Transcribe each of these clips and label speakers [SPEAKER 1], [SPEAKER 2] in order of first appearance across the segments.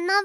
[SPEAKER 1] の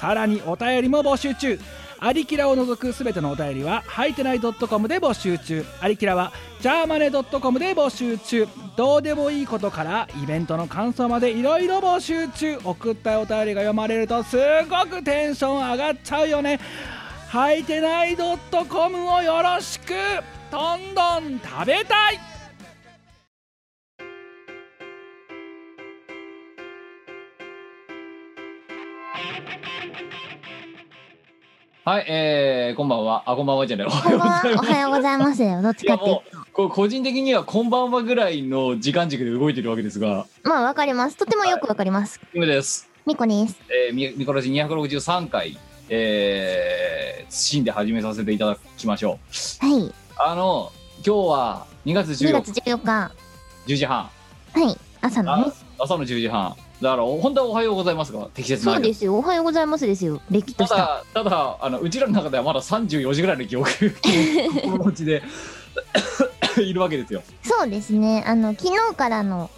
[SPEAKER 2] さらにお便りも募集中アリキラを除くすべてのお便りは、はいてない .com で募集中。アリキラは、ジャーマネ .com で募集中。どうでもいいことから、イベントの感想までいろいろ募集中。送ったお便りが読まれると、すごくテンション上がっちゃうよね。はいてない .com をよろしくどんどん食べたい
[SPEAKER 3] はい、えー、こんばんは。あ、こんばんはじゃない。おはようござ い
[SPEAKER 1] お
[SPEAKER 3] ます。
[SPEAKER 1] はようございますよどっち
[SPEAKER 3] い
[SPEAKER 1] か
[SPEAKER 3] や
[SPEAKER 1] っていう
[SPEAKER 3] もう、こう個人的にはこんばんはぐらいの時間軸で動いてるわけですが、
[SPEAKER 1] とまあわかりますとてもよくわかります
[SPEAKER 3] 今です。
[SPEAKER 1] みこです
[SPEAKER 3] えー、みみこらし263回、えー、謹んで始めさせていただきましょう。
[SPEAKER 1] はい
[SPEAKER 3] あの、今日は2月
[SPEAKER 1] 2
[SPEAKER 3] 14
[SPEAKER 1] 月
[SPEAKER 3] 日、
[SPEAKER 1] 14日
[SPEAKER 3] 10時半、
[SPEAKER 1] はい朝のね
[SPEAKER 3] あ朝の10時半。だから、本当はおはようございますが、適切
[SPEAKER 1] そ
[SPEAKER 3] な
[SPEAKER 1] う
[SPEAKER 3] 間
[SPEAKER 1] ですよおはようございますですよれっきと
[SPEAKER 3] た
[SPEAKER 1] した
[SPEAKER 3] だ、ただ、あのうちらの中ではまだ34時ぐらいの記憶、 心持ちで いるわけですよ。
[SPEAKER 1] そうですねあの昨日からの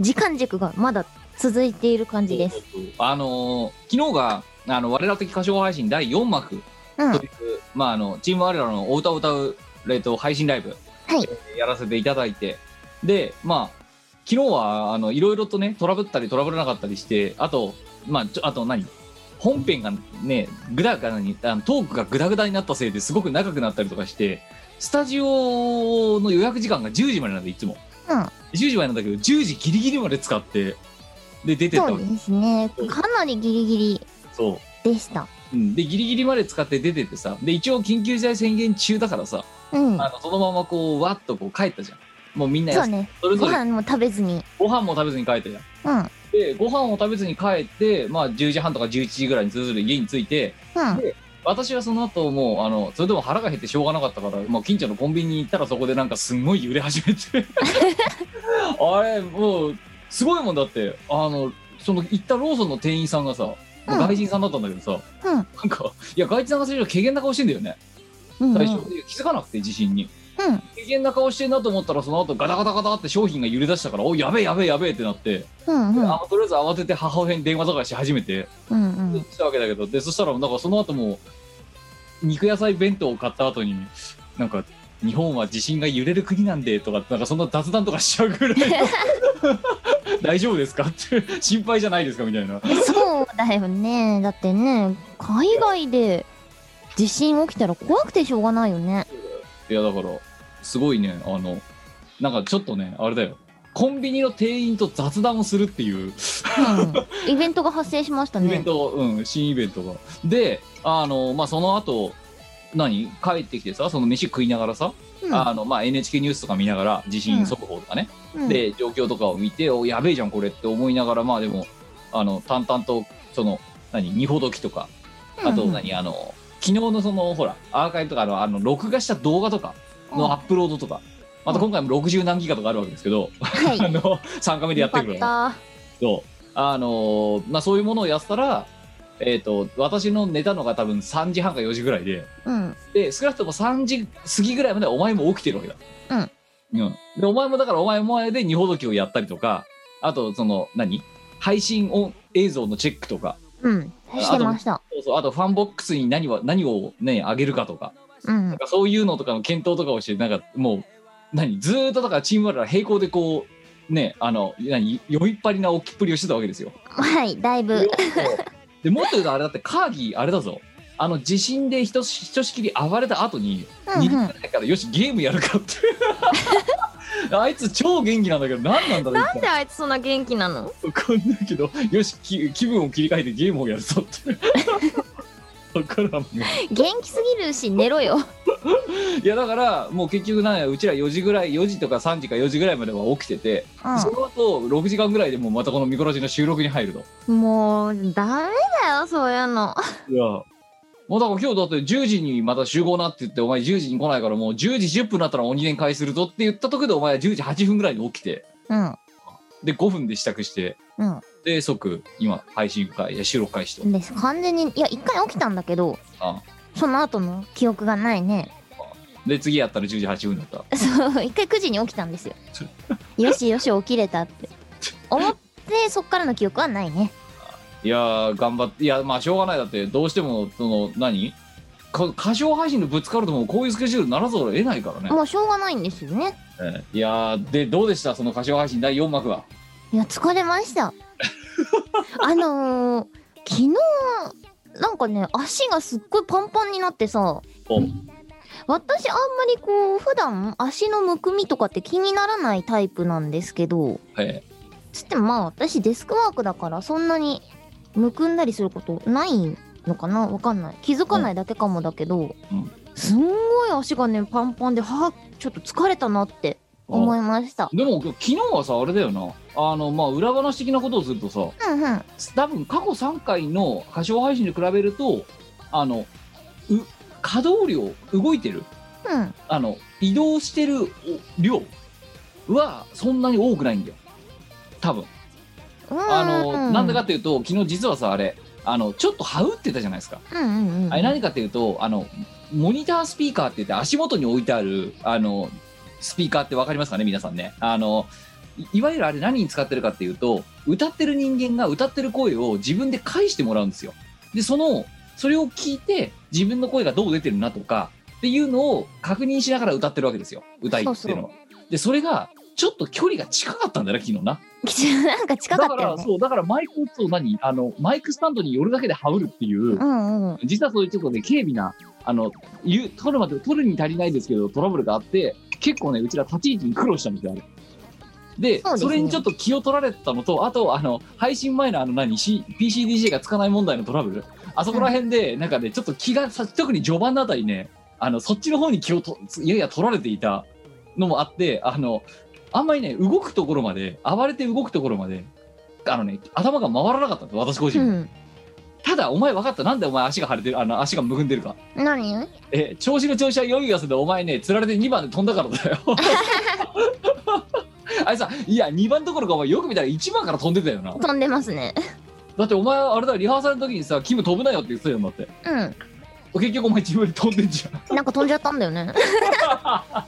[SPEAKER 1] 時間軸がまだ続いている感じです
[SPEAKER 3] あのー昨日があの我ら的歌唱配信第4幕
[SPEAKER 1] うん
[SPEAKER 3] という、まあ、あのチーム我らのお歌を歌う、えっと、配信ライブ、
[SPEAKER 1] はい
[SPEAKER 3] えーやらせていただいてでまあ昨日はあのいろいろとねトラブったりトラブらなかったりしてあとまあちょあと何本編がねグダグダにあのトークがグダグダになったせいですごく長くなったりとかしてスタジオの予約時間が10時までなんでいつも、
[SPEAKER 1] うん
[SPEAKER 3] 10時までなんだけど10時ギリギリまで使ってで出てった
[SPEAKER 1] そ
[SPEAKER 3] わ
[SPEAKER 1] う
[SPEAKER 3] け
[SPEAKER 1] ですねかなりギリギリ
[SPEAKER 3] そう
[SPEAKER 1] でした
[SPEAKER 3] うん、でギリギリまで使って出ててさで一応緊急事態宣言中だからさ、
[SPEAKER 1] うん
[SPEAKER 3] あのそのままこうわっとこう帰ったじゃんもうみんな
[SPEAKER 1] そう
[SPEAKER 3] 休み
[SPEAKER 1] ね
[SPEAKER 3] それぞ
[SPEAKER 1] ご
[SPEAKER 3] れ
[SPEAKER 1] 飯も食べずに
[SPEAKER 3] ご飯も食べずに帰ったじゃん
[SPEAKER 1] うんうん
[SPEAKER 3] でご飯を食べずに帰ってまあ10時半とか11時ぐらいにそれぞれ家に着いて私はその後もうあのそれでも腹が減ってしょうがなかったから、まあ、近所のコンビニに行ったらそこでなんかすんごい揺れ始 めてあれもうすごいもんだってあのその行ったローソンの店員さんがさ、もう外人さんだったんだけどさ、
[SPEAKER 1] うん
[SPEAKER 3] なんかいや外人さんが最初軽減な顔してんだよね
[SPEAKER 1] うん
[SPEAKER 3] 最初気づかなくて地震に
[SPEAKER 1] うん
[SPEAKER 3] 危険な顔してんなと思ったらその後ガタガタガタって商品が揺れ出したからおいやべえやべえやべえってなって、
[SPEAKER 1] うんうん
[SPEAKER 3] あとりあえず慌てて母親に電話とかし始めて、
[SPEAKER 1] うんうん
[SPEAKER 3] したわけだけどでそしたらなんかその後も肉野菜弁当を買った後になんか日本は地震が揺れる国なんでとかなんかそんな雑談とかしちゃうぐら いの大丈夫ですかって心配じゃないですかみたいな
[SPEAKER 1] そうだよねだってね海外で地震起きたら怖くてしょうがないよね
[SPEAKER 3] いやだからすごいねあのなんかちょっとねあれだよコンビニの店員と雑談をするっていう
[SPEAKER 1] うんイベントが発生しました
[SPEAKER 3] イベン
[SPEAKER 1] ね
[SPEAKER 3] ト、うん新イベントがであのまあその後何帰ってきてさその飯食いながらさ、
[SPEAKER 1] うん
[SPEAKER 3] あのまあ、NHK ニュースとか見ながら地震速報とかね、
[SPEAKER 1] うん
[SPEAKER 3] で状況とかを見ておやべえじゃんこれって思いながらまあでもあの淡々とその何二ほどきとかあと
[SPEAKER 1] うん
[SPEAKER 3] 何、あの昨日のそのほらアーカイブとかのあの録画した動画とかのアップロードとか、また今回も60何ギガとかあるわけですけど、
[SPEAKER 1] は
[SPEAKER 3] あの3回目
[SPEAKER 1] い
[SPEAKER 3] で
[SPEAKER 1] よ
[SPEAKER 3] やって
[SPEAKER 1] か
[SPEAKER 3] く
[SPEAKER 1] っ
[SPEAKER 3] るの
[SPEAKER 1] た
[SPEAKER 3] そうあのーまあ、そういうものをやってたら、えー、と私の寝たのが多分3時半か4時ぐらいで
[SPEAKER 1] うん
[SPEAKER 3] で少なくとも3時過ぎぐらいまでお前も起きてるわけだ。うんでお前もだからお前もお前で二ほどきをやったりとかあとその何配信音映像のチェックとか
[SPEAKER 1] うんしてました
[SPEAKER 3] そうそうあとファンボックスに何は何をねあげるかとか
[SPEAKER 1] うん
[SPEAKER 3] なんかそういうのとかの検討とかをして、なんかもう、何、ずーっとだからチームワールドは並行でこう、ね、あの、何、酔いっぱりな置きっぷりをしてたわけですよ。
[SPEAKER 1] はいだいぶ
[SPEAKER 3] で、もっと言うとあれだって、カーギー、あれだぞ。あの地震でひとしひとしきり暴れた後に、
[SPEAKER 1] うん
[SPEAKER 3] 2
[SPEAKER 1] うん
[SPEAKER 3] 年前からよし、ゲームやるかって。 あいつ超元気なんだけど、何なんだろう、
[SPEAKER 1] なんであいつそんな元気なの
[SPEAKER 3] わかんないけど、よし、き気分を切り替えてゲームをやるぞって。わからんもん
[SPEAKER 1] 元気すぎるし寝ろよ
[SPEAKER 3] いやだからもう結局なんやうちら4時ぐらい4時とか3時か4時ぐらいまでは起きてて、その後6時間ぐらいでもうまたこのミコラジの収録に入ると
[SPEAKER 1] もうダメだよそういうの
[SPEAKER 3] いやもうだから今日だって10時にまた集合なって言ってお前10時に来ないからもう10時10分になったら鬼連会するぞって言った時でお前は10時8分ぐらいに起きて
[SPEAKER 1] うん。
[SPEAKER 3] で5分で支度して
[SPEAKER 1] うん。
[SPEAKER 3] で即今配信会いや収録開始と
[SPEAKER 1] で完全にいや一回起きたんだけど
[SPEAKER 3] あ
[SPEAKER 1] その後の記憶がないね
[SPEAKER 3] で次やったら10時8分だった
[SPEAKER 1] そう 一回9時に起きたんですよよしよし起きれた って思ってそっからの記憶はないね
[SPEAKER 3] いやー頑張っていやまあしょうがないだってどうしてもその何か歌唱配信でぶつかるともうこういうスケジュールにならざるを得ないからね、
[SPEAKER 1] もうしょうがないんですよね
[SPEAKER 3] ええいやーでどうでしたその歌唱配信第4幕はい
[SPEAKER 1] や疲れました あのー、昨日なんかね足がすっごいパンパンになってさ
[SPEAKER 3] お
[SPEAKER 1] 私あんまりこう普段足のむくみとかって気にならないタイプなんですけど
[SPEAKER 3] え
[SPEAKER 1] つってもまあ私デスクワークだからそんなにむくんだりすることないのかなわかんない気づかないだけかもだけど、
[SPEAKER 3] うん
[SPEAKER 1] すんごい足がねパンパンではあちょっと疲れたなって思いました
[SPEAKER 3] えでも昨日はさあれだよなあのまあ裏話的なことをするとさ
[SPEAKER 1] うんうん
[SPEAKER 3] 多分過去3回の歌唱配信に比べるとあのう稼働量動いてる
[SPEAKER 1] うん
[SPEAKER 3] あの移動してるお量はそんなに多くないんだよ多分
[SPEAKER 1] うん
[SPEAKER 3] あの、なんでかっていうと昨日実はさあれあのちょっと羽打ってたじゃないですか、
[SPEAKER 1] うんうんうん
[SPEAKER 3] あ れ何かっていうとあのモニタースピーカーって言って足元に置いてあるあのスピーカーって分かりますかね皆さんねあのいいわゆるあれ何に使ってるかっていうと歌ってる人間が歌ってる声を自分で返してもらうんですよでそのそれを聞いて自分の声がどう出てるなとかっていうのを確認しながら歌ってるわけですよ歌いっていうのはでそれがちょっと距離が近かったんだな昨日な
[SPEAKER 1] なんか近かったよ
[SPEAKER 3] だから
[SPEAKER 1] ね
[SPEAKER 3] そうだからマイクと何あのマイクスタンドに寄るだけで羽織るっていう、
[SPEAKER 1] うんうん
[SPEAKER 3] 実はそういうちょっとね軽微なあの言う取るまで取るに足りないですけどトラブルがあって結構ねうちら立ち位置に苦労したんですよあれで
[SPEAKER 1] そ
[SPEAKER 3] そう
[SPEAKER 1] ですね
[SPEAKER 3] れにちょっと気を取られてたのとあとあの配信前のあの何、C、PCDJ がつかない問題のトラブルあそこら辺でなんかねちょっと気がさ特に序盤のあたりねあのそっちの方に気をといやいや取られていたのもあってあのあんまりね動くところまで暴れて動くところまであのね頭が回らなかったんです私個人、
[SPEAKER 1] うん
[SPEAKER 3] ただお前分かったなんでお前足が腫れてるあの足がむくんでるか
[SPEAKER 1] 何うん
[SPEAKER 3] え調子の調子は良いやつでお前ね釣られて2番で飛んだからだよあれさいや2番どころかお前よく見たら1番から飛んでたよな
[SPEAKER 1] 飛んでますね
[SPEAKER 3] だってお前あれだリハーサルの時にさキム飛ぶなよって言ってたよなって
[SPEAKER 1] う
[SPEAKER 3] 結局お前自分で飛んでんじゃん
[SPEAKER 1] んなんか飛んじゃったんだよ ね
[SPEAKER 3] あ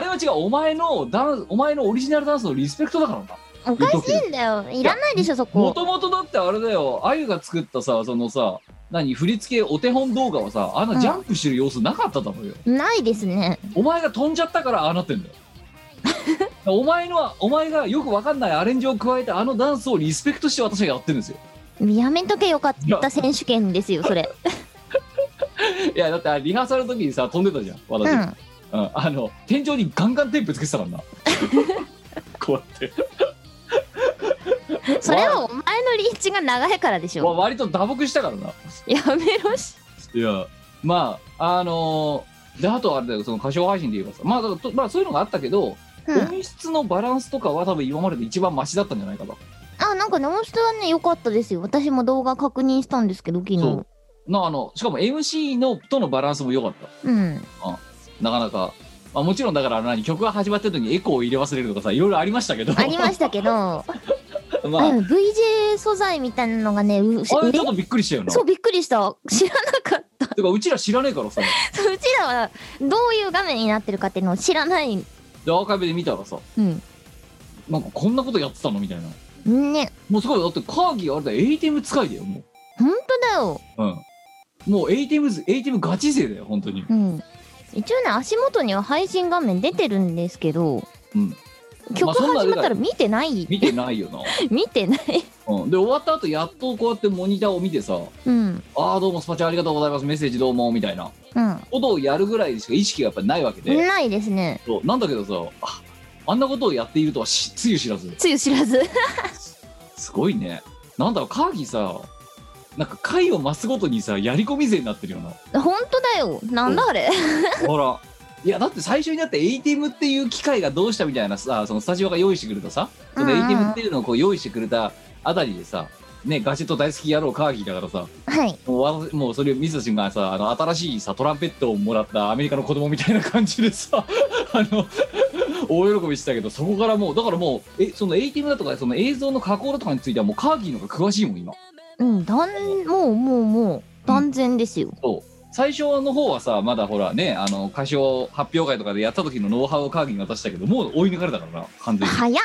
[SPEAKER 3] れは違うお前のダンスお前のオリジナルダンスのリスペクトだからな
[SPEAKER 1] おかしいんだよいらないでしょそ
[SPEAKER 3] も
[SPEAKER 1] こと
[SPEAKER 3] もとだってあれだよあゆが作ったさそのさ何振り付けお手本動画はさあ
[SPEAKER 1] うん
[SPEAKER 3] のジャンプしてる様子なかっただろうよ、
[SPEAKER 1] ないですね
[SPEAKER 3] お前が飛んじゃったからああなってんだよ お前のはお前がよくわかんないアレンジを加えてあのダンスをリスペクトして私はやってるんですよ
[SPEAKER 1] やめとけよかった選手権ですよそれ
[SPEAKER 3] いやだってあれリハーサルの時にさ飛んでたじゃん
[SPEAKER 1] う
[SPEAKER 3] 私、うん
[SPEAKER 1] ん
[SPEAKER 3] あの天井にガンガンテープつけてたからなこうやって
[SPEAKER 1] それはお前のリーチが長いからでし
[SPEAKER 3] わ
[SPEAKER 1] ょ。
[SPEAKER 3] 割と打撲したからな
[SPEAKER 1] やめろし。
[SPEAKER 3] いやまああのーであとあれだよその歌唱配信で言えばさまあだからとまあそういうのがあったけど、
[SPEAKER 1] うん、
[SPEAKER 3] 音質のバランスとかは多分今までで一番マシだったんじゃないかと
[SPEAKER 1] あ、なんかね、音質はね、良かったですよ。私も動画確認したんですけど、昨日。
[SPEAKER 3] そううなあのしかも MC のとのバランスも良かった
[SPEAKER 1] ん。
[SPEAKER 3] なかなか、まあ、もちろんだからあの何曲が始まってる時にエコーを入れ忘れるとかさいろいろありましたけど
[SPEAKER 1] ありましたけ ど、
[SPEAKER 3] た まあ
[SPEAKER 1] あの VJ 素材みたいなのがね、うし
[SPEAKER 3] あれ
[SPEAKER 1] 売れ
[SPEAKER 3] ちょっとびっくりしたよな
[SPEAKER 1] そう、びっくりした。知らなかった。
[SPEAKER 3] てかうちら知らねえからさ
[SPEAKER 1] そううちらは、どういう画面になってるかっていうのを知らない。
[SPEAKER 3] でアーカイブで見たらさ
[SPEAKER 1] うん。
[SPEAKER 3] なんかこんなことやってたのみたいな
[SPEAKER 1] ね、
[SPEAKER 3] もうすごいだってカーギーあれだ ATM 使いだよも
[SPEAKER 1] ほんとだよ。
[SPEAKER 3] ううんもう ATM, ATM ガチ勢だよ本当に
[SPEAKER 1] うん。一応ね、足元には配信画面出てるんですけど、
[SPEAKER 3] うん
[SPEAKER 1] 曲
[SPEAKER 3] まあそんな
[SPEAKER 1] 始まったら見てない。
[SPEAKER 3] 見てないよな、
[SPEAKER 1] 見てない。
[SPEAKER 3] うん、で終わった後やっとこうやってモニターを見てさ
[SPEAKER 1] うん。
[SPEAKER 3] ああどうもスパチャありがとうございますメッセージどうもみたいな
[SPEAKER 1] うん。
[SPEAKER 3] ことをやるぐらいしか意識がやっぱりないわけで、
[SPEAKER 1] ないですね。
[SPEAKER 3] そうなんだけどさああんなことをやっているとはしつゆ知らず
[SPEAKER 1] つゆ知らず。
[SPEAKER 3] すごいねなんだろうカーギーさなんか回を増すごとにさやり込み勢になってるよな
[SPEAKER 1] 本当だよ。なんだあれ。
[SPEAKER 3] ほらいやだって最初にだって ATM っていう機械がどうしたみたいなさそのスタジオが用意してくれたさその
[SPEAKER 1] うんうん
[SPEAKER 3] ATM っていうのをこう用意してくれたあたりでさねガジェット大好き野郎カーギーだからさ
[SPEAKER 1] はい。
[SPEAKER 3] もうわもうそれを水田君がさあの新しいさトランペットをもらったアメリカの子供みたいな感じでさ あの大喜びしてたけどそこからもうだからもうえその ATM だとかその映像の加工だとかについてはもうカーギーの方が詳しいもん今
[SPEAKER 1] うん、だん、もうもうもう、断然ですよ。
[SPEAKER 3] そう最初の方はさまだほらねあの歌唱発表会とかでやった時のノウハウをカーギーに渡したけどもう追い抜かれたからな完全に
[SPEAKER 1] 早っ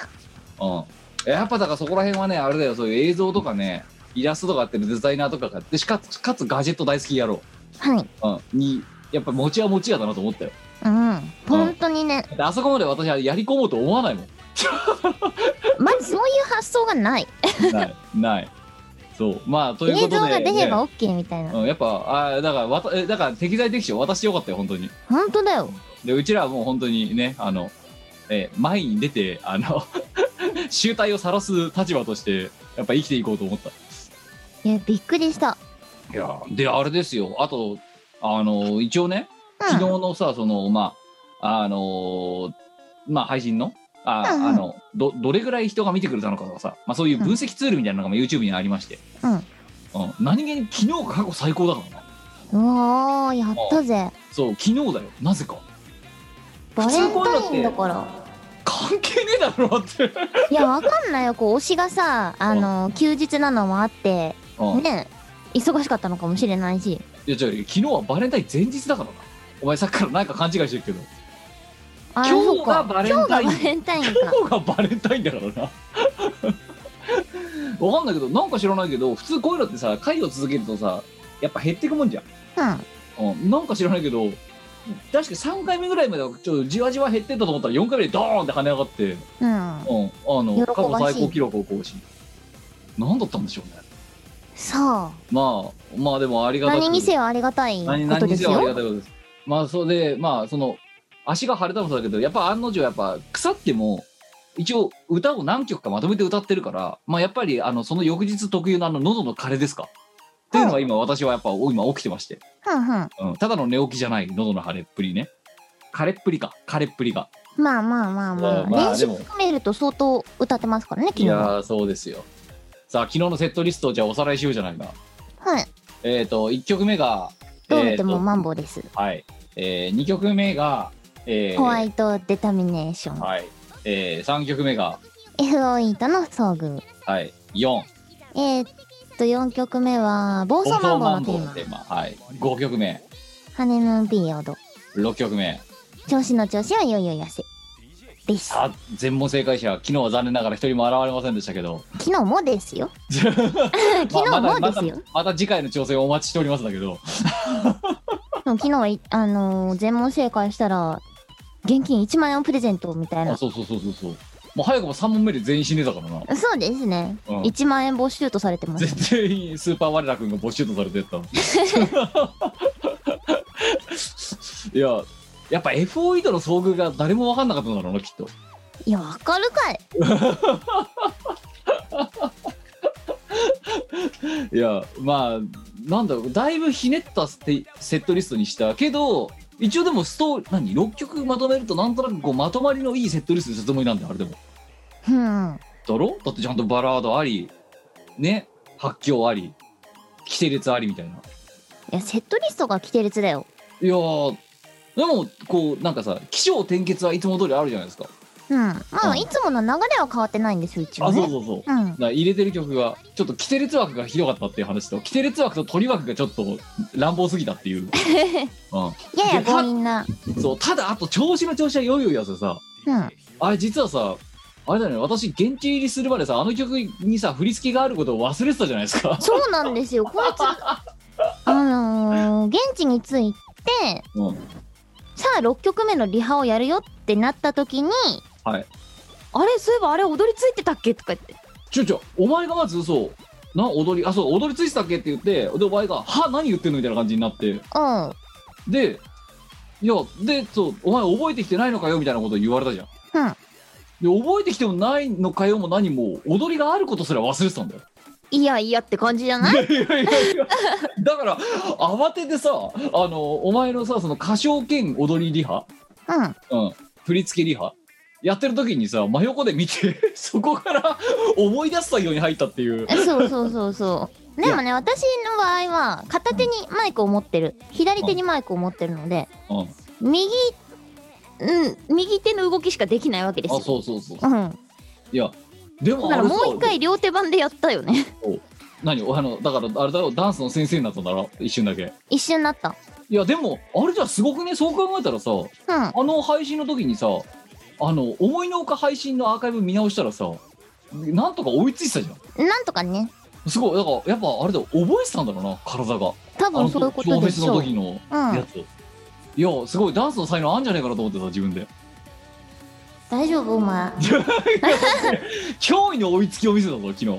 [SPEAKER 3] うん、やっぱだからそこら辺はねあれだよそういう映像とかねイラストとかやってるデザイナーとかがでしかつかつガジェット大好き野郎、
[SPEAKER 1] はい。
[SPEAKER 3] うん、にやっぱ持ちは持ちやだなと思ったよ
[SPEAKER 1] うん。本当にね、
[SPEAKER 3] であそこまで私はやり込もうと思わないもん
[SPEAKER 1] まずそういう発想がない。
[SPEAKER 3] ない ないそうまあというこ
[SPEAKER 1] 映
[SPEAKER 3] とで
[SPEAKER 1] 像が出れば
[SPEAKER 3] ね
[SPEAKER 1] OK みたいな。
[SPEAKER 3] うん、やっぱあーだからわたえだから適材適所私よかったよ本当に
[SPEAKER 1] 本当だよ。
[SPEAKER 3] でうちらはもう本当にねあの、えー前に出てあの 集体を晒す立場としてやっぱ生きていこうと思った
[SPEAKER 1] いや、びっくりした。
[SPEAKER 3] いやーであれですよあとあのー一応ね
[SPEAKER 1] うん
[SPEAKER 3] 昨日のさそのまああのーまあ配信のあ,、
[SPEAKER 1] うんうん
[SPEAKER 3] あのどどれぐらい人が見てくれたのかとかさ、まあ、そういう分析ツールみたいなのが YouTube にありまして、
[SPEAKER 1] うん
[SPEAKER 3] うん何気に昨日が過去最高だからな
[SPEAKER 1] うわー、やったぜ。
[SPEAKER 3] そう昨日だよなぜか
[SPEAKER 1] バレンタインだ
[SPEAKER 3] 普通こういう
[SPEAKER 1] から。
[SPEAKER 3] 関係ねえだろって
[SPEAKER 1] いや、わかんないよ。こう、推しがさ、あの、休日なのもあって、
[SPEAKER 3] うん
[SPEAKER 1] ね、忙しかったのかもしれないし。
[SPEAKER 3] いや違うよ昨日はバレンタイン前日だからなお前さっきからなんか勘違いしてるけど
[SPEAKER 1] あー
[SPEAKER 3] 今日
[SPEAKER 1] そうか
[SPEAKER 3] がバレンタイン
[SPEAKER 1] 今日がバレンタイン か。
[SPEAKER 3] 今日がバレンタインだからな わかんないけどなんか知らないけど普通こういうのってさ会を続けるとさやっぱ減っていくもんじゃん
[SPEAKER 1] うん。
[SPEAKER 3] うん、なんか知らないけど確か3回目ぐらいまではちょっとじわじわ減ってったと思ったら4回目でドーンって跳ね上がって、うん、
[SPEAKER 1] うん。
[SPEAKER 3] あ
[SPEAKER 1] 喜ばしい
[SPEAKER 3] の過去最高記録を更新何だったんでしょうね
[SPEAKER 1] さあ、
[SPEAKER 3] まあまあでもありがたく
[SPEAKER 1] 何にせよありがたい
[SPEAKER 3] 何
[SPEAKER 1] こと
[SPEAKER 3] 何
[SPEAKER 1] で
[SPEAKER 3] に
[SPEAKER 1] す
[SPEAKER 3] せよありが
[SPEAKER 1] よ。
[SPEAKER 3] たいことですまあそれでまあその足が腫れたもそうだけどやっぱ案の定やっぱ腐っても一応歌を何曲かまとめて歌ってるからまあやっぱりあのその翌日特有のあの喉の枯れですかっていうのが今私はやっぱ今起きてまして
[SPEAKER 1] ふんふん。
[SPEAKER 3] うん、ただの寝起きじゃない喉の腫れっぷりね枯れっぷりか枯れっぷりが
[SPEAKER 1] まあまあまあまあ。
[SPEAKER 3] うんまあ
[SPEAKER 1] 練
[SPEAKER 3] で
[SPEAKER 1] 習
[SPEAKER 3] も
[SPEAKER 1] 含めると相当歌ってますからね、昨
[SPEAKER 3] い
[SPEAKER 1] 日は。
[SPEAKER 3] やーそうですよさあ昨日のセットリストをじゃあおさらいしようじゃないか
[SPEAKER 1] はい。
[SPEAKER 3] えっ、と1曲目が
[SPEAKER 1] どう見てもマン
[SPEAKER 3] ボ
[SPEAKER 1] ボウです。
[SPEAKER 3] はい、えー、2曲目が、えー、
[SPEAKER 1] ホワイトデタミネーション。
[SPEAKER 3] はい、えー、3曲目が
[SPEAKER 1] FOE との遭遇。
[SPEAKER 3] はい4
[SPEAKER 1] えーっと、4曲目は、暴走マンボウのテーマ。
[SPEAKER 3] テーマはい5曲目
[SPEAKER 1] ハネムーンピリオド。
[SPEAKER 3] 6曲目
[SPEAKER 1] 調子の調子はいよいよ痩せ。です。
[SPEAKER 3] さあ全問正解者昨日は残念ながら一人も現れませんでしたけど
[SPEAKER 1] 昨日もです よ。昨
[SPEAKER 3] ま
[SPEAKER 1] 日
[SPEAKER 3] あま
[SPEAKER 1] も
[SPEAKER 3] だま
[SPEAKER 1] で
[SPEAKER 3] た
[SPEAKER 1] すよ。
[SPEAKER 3] また次回の挑戦をお待ちしておりますだけど
[SPEAKER 1] でも昨日はい、あのー全問正解したら、現金1万円をプレゼントみたい
[SPEAKER 3] あ
[SPEAKER 1] な。
[SPEAKER 3] そうそうそうそうそうもう早くも3問目で全員死ねたからな、
[SPEAKER 1] そうですね。
[SPEAKER 3] うん
[SPEAKER 1] 1万円没収とされてます。
[SPEAKER 3] 全員スーパー我ら君がボシュートされてったのいややっぱ FOE との遭遇が誰も分かんなかったんだろうなきっと
[SPEAKER 1] いや、わかるかい。
[SPEAKER 3] いやまあなんだろうだいぶひねったステセットリストにしたけど一応でもストー何6曲まとめるとなんとなくこうまとまりのいいセットリストにするつもりなんだよあれでも
[SPEAKER 1] うん。
[SPEAKER 3] だろだってちゃんとバラードありね発狂あり規定列ありみたいない
[SPEAKER 1] や、セットリストが規定列だよ。
[SPEAKER 3] いやーでもこうなんかさ起承転結はいつも通りあるじゃないですか
[SPEAKER 1] うん。まあ、
[SPEAKER 3] うん
[SPEAKER 1] いつもの流れは変わってないんですよ、うちは
[SPEAKER 3] あ
[SPEAKER 1] ね。
[SPEAKER 3] そうそうそうだか
[SPEAKER 1] うん。
[SPEAKER 3] ら入れてる曲がちょっと規定列枠がひどかったっていう話と規定列枠と鳥枠がちょっと乱暴すぎたっていうう
[SPEAKER 1] やや
[SPEAKER 3] でか
[SPEAKER 1] 強引な。
[SPEAKER 3] んそうただあと調子の調子はよいよいやつでさ
[SPEAKER 1] うん。
[SPEAKER 3] あれ実はさあれだよね私現地入りするまでさあの曲にさ振り付けがあることを忘れてたじゃないですか
[SPEAKER 1] そうなんですよ。こ いつ、あのー現地に着いて、
[SPEAKER 3] うん
[SPEAKER 1] さあ6曲目のリハをやるよってなった時に、
[SPEAKER 3] はい
[SPEAKER 1] あれ、そういえばあれ踊りついてたっけとか言って。
[SPEAKER 3] ちょちょお前がまずそうな踊りあそう踊りついてたっけって言ってでお前が「は何言ってんの?」みたいな感じになって
[SPEAKER 1] うん。
[SPEAKER 3] で、いや、で、そう、お前覚えてきてないのかよみたいなこと言われたじゃん。
[SPEAKER 1] うん
[SPEAKER 3] で、覚えてきてもないのかよも何も、踊りがあることすら忘れてたんだよ。
[SPEAKER 1] いやいやって感じじゃない
[SPEAKER 3] いやいやいやいやだから、慌ててさ、あの、お前のさ、その歌唱兼踊りリハ、
[SPEAKER 1] うん。
[SPEAKER 3] うん、振り付けリハ、やってる時にさ真横で見て そこから思い出す作業に入ったっていう
[SPEAKER 1] えそうそうそうそうでもね私の場合は片手にマイクを持ってる左手にマイクを持ってるので
[SPEAKER 3] うんあ
[SPEAKER 1] 右うん右手の動きしかできないわけですよ
[SPEAKER 3] そうそうそう
[SPEAKER 1] うん
[SPEAKER 3] いやでも
[SPEAKER 1] だから
[SPEAKER 3] あれさ
[SPEAKER 1] もう一回両手版でやったよね
[SPEAKER 3] 何あのだからあれだろダンスの先生になったんだろ一瞬だけ
[SPEAKER 1] 一瞬なった
[SPEAKER 3] いやでもあれじゃすごくねそう考えたらさ
[SPEAKER 1] うん
[SPEAKER 3] あの配信の時にさあの思いのほか配信のアーカイブ見直したらさなんとか追いついてたじゃん
[SPEAKER 1] なんとかね
[SPEAKER 3] すごいだからやっぱあれだ覚えてたんだろうな体が
[SPEAKER 1] 多
[SPEAKER 3] あ
[SPEAKER 1] 分
[SPEAKER 3] の
[SPEAKER 1] そういうことで
[SPEAKER 3] ス
[SPEAKER 1] し
[SPEAKER 3] の
[SPEAKER 1] ょう
[SPEAKER 3] 時の
[SPEAKER 1] うん
[SPEAKER 3] やつ、いやすごいダンスの才能あんじゃねえかなと思ってた自分で
[SPEAKER 1] 大丈夫お 前
[SPEAKER 3] 驚異の追いつきを見せたぞ昨日
[SPEAKER 1] い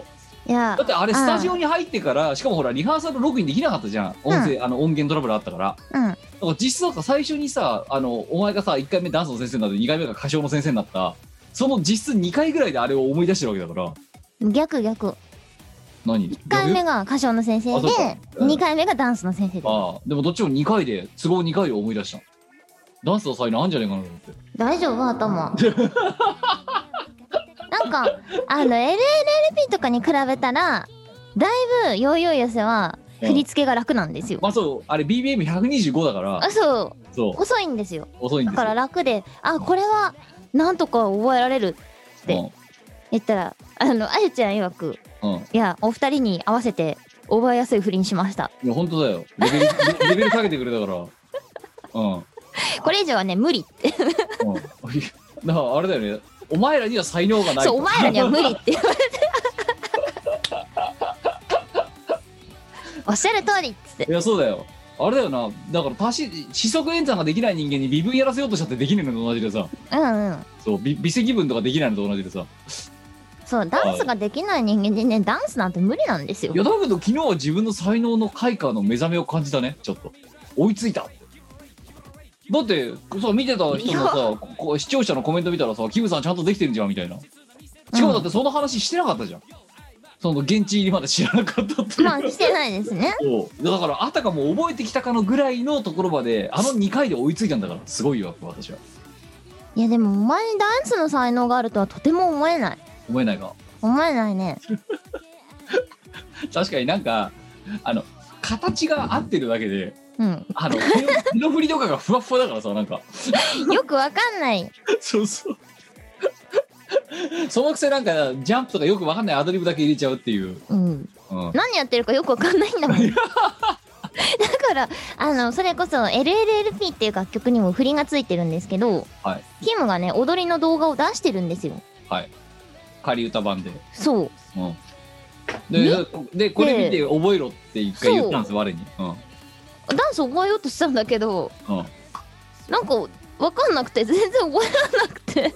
[SPEAKER 1] や
[SPEAKER 3] だってあれスタジオに入ってからしかもほらリハーサルログインできなかったじゃん音声、あの音源トラブルあったから
[SPEAKER 1] うん
[SPEAKER 3] だから実際さ最初にさあのお前がさ1回目ダンスの先生になって2回目が歌唱の先生になったその実質2回ぐらいであれを思い出してるわけだから
[SPEAKER 1] 逆逆
[SPEAKER 3] 何
[SPEAKER 1] 1回目が歌唱の先生
[SPEAKER 3] あ
[SPEAKER 1] で
[SPEAKER 3] そうかうん
[SPEAKER 1] 2回目がダンスの先生で
[SPEAKER 3] ああでもどっちも2回で都合2回で思い出したダンスの才能あんじゃねえかなと思って
[SPEAKER 1] 大丈夫頭なんかあの LLLP とかに比べたらだいぶヨーヨー寄せは振り付けが楽なんですよ、
[SPEAKER 3] まあそうあれ BBM125 だから
[SPEAKER 1] あそう
[SPEAKER 3] そう
[SPEAKER 1] 遅いんですよ
[SPEAKER 3] 遅いん
[SPEAKER 1] だ
[SPEAKER 3] ですよ
[SPEAKER 1] から楽であこれはなんとか覚えられるって言ったらあのあゆちゃん曰く
[SPEAKER 3] うんうん
[SPEAKER 1] いやお二人に合わせて覚えやすい振りにしました
[SPEAKER 3] いや本当だよレベルレベル下げてくれたからうん、うん、
[SPEAKER 1] これ以上はね無理って
[SPEAKER 3] だからあれだよねお前らには才能がない
[SPEAKER 1] そうお前らには無理って 言われておっしゃる通りっつって
[SPEAKER 3] いやそうだよあれだよなだから足し四則演算ができない人間に微分やらせようとしたってできないのと同じでさ
[SPEAKER 1] うんうん
[SPEAKER 3] そう微微積分とかできないのと同じでさ
[SPEAKER 1] そうダンスができない人間でねダンスなんて無理なんですよ
[SPEAKER 3] いやだけど昨日は自分の才能の開花の目覚めを感じたねちょっと追いついただってそう見てた人の
[SPEAKER 1] い
[SPEAKER 3] さこう視聴者のコメント見たらさキムさんちゃんとできてるじゃんみたいなしかもだってその話してなかったじゃん、その現地入りまで知らなかったっていう、
[SPEAKER 1] まあしてないですね
[SPEAKER 3] そうだからあたかも覚えてきたかのぐらいのところまであの2回で追いついたんだからすごいよ私はい
[SPEAKER 1] やでもお前にダンスの才能があるとはとても思えない
[SPEAKER 3] 思えないが
[SPEAKER 1] 思えないね
[SPEAKER 3] 確かになんかあの形が合ってるだけで
[SPEAKER 1] うん
[SPEAKER 3] あの手の 手の振りとかがふわっふわだからさなんか
[SPEAKER 1] よくわかんない
[SPEAKER 3] そうそう。そのくせなんかジャンプとかよくわかんないアドリブだけ入れちゃうっていう、
[SPEAKER 1] うん
[SPEAKER 3] うん、
[SPEAKER 1] 何やってるかよくわかんないんだもんだからあのそれこそ LLLP っていう楽曲にも振りがついてるんですけど、
[SPEAKER 3] はい
[SPEAKER 1] キムがね踊りの動画を出してるんですよ
[SPEAKER 3] 仮歌版で,、
[SPEAKER 1] そう
[SPEAKER 3] うん、
[SPEAKER 1] ね
[SPEAKER 3] ででこれ見て覚えろって一回言ったんです我に、うん
[SPEAKER 1] ダンス覚えようとしたんだけど
[SPEAKER 3] うん、
[SPEAKER 1] なんかわかんなくて全然覚えられなくて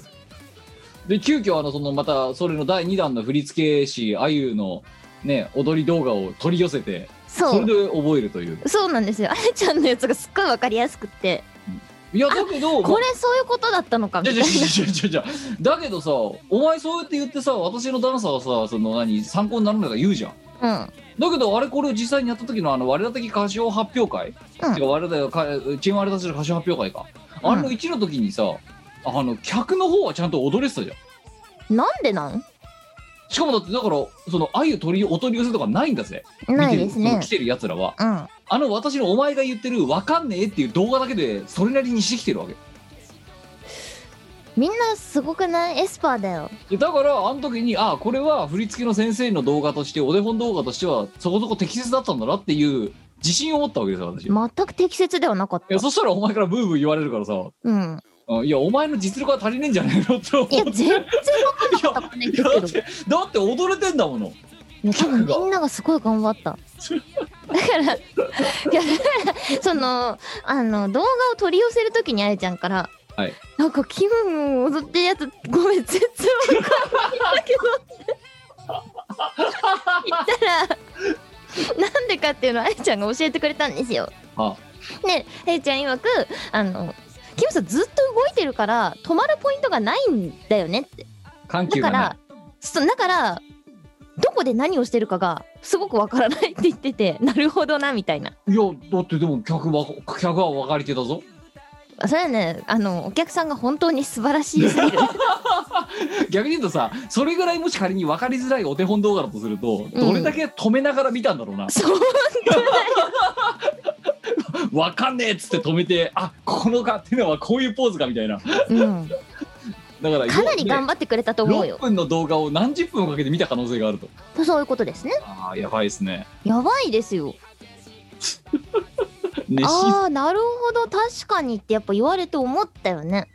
[SPEAKER 3] で急遽あのそのまたそれの第2弾の振付師あゆのね踊り動画を取り寄せて
[SPEAKER 1] そ
[SPEAKER 3] そうれで覚えるという
[SPEAKER 1] そうなんですよあやちゃんのやつがすっごいわかりやすくって
[SPEAKER 3] いやだけど
[SPEAKER 1] これそういうことだったのかみ
[SPEAKER 3] じ
[SPEAKER 1] た
[SPEAKER 3] ゃ
[SPEAKER 1] い
[SPEAKER 3] じ
[SPEAKER 1] な
[SPEAKER 3] ゃじゃじゃじゃじゃだけどさお前そうやって言ってさ私のダンサーはさその何参考になるんだから言うじゃん
[SPEAKER 1] うん
[SPEAKER 3] だけどあれこれを実際にやった時のあの我ら的歌唱発表会、
[SPEAKER 1] うん
[SPEAKER 3] てか我ら的かチーム我らたちの歌唱発表会か、あれの1の時にさあの客の方はちゃんと踊れてたじゃん
[SPEAKER 1] なんでなん
[SPEAKER 3] しかもだってだからそのあゆ鳥お取り寄せとかないんだぜ
[SPEAKER 1] ないです
[SPEAKER 3] 見て
[SPEAKER 1] ね
[SPEAKER 3] る来てるやつらは
[SPEAKER 1] うん
[SPEAKER 3] あの私のお前が言ってる「わかんねえ」っていう動画だけでそれなりにしてきてるわけ
[SPEAKER 1] みんなすごくないエスパーだよ
[SPEAKER 3] でだからあの時にあこれは振り付けの先生の動画としてお手本動画としてはそこそこ適切だったんだなっていう自信を持ったわけですよ私い
[SPEAKER 1] 全く適切ではなかった
[SPEAKER 3] やそしたらお前からブーブー言われるからさ
[SPEAKER 1] うん
[SPEAKER 3] うんいや、お前の実力は足りねえんじゃねえのって思っ
[SPEAKER 1] いや
[SPEAKER 3] て。
[SPEAKER 1] 全然分かんなかったもんね言って
[SPEAKER 3] だ
[SPEAKER 1] るけ
[SPEAKER 3] っ
[SPEAKER 1] ど
[SPEAKER 3] て、だって踊れてんだもの。
[SPEAKER 1] いや多分みんながすごい頑張っただからい やだからそのあの動画を取り寄せるときにあやちゃんから「
[SPEAKER 3] はい
[SPEAKER 1] なんか気分を踊ってるやつごめん全然わかんないんだけど」って言ったらなんでかっていうのをあやちゃんが教えてくれたんですよ。
[SPEAKER 3] あ
[SPEAKER 1] であやちゃん曰くあのキムさんずっと動いてるから止まるポイントがないんだよねって
[SPEAKER 3] 緩
[SPEAKER 1] だ
[SPEAKER 3] 急
[SPEAKER 1] か
[SPEAKER 3] が
[SPEAKER 1] ら
[SPEAKER 3] ね。
[SPEAKER 1] そうだからどこで何をしてるかがすごくわからないって言 っててなるほどなみたいない
[SPEAKER 3] や、だってでも客は、客は分かり手だぞ。
[SPEAKER 1] それはねあのお客さんが本当に素晴らしいすぎる
[SPEAKER 3] 逆に言うとさそれぐらいもし仮に分かりづらいお手本動画だとすると
[SPEAKER 1] うん
[SPEAKER 3] どれだけ止めながら見たんだろう な、
[SPEAKER 1] そう
[SPEAKER 3] 分かんねえっつって止めてあこのかっていうのはこういうポーズかみたいなだか
[SPEAKER 1] うん、
[SPEAKER 3] ら
[SPEAKER 1] かなり頑
[SPEAKER 3] 張
[SPEAKER 1] 張ってくれたと思うよ
[SPEAKER 3] 6。分の動画を何十分もかけて見た可能性があると
[SPEAKER 1] そういうことですね。
[SPEAKER 3] ああやばいですね
[SPEAKER 1] やばいですよ。
[SPEAKER 3] 熱心
[SPEAKER 1] ああ、なるほど、確かにってやっぱ言われて思ったよね。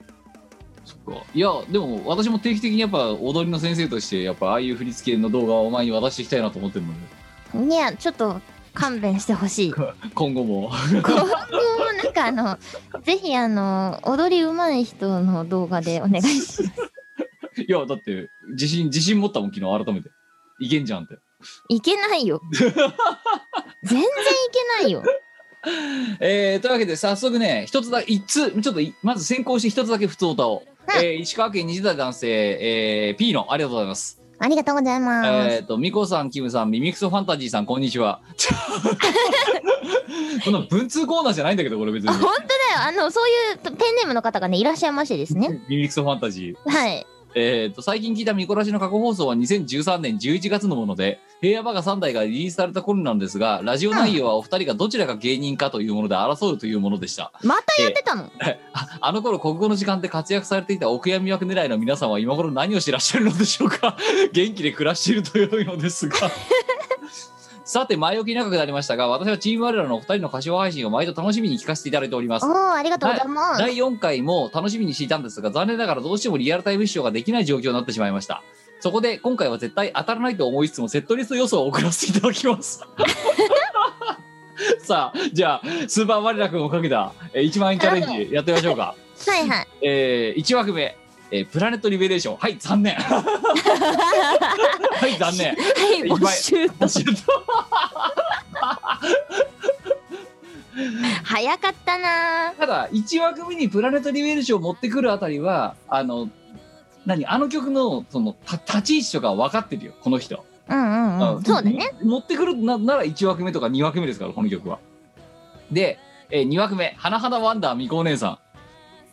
[SPEAKER 3] そっかいやでも私も定期的にやっぱ踊りの先生としてやっぱああいう振り付けの動画をお前に渡していきたいなと思ってるので
[SPEAKER 1] いや、ちょっと勘弁してほ しい。こ
[SPEAKER 3] 今後も
[SPEAKER 1] うこうなんかあの、ぜひあの、踊り上手い人の動画でお願いします。
[SPEAKER 3] いやだって自信自信持ったもん昨日改めていけんじゃんって
[SPEAKER 1] いけないよ。全然いけないよ。
[SPEAKER 3] えー、というわけで早速ね一つだけ一つちょっといまず先行して一つだけ普通歌を、
[SPEAKER 1] は
[SPEAKER 3] えー石川県20代男性、えー、P のありがとうございます、
[SPEAKER 1] ありがとうございます。
[SPEAKER 3] えっとみこさんキムさんミミクソファンタジーさんこんに ちはこの文通コーナーじゃないんだけどこれ別
[SPEAKER 1] あ
[SPEAKER 3] に
[SPEAKER 1] 本当だよ。あの、そういうペンネームの方がね、いらっしゃいましてですね。
[SPEAKER 3] ミミクソファンタジー
[SPEAKER 1] はい。
[SPEAKER 3] えー、と最近聞いた見こらしの過去放送は2013年11月のもので平和バカ3台がリリースされた頃なんですがラジオ内容はお二人がどちらが芸人かというもので争うというものでした
[SPEAKER 1] またやってたの。
[SPEAKER 3] ああの頃国語の時間で活躍されていたお悔やみ枠狙いの皆さんは今頃何をしてらっしゃるのでしょうか 元気で暮らしていると良いのですが さて前置き長くなりましたが私はチーム我らのお二人の歌唱配信を毎度楽しみに聞かせていただいております
[SPEAKER 1] おお、ありがとうございます。
[SPEAKER 3] 第4回も楽しみにしていたんですが残念ながらどうしてもリアルタイム視聴ができない状況になってしまいましたそこで今回は絶対当たらないと思いつつもセットリスト予想を送らせていただきますさあじゃあスーパーマリラ君をかけたえー1万円チャレンジやってみましょうか、
[SPEAKER 1] はいはい。
[SPEAKER 3] え1枠目、えープラネットリベレーションはい残念はい残念
[SPEAKER 1] はい、
[SPEAKER 3] いっ
[SPEAKER 1] 募
[SPEAKER 3] ぱい
[SPEAKER 1] 集と早かったな
[SPEAKER 3] ただ1枠目にプラネットリベルションを持ってくるあたりはあの何あの曲のそのた立ち位置とか分かってるよこの人、
[SPEAKER 1] うんうんう
[SPEAKER 3] うんん
[SPEAKER 1] そうだね
[SPEAKER 3] 持ってくるななら1枠目とか2枠目ですからこの曲はで、えー、2枠目「花々ワンダーみこお姉さん」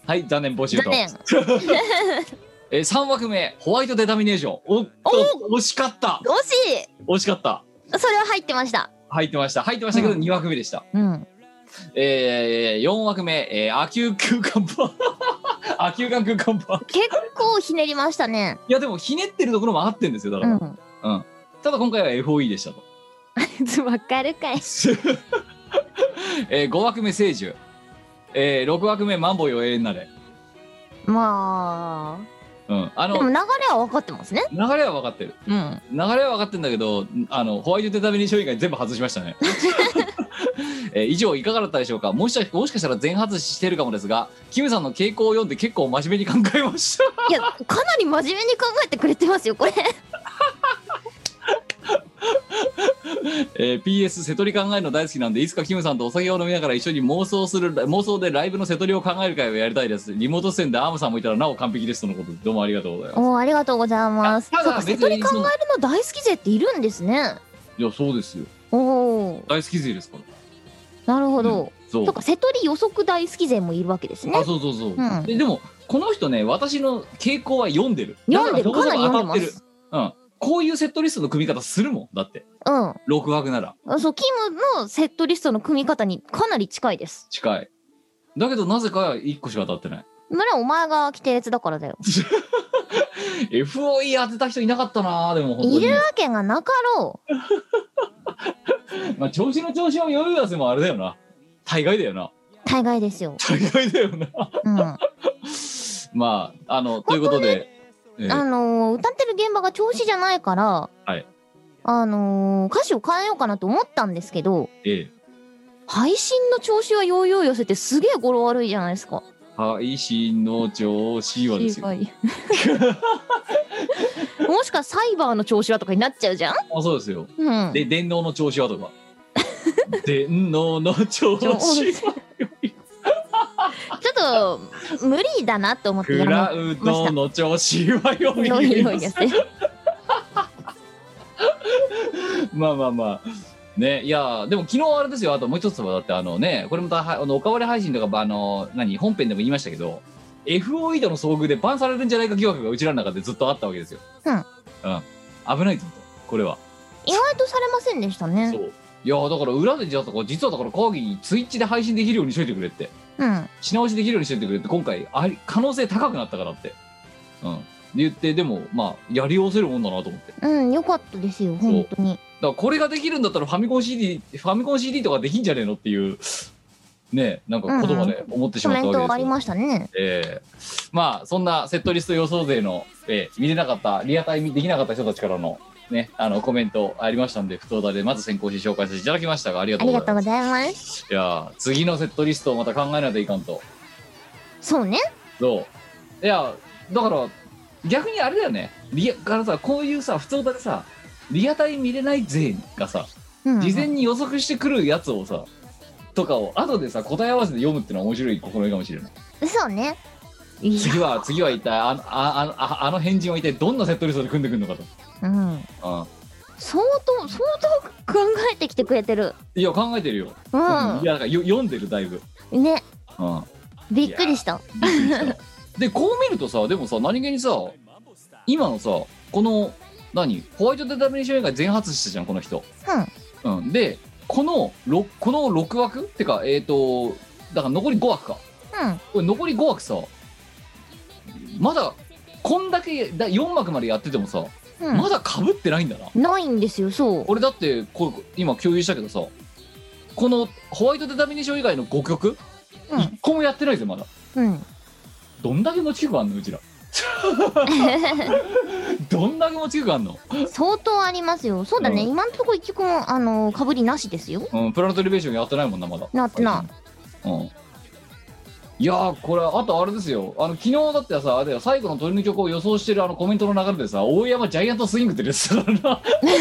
[SPEAKER 3] はい残念募集
[SPEAKER 1] 残
[SPEAKER 3] と、
[SPEAKER 1] 念
[SPEAKER 3] えー、3枠目「ホワイトデタミネーション」おっと惜しかった
[SPEAKER 1] 惜し
[SPEAKER 3] 惜しかった
[SPEAKER 1] いそれは入ってました
[SPEAKER 3] 入ってました入ってましたけど
[SPEAKER 1] うん
[SPEAKER 3] 2枠目でした、
[SPEAKER 1] うん
[SPEAKER 3] えー、4枠目、えー、アキュー空間パン アキュー空間パン
[SPEAKER 1] 結構ひねりましたね
[SPEAKER 3] いやでもひねってるところもあってんですよだか
[SPEAKER 1] う
[SPEAKER 3] ら、
[SPEAKER 1] ん
[SPEAKER 3] ただ今回は FOE でしたと、
[SPEAKER 1] わかるかい
[SPEAKER 3] えー、5枠目聖樹、えー、6枠目マンボウよ永遠なれ、
[SPEAKER 1] まあ
[SPEAKER 3] うん、あ
[SPEAKER 1] でも
[SPEAKER 3] の
[SPEAKER 1] 流れは分かってますね
[SPEAKER 3] 流れは分かってる
[SPEAKER 1] うん
[SPEAKER 3] 流れは分かってんだけどあのホワイトデータベニー賞以外全部外しまし たね、 えー以上いかがだったでしょうかもしかもしかしたら全外ししてるかもですがキムさんの傾向を読んで結構真面目に考えました
[SPEAKER 1] いやかなり真面目に考えてくれてますよこれ
[SPEAKER 3] えー PS 瀬戸り考えるの大好きなんでいつかキムさんとお酒を飲みながら一緒に妄想する妄想でライブの瀬戸りを考える会をやりたいですリモート出演でアームさんもいたらなお完璧ですとのことですどうもありがとうございます
[SPEAKER 1] おおありがとうございます
[SPEAKER 3] いやた
[SPEAKER 1] そう
[SPEAKER 3] だ
[SPEAKER 1] か
[SPEAKER 3] 別
[SPEAKER 1] セ
[SPEAKER 3] に
[SPEAKER 1] トリ考えるの大好き勢っているんですね
[SPEAKER 3] いやそうですよ
[SPEAKER 1] おお
[SPEAKER 3] 大好き勢ですから
[SPEAKER 1] なるほど、
[SPEAKER 3] そう
[SPEAKER 1] そうかセトリ予測大好き勢もいるわけですね
[SPEAKER 3] あそうそうそう、
[SPEAKER 1] うん
[SPEAKER 3] ででもこの人ね私の傾向は読んでる
[SPEAKER 1] 読んでる
[SPEAKER 3] だら
[SPEAKER 1] かなり
[SPEAKER 3] そ
[SPEAKER 1] 読
[SPEAKER 3] こそ
[SPEAKER 1] んでま
[SPEAKER 3] こ当たって
[SPEAKER 1] す
[SPEAKER 3] るうんこういうセットリストの組み方するもんだって
[SPEAKER 1] うん
[SPEAKER 3] 6枠なら
[SPEAKER 1] あそうキムのセットリストの組み方にかなり近いです。
[SPEAKER 3] 近いだけどなぜか1個しか当たってない
[SPEAKER 1] まあお前が規定列だからだよ。
[SPEAKER 3] FOE 当てた人いなかったなでも本当
[SPEAKER 1] い
[SPEAKER 3] に
[SPEAKER 1] るわけがなかろう。
[SPEAKER 3] まあ、調子の調子を読み出せもあれだよな。大概だよな。
[SPEAKER 1] 大概ですよ。
[SPEAKER 3] 大概だよな。
[SPEAKER 1] うん。あ
[SPEAKER 3] まあ、あの、ということで、ええ
[SPEAKER 1] のー歌ってる現場が調子じゃないから、
[SPEAKER 3] はい
[SPEAKER 1] あのー歌詞を変えようかなと思ったんですけど、
[SPEAKER 3] え
[SPEAKER 1] 配信の調子はようよう寄せてすげえ語呂悪いじゃないですか。
[SPEAKER 3] え配信の調子はですよ。
[SPEAKER 1] 違い もしかサイバーの調子はとかになっちゃうじゃん。
[SPEAKER 3] あそうですよ。
[SPEAKER 1] うん。
[SPEAKER 3] で、電脳の調子はと か。電脳の調子
[SPEAKER 1] ちょ
[SPEAKER 3] は。
[SPEAKER 1] ちょっと無理だなと思って
[SPEAKER 3] ク
[SPEAKER 1] やめま
[SPEAKER 3] ラ
[SPEAKER 1] し
[SPEAKER 3] ウ
[SPEAKER 1] た
[SPEAKER 3] ド。の調子はよ
[SPEAKER 1] よい
[SPEAKER 3] い
[SPEAKER 1] よいよせ。
[SPEAKER 3] まあまあまあ。ねいやーでも昨日あれですよあともう一つはだってあのねこれも大変あのおかわり配信とかあの何本編でも言いましたけど FOE との遭遇でバンされるんじゃないか疑惑がうちらの中でずっとあったわけですよ
[SPEAKER 1] うん
[SPEAKER 3] うん危ないぞとこれは、
[SPEAKER 1] 意外とされませんでしたね
[SPEAKER 3] そういやーだから裏でじゃあとか実はだから講義にツイッチで配信できるようにしといてくれって
[SPEAKER 1] うん
[SPEAKER 3] し直しできるようにしといてくれって今回あり可能性高くなったからってうんで言ってでもまあやりおせるもんだなと思ってだか
[SPEAKER 1] うんよかったですよ本当に
[SPEAKER 3] らこれができるんだったらファミコン CD ファミコン CD とかできんじゃねえのっていうねなんか言葉で思ってし
[SPEAKER 1] コ
[SPEAKER 3] まっ
[SPEAKER 1] メ
[SPEAKER 3] たわ
[SPEAKER 1] ント
[SPEAKER 3] けです
[SPEAKER 1] があ
[SPEAKER 3] よ
[SPEAKER 1] りましたね
[SPEAKER 3] えーまあそんなセットリスト予想勢の、えー見れなかったリアタイできなかった人たちからのねあのコメントありましたんで不当だでまず先行して紹介させていただきましたがありが
[SPEAKER 1] あ
[SPEAKER 3] とう
[SPEAKER 1] り
[SPEAKER 3] ござ
[SPEAKER 1] が
[SPEAKER 3] い
[SPEAKER 1] とうご
[SPEAKER 3] ま
[SPEAKER 1] ざいます
[SPEAKER 3] すいやー次のセットリストをまた考えないといかんと
[SPEAKER 1] そうね
[SPEAKER 3] そういやだから逆にあれだよねリアからさこういうさ普通だでさリアタイ見れない勢がさ
[SPEAKER 1] うん
[SPEAKER 3] 事前に予測してくるやつをさとかを後でさ答え合わせで読むってのは面白い試みかもしれない
[SPEAKER 1] そうねいや
[SPEAKER 3] 次は次は一体あのあのああの変人は一体どんなセットリストで組んでくるのかと、
[SPEAKER 1] うん
[SPEAKER 3] あ
[SPEAKER 1] 相当相当考えてきてくれてる
[SPEAKER 3] いや考えてるよ、
[SPEAKER 1] う
[SPEAKER 3] いやなんかよ読んでるだいぶ、
[SPEAKER 1] んね
[SPEAKER 3] うん
[SPEAKER 1] びっくりした
[SPEAKER 3] びっくりしたでこう見るとさでもさ何気にさ今のさこの何ホワイトデータミネーション以外全発したじゃんこの人、うん、でこのろこの6枠ってかえっ、とだから残り5枠か
[SPEAKER 1] うんうん
[SPEAKER 3] これ残り5枠さまだこんだけだ4幕までやっててもさ、
[SPEAKER 1] うん
[SPEAKER 3] まだかぶってないんだな
[SPEAKER 1] ないんですよそう
[SPEAKER 3] 俺だってこう今共有したけどさこのホワイトデータミネーション以外の5曲、
[SPEAKER 1] う
[SPEAKER 3] 1個もやってないぜまだ
[SPEAKER 1] んうん
[SPEAKER 3] どんだけ持ち曲あんの うちら どんだけ持ち曲あんの、
[SPEAKER 1] 相当ありますよそうだね、
[SPEAKER 3] うん
[SPEAKER 1] 今のとこ一曲もあのかぶりなしですよ
[SPEAKER 3] うん、プラネトリベーションやってないもんなまだ
[SPEAKER 1] なってな
[SPEAKER 3] うんいやーこれあとあれですよあの昨日だってさあれだよ最後の鳥の曲を予想してるあのコメントの流れでさ大山ジャイアントスイングって出てたからな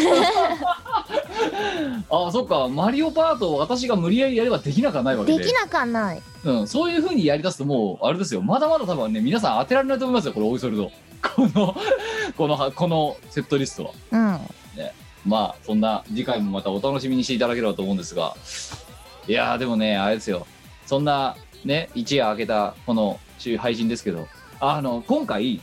[SPEAKER 3] あそっかマリオパートを私が無理やりやればできなくはないわけ
[SPEAKER 1] で
[SPEAKER 3] で
[SPEAKER 1] きなくはない
[SPEAKER 3] うん、そういうふうにやりだすともうあれですよまだまだ多分ね皆さん当てられないと思いますよこれおいそれとこのこのこのセットリストは
[SPEAKER 1] うん
[SPEAKER 3] まあそんな次回もまたお楽しみにしていただければと思うんですがいやーでもねあれですよそんなね一夜明けたこの週配信ですけどあの今回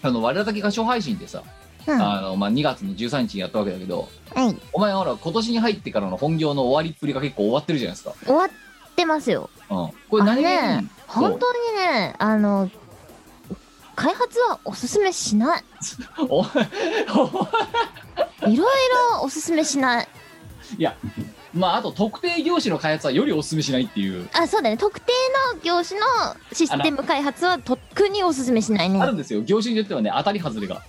[SPEAKER 3] あの我々だけ歌唱配信でさ、
[SPEAKER 1] うんは
[SPEAKER 3] あのまあ、2月の13日にやったわけだけど
[SPEAKER 1] い
[SPEAKER 3] お前ほら今年に入ってからの本業の終わりっぷりが結構終わってるじゃないですか、
[SPEAKER 1] 終わってますよ
[SPEAKER 3] うん、これ何気に
[SPEAKER 1] あね
[SPEAKER 3] そう
[SPEAKER 1] 本当にねあの開発はおすすめしない
[SPEAKER 3] お
[SPEAKER 1] いろいろおすすめしない
[SPEAKER 3] まああと特定業種の開発はよりお勧めしないっていう
[SPEAKER 1] あそうだね特定の業種のシステム開発はとっくにおすすめしないね
[SPEAKER 3] あるんですよ業種によってはね当たり外れが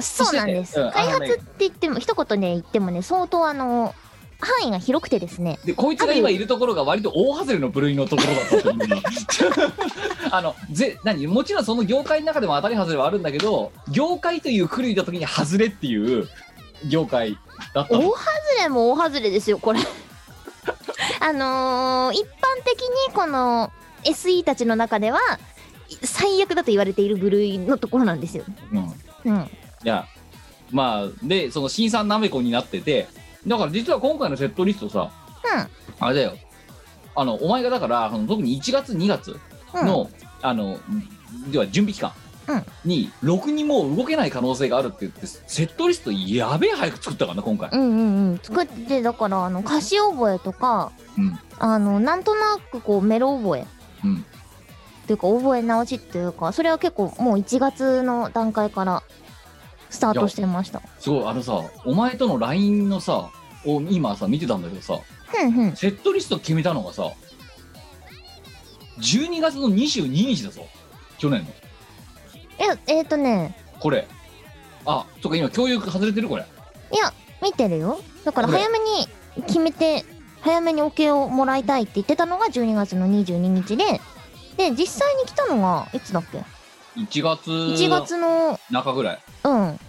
[SPEAKER 1] そうなんです、
[SPEAKER 3] そしてねうん
[SPEAKER 1] 開
[SPEAKER 3] あのね
[SPEAKER 1] 発って言っても一言で言ってもね相当あの範囲が広くてですね
[SPEAKER 3] でこいつが今いるところが割と大外れの部類のところだったと思うなあのぜ何もちろんその業界の中でも当たり外れはあるんだけど業界というくるりだ時に外れっていう業界だった
[SPEAKER 1] 大
[SPEAKER 3] の
[SPEAKER 1] 外れも大外れですよこれ あのー一般的にこの SE たちの中ではい最悪だと言われている部類のところなんですよ、
[SPEAKER 3] うん、い
[SPEAKER 1] うん、
[SPEAKER 3] やまあでその新さんなめこになっててだから実は今回のセットリストさ、あれだよあのお前がだからその特に1月2月
[SPEAKER 1] うん
[SPEAKER 3] の、あのでは準備期間
[SPEAKER 1] うん
[SPEAKER 3] にろくにもう動けない可能性があるって言ってセットリストやべえ早く作ったからな今回、
[SPEAKER 1] うんうんうん作ってだからあの歌詞覚えとか
[SPEAKER 3] うん
[SPEAKER 1] あのなんとなくこうメロ覚え
[SPEAKER 3] うん
[SPEAKER 1] っていうか覚え直しっていうかそれは結構もう1月の段階からスタートしてました
[SPEAKER 3] すごいあのさお前との LINE のさを今さ見てたんだけどさ
[SPEAKER 1] ふんふん
[SPEAKER 3] セットリスト決めたのがさ12月の22日だぞ去年の
[SPEAKER 1] いやえっ、ー、とね
[SPEAKER 3] これあとか今共有外れてるこれ
[SPEAKER 1] いや見てるよだから
[SPEAKER 3] これ
[SPEAKER 1] 早めに決めて早めにおけをもらいたいって言ってたのが12月の22日でで実際に来たのがいつだっけ
[SPEAKER 3] 1月
[SPEAKER 1] ?1 月の
[SPEAKER 3] 中ぐらい
[SPEAKER 1] うん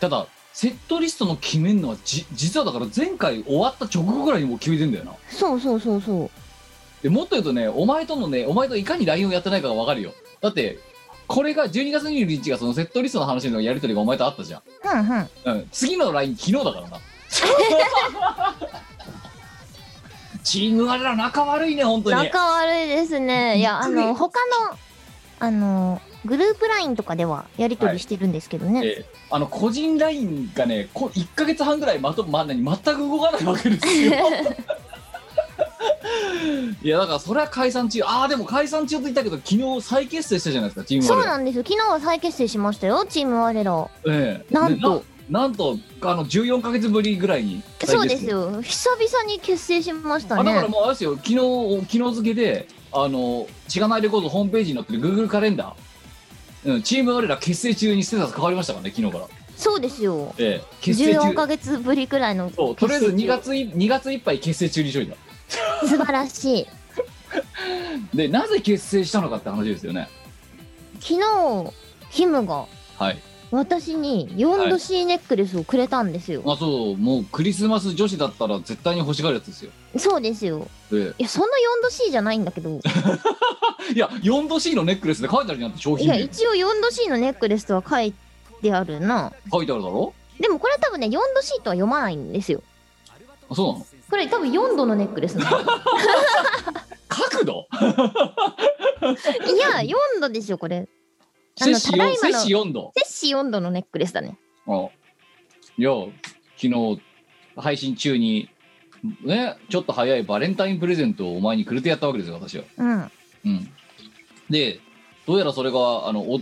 [SPEAKER 3] ただセットリストの決めんのはじ実はだから前回終わった直後ぐらいにもう決めてんだよな
[SPEAKER 1] そうそうそうそう
[SPEAKER 3] でもっと言うとねお前とのねお前といかに LINE をやってないかが分かるよだってこれが12月22日がそのセットリストの話のやり取りがお前とあったじゃん、
[SPEAKER 1] ふんふん
[SPEAKER 3] うん、次の LINE 昨日だからなチーム我ら仲悪いね本当に
[SPEAKER 1] 仲悪いですね。いや、あの、他の、あの、グループラインとかではやりとりしてるんですけどね。
[SPEAKER 3] ええあの個人ラインがねこ1か月半ぐらいまとまんなに全く動かないわけですよ いやだからそれは解散中ああでも解散中と言ったけど昨日再結成したじゃないですかチーム
[SPEAKER 1] そう
[SPEAKER 3] 我ら
[SPEAKER 1] なんですよ。昨日は再結成しましたよ、チーム我ら。
[SPEAKER 3] ええ
[SPEAKER 1] なんと
[SPEAKER 3] でななんとあの14か月ぶりぐらいに再結成
[SPEAKER 1] そうですよ。久々に結成しました
[SPEAKER 3] あだから
[SPEAKER 1] ね。
[SPEAKER 3] もうあれですよ昨日昨日付けであのしがないレコードホームページに載ってる Google カレンダー、うん、チーム我ら結成中にステータス変わりましたからね昨日から、
[SPEAKER 1] そうですよ。
[SPEAKER 3] ええ、結成
[SPEAKER 1] 14
[SPEAKER 3] 中
[SPEAKER 1] ヶ月ぶりくらいの結成
[SPEAKER 3] そうとりあえず2月い2月いっぱい結成中にしといた
[SPEAKER 1] 素晴らしい
[SPEAKER 3] でなぜ結成したのかって話ですよね
[SPEAKER 1] 昨日ヒムが
[SPEAKER 3] はい
[SPEAKER 1] 私に4
[SPEAKER 3] は
[SPEAKER 1] 度
[SPEAKER 3] い
[SPEAKER 1] C ネックレスをくれたんですよ、
[SPEAKER 3] まあそうもうクリスマス女子だったら絶対に欲しがるやつですよ
[SPEAKER 1] そうですよ
[SPEAKER 3] で
[SPEAKER 1] いやその4度 C じゃないんだけど
[SPEAKER 3] いや 4°C のネックレスで書いてあるじゃんって商
[SPEAKER 1] い
[SPEAKER 3] 品
[SPEAKER 1] や
[SPEAKER 3] 名
[SPEAKER 1] 一応4度 C のネックレスとは書いてあるな
[SPEAKER 3] 書いてあるだろ
[SPEAKER 1] でもこれは多分ね4度 C とは読まないんですよ
[SPEAKER 3] あそうなの
[SPEAKER 1] これ多分4度のネックレスなのい
[SPEAKER 3] 角度
[SPEAKER 1] や4度ですよこれあ
[SPEAKER 3] 摂
[SPEAKER 1] の
[SPEAKER 3] 氏
[SPEAKER 1] ただい
[SPEAKER 3] 4
[SPEAKER 1] まの
[SPEAKER 3] 摂氏4度
[SPEAKER 1] 摂氏4度のネックレスだね
[SPEAKER 3] あいや昨日配信中にねちょっと早いバレンタインプレゼントをお前にくれてやったわけですよ私は
[SPEAKER 1] うん
[SPEAKER 3] うんでどうやらそれがあのお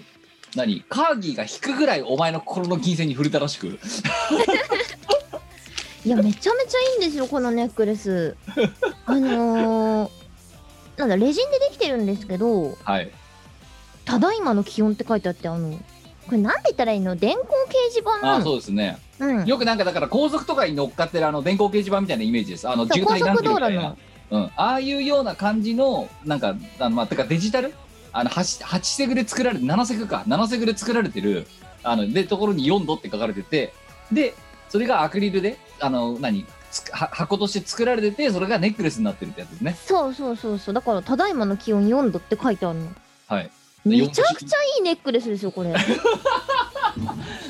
[SPEAKER 3] 何カーギーが引くぐらいお前の心の金銭に触れたらしく
[SPEAKER 1] いやめちゃめちゃいいんですよこのネックレスあのー、なんだレジンでできてるんですけど
[SPEAKER 3] はい
[SPEAKER 1] 「ただいまの気温」って書いてあってあのこれなんて言ったらいいの電光掲示板
[SPEAKER 3] あ
[SPEAKER 1] な
[SPEAKER 3] あ
[SPEAKER 1] の
[SPEAKER 3] そうですね
[SPEAKER 1] うん
[SPEAKER 3] よくなんかだから高速とかに乗っかってるあの電光掲示板みたいなイメージですあの
[SPEAKER 1] そう
[SPEAKER 3] 渋滞何キロみた
[SPEAKER 1] 高速道
[SPEAKER 3] い
[SPEAKER 1] 路
[SPEAKER 3] な
[SPEAKER 1] の
[SPEAKER 3] うん、ああいうような感じのなんかあのまあてかデジタルあの 8, 8セグで作られて7セグか7セグで作られてるあのでところに4度って書かれててでそれがアクリルであの何つくは箱として作られててそれがネックレスになってるってやつですね
[SPEAKER 1] そうそうそうそうだから「ただいまの気温4度」って書いてあるの
[SPEAKER 3] はい
[SPEAKER 1] めちゃくちゃいいネックレスですよこ れ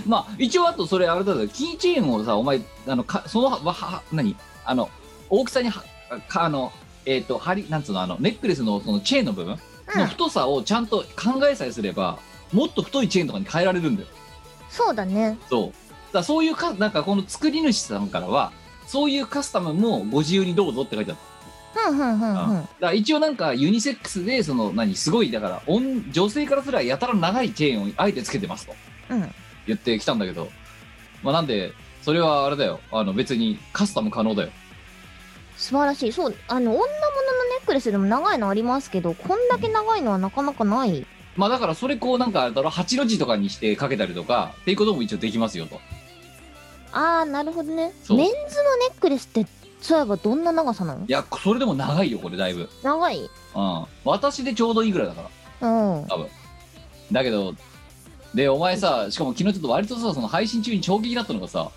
[SPEAKER 3] まあ一応あとそれあれだけどキーチェーンをさお前あのかそのはは何あの大きさにはかあのえっ、と針なんつうのあのネックレスのそのチェーンの部分
[SPEAKER 1] う
[SPEAKER 3] の
[SPEAKER 1] ん
[SPEAKER 3] 太さをちゃんと考えさえすればもっと太いチェーンとかに変えられるんだよ
[SPEAKER 1] そうだね
[SPEAKER 3] そうだからそういうかなんかこの作り主さんからはそういうカスタムもご自由にどうぞって書いてあった
[SPEAKER 1] ふんふんふんふん
[SPEAKER 3] だから一応なんかユニセックスでその何すごいだから女女性からすらやたら長いチェーンをあえてつけてますと
[SPEAKER 1] うん
[SPEAKER 3] 言ってきたんだけどまあなんでそれはあれだよあの別にカスタム可能だよ
[SPEAKER 1] 素晴らしいそうあの女物のネックレスでも長いのありますけどこんだけ長いのはなかなかない
[SPEAKER 3] まあだからそれこうなんかあれだろ8の字とかにしてかけたりとかっていうことも一応できますよと
[SPEAKER 1] あーなるほどね
[SPEAKER 3] そう
[SPEAKER 1] メンズのネックレスってそういえばどんな長さなの
[SPEAKER 3] いやそれでも長いよこれだいぶ
[SPEAKER 1] 長い
[SPEAKER 3] うん私でちょうどいいぐらいだから
[SPEAKER 1] うん
[SPEAKER 3] だけどでお前さしかも昨日ちょっと割とさその配信中に衝撃だったのがさ、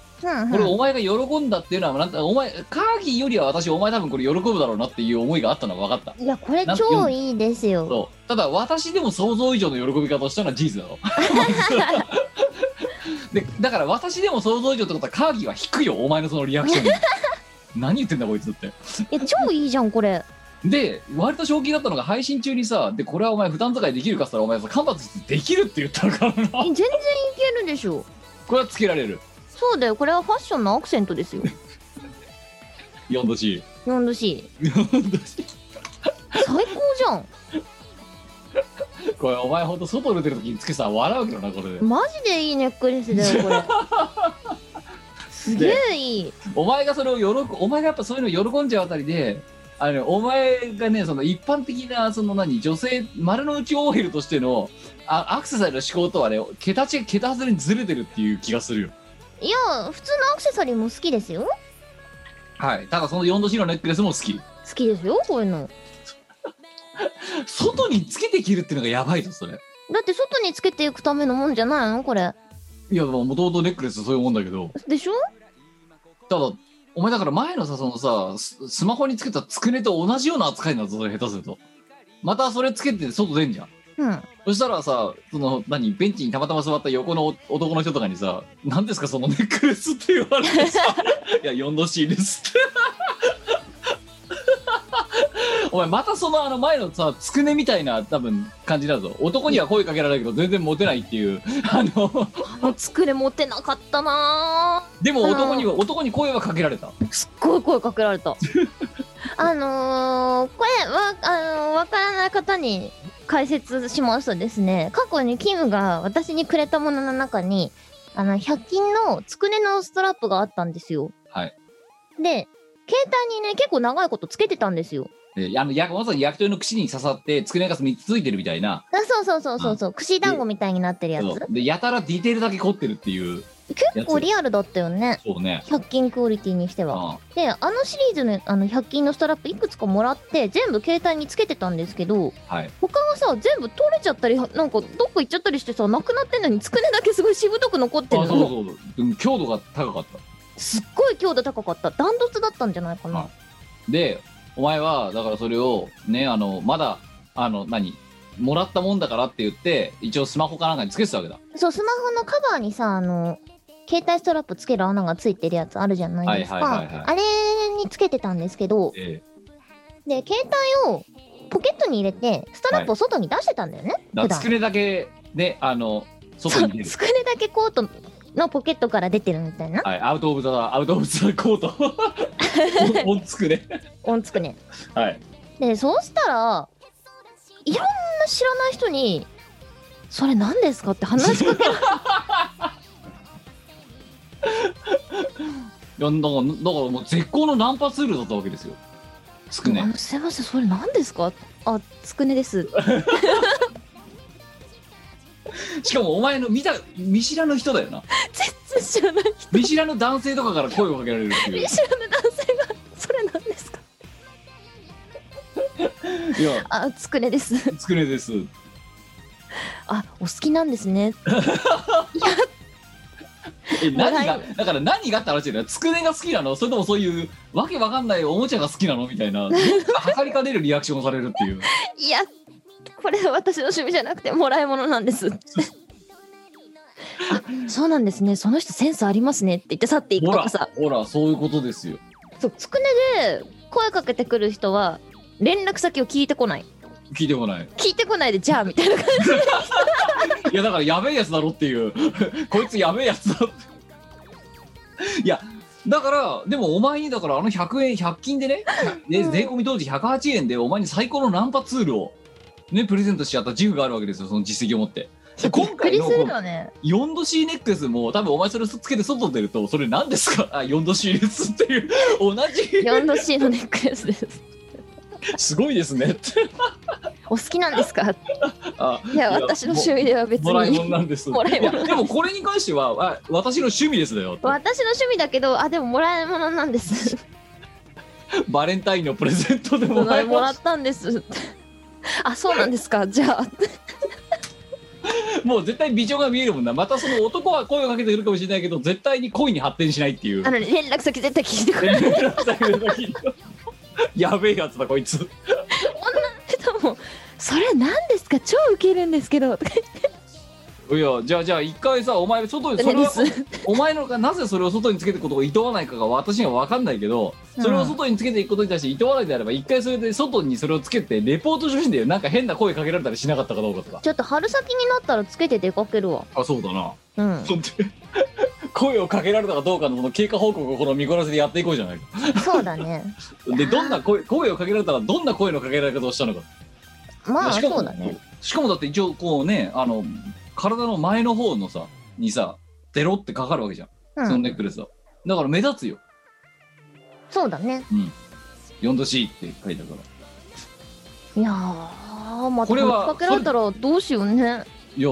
[SPEAKER 3] これお前が喜んだっていうのはなんかお前カーギーよりは私お前多分これ喜ぶだろうなっていう思いがあったのが分かった
[SPEAKER 1] いやこれ超いいですよ
[SPEAKER 3] そうただ私でも想像以上の喜び方をしたのは事 実だろでだから私でも想像以上ってことはカーギーは引くよお前のそのリアクシ ョンに何言ってんだこいつって
[SPEAKER 1] いや超いいじゃんこれ
[SPEAKER 3] で割と正気だったのが配信中にさでこれはお前普段使いできるかっつったらお前さ間髪できるって言ったからな
[SPEAKER 1] え全然いけるでしょ
[SPEAKER 3] これはつけられる
[SPEAKER 1] そうだよこれはファッションのアクセントですよ
[SPEAKER 3] 4度 C
[SPEAKER 1] 4度 C
[SPEAKER 3] 4度 C
[SPEAKER 1] 最高じゃ
[SPEAKER 3] これお前ほんと外出てる時につけさ笑うけどなこれで
[SPEAKER 1] んマジでいいネックレスだよこれすげえいい
[SPEAKER 3] お前がそれを喜ぶお前がやっぱそういうの喜んじゃうあたりであのお前がねその一般的なその何女性丸の内 OL としてのあアクセサリーの思考とはね桁違い桁外れにずれてるっていう気がするよ
[SPEAKER 1] いや普通のアクセサリーも好きですよ
[SPEAKER 3] はいただその4度 C のネックレスも好き
[SPEAKER 1] 好きですよこういうの
[SPEAKER 3] 外につけて着るっていうのがやばいぞそれ
[SPEAKER 1] だって外につけていくためのもんじゃないのこれ
[SPEAKER 3] いやもともとネックレスはそういうもんだけど
[SPEAKER 1] でしょ
[SPEAKER 3] ただお前だから前のさそのさススマホにつけ たつくねと同じような扱いになるぞそれ下手するとまたそれつけて外出んじゃん
[SPEAKER 1] うん
[SPEAKER 3] そしたらさその何ベンチにたまたま座った横の男の人とかにさ「何ですかそのネックレス」って言わ れてさ「いや 4°C です」って お前またそのあの前のさつくねみたいな多分感じだぞ男には声かけられるけど全然モテないっていう あの
[SPEAKER 1] あの作れ持ってなかったな
[SPEAKER 3] でも男には男に声はかけられた
[SPEAKER 1] ーすっごい声かけられた あのー、これわあのーわからない方に解説しますとですね過去にキムが私にくれたものの中にあの100均のつくねのストラップがあったんですよ
[SPEAKER 3] はい
[SPEAKER 1] で携帯にね結構長いことつけてたんですよ
[SPEAKER 3] であのやわざわざ焼き鳥の串に刺さってつくねが3つついてるみたいな
[SPEAKER 1] あそうそうそうそうそう串団子みたいになってるやつ
[SPEAKER 3] そうでやたらディテールだけ凝ってるっていう
[SPEAKER 1] 結構リアルだったよね
[SPEAKER 3] そうね
[SPEAKER 1] 100均クオリティにしては
[SPEAKER 3] あ
[SPEAKER 1] であのシリーズのあの100均のストラップいくつかもらって全部携帯につけてたんですけど
[SPEAKER 3] はい
[SPEAKER 1] 他がさ全部取れちゃったりなんかどっか行っちゃったりしてさなくなってんのにつくねだけすごいしぶとく残って
[SPEAKER 3] あ
[SPEAKER 1] る
[SPEAKER 3] そう
[SPEAKER 1] の
[SPEAKER 3] そうそうでも強度が高かった
[SPEAKER 1] すっごい強度高かったダントツだったんじゃないかな
[SPEAKER 3] あでお前はだからそれをねあのまだあの何もらったもんだからって言って一応スマホかなんかにつけてたわけだ、
[SPEAKER 1] そうスマホのカバーにさあの携帯ストラップつける穴がついてるやつあるじゃないですか、
[SPEAKER 3] はいはいはいはい
[SPEAKER 1] あれにつけてたんですけど
[SPEAKER 3] え
[SPEAKER 1] で携帯をポケットに入れてストラップを外に出してたんだよね、
[SPEAKER 3] だ
[SPEAKER 1] 普
[SPEAKER 3] から
[SPEAKER 1] 段
[SPEAKER 3] つくねだけねあの
[SPEAKER 1] そ
[SPEAKER 3] 外
[SPEAKER 1] う
[SPEAKER 3] に出る
[SPEAKER 1] つくねだけコートのポケットから出てるみたいな
[SPEAKER 3] はいアウトオブザアウトオブザコー トおおつくね
[SPEAKER 1] 音つくね
[SPEAKER 3] はい
[SPEAKER 1] でそうしたらいろんな知らない人に「それ何ですか?」って話しかけられ
[SPEAKER 3] いやだからだからもう絶好のナンパツールだったわけですよつ く
[SPEAKER 1] あ
[SPEAKER 3] ね
[SPEAKER 1] のすいませんそれ何ですか?」あつくね です」
[SPEAKER 3] しかもお前の見た見知らぬ人だよな
[SPEAKER 1] 全然知らない人
[SPEAKER 3] 見知らぬ男性とかから声をかけられるっていう
[SPEAKER 1] 見知らぬ男性が「それ何ですか?
[SPEAKER 3] いや」
[SPEAKER 1] あつくねです
[SPEAKER 3] つくねです
[SPEAKER 1] 「あお好きなんですね
[SPEAKER 3] え何
[SPEAKER 1] も
[SPEAKER 3] が
[SPEAKER 1] ら
[SPEAKER 3] だから何がって話だよつくねが好きなのそれともそういうわけわかんないおもちゃが好きなのみたいな測りか出るリアクションをされるっ ていう」
[SPEAKER 1] いやこれは私の趣味じゃなくてもらい物なんです あそうなんですねその人センスありますねって言って去っていく
[SPEAKER 3] ほ
[SPEAKER 1] と
[SPEAKER 3] ら
[SPEAKER 1] かさ
[SPEAKER 3] ほらそういうことですよ
[SPEAKER 1] そうつくねで声かけてくる人は連絡先を聞いてこない
[SPEAKER 3] 聞いてもない
[SPEAKER 1] 聞いてこないでじゃあみたいな感じ
[SPEAKER 3] いやだからやべえやつだろっていう こいつやべえやつだって いやだからでもお前にだからあの100円100均でねで
[SPEAKER 1] うん
[SPEAKER 3] 税込み当時108円でお前に最高のナンパツールをねプレゼントしちゃった自負があるわけですよその実績を持ってで今回のこの
[SPEAKER 1] よ ね
[SPEAKER 3] 4度 C ネックレスも多分お前それつけて外出るとそれ何ですかあ4度 C ですっていう 同じ
[SPEAKER 1] 4度 C のネックレスです
[SPEAKER 3] すごいですね って
[SPEAKER 1] お好きなんですか
[SPEAKER 3] あ
[SPEAKER 1] いや
[SPEAKER 3] いや
[SPEAKER 1] 私の趣味では別
[SPEAKER 3] もらい
[SPEAKER 1] に
[SPEAKER 3] 物なんです
[SPEAKER 1] もらい物
[SPEAKER 3] やでもこれに関してはあ私の趣味ですだよって
[SPEAKER 1] 私の趣味だけどあでももらい物なんです
[SPEAKER 3] バレンタインのプレゼントでも
[SPEAKER 1] も
[SPEAKER 3] らい
[SPEAKER 1] ら
[SPEAKER 3] ま
[SPEAKER 1] っ
[SPEAKER 3] す
[SPEAKER 1] たんですあそうなんですかじゃ あ
[SPEAKER 3] もう絶対美女が見えるもんなまたその男は声をかけてくるかもしれないけど絶対に恋に発展しないっていう
[SPEAKER 1] あのね連絡先絶対聞いてこない
[SPEAKER 3] 連絡先の時にやべえやつだこいつ
[SPEAKER 1] 人もそれ何ですか超ウケるんですけどとか
[SPEAKER 3] いやじゃあじゃあ一回さお前外で
[SPEAKER 1] 言
[SPEAKER 3] そ
[SPEAKER 1] っ
[SPEAKER 3] れは
[SPEAKER 1] てです
[SPEAKER 3] お前のがなぜそれを外につけていくことをいとわないかが私には分かんないけどそれを外につけていくことに対していとわないであれば一回それで外にそれをつけてレポートしてほしいんだよなんか変な声かけられたりしなかったかどうかとか
[SPEAKER 1] ちょっと春先になったらつけて出かけるわ
[SPEAKER 3] あそうだな
[SPEAKER 1] うん
[SPEAKER 3] そんで 声をかけられたかどうかのその経過報告をこの見殺しでやっていこうじゃないか
[SPEAKER 1] そうだね
[SPEAKER 3] でどんな声声をかけられたらどんな声のかけられ方をしたのか
[SPEAKER 1] まあ
[SPEAKER 3] しかも
[SPEAKER 1] そうだね
[SPEAKER 3] しかもだって一応こうねあの体の前の方のさにさデロってかかるわけじゃん、
[SPEAKER 1] う
[SPEAKER 3] その
[SPEAKER 1] ん
[SPEAKER 3] ネックレスはだから目立つよ
[SPEAKER 1] そうだね
[SPEAKER 3] 4度 C って書いてあるから
[SPEAKER 1] いやーまあ
[SPEAKER 3] これは
[SPEAKER 1] かけられたらどうしようね
[SPEAKER 3] いや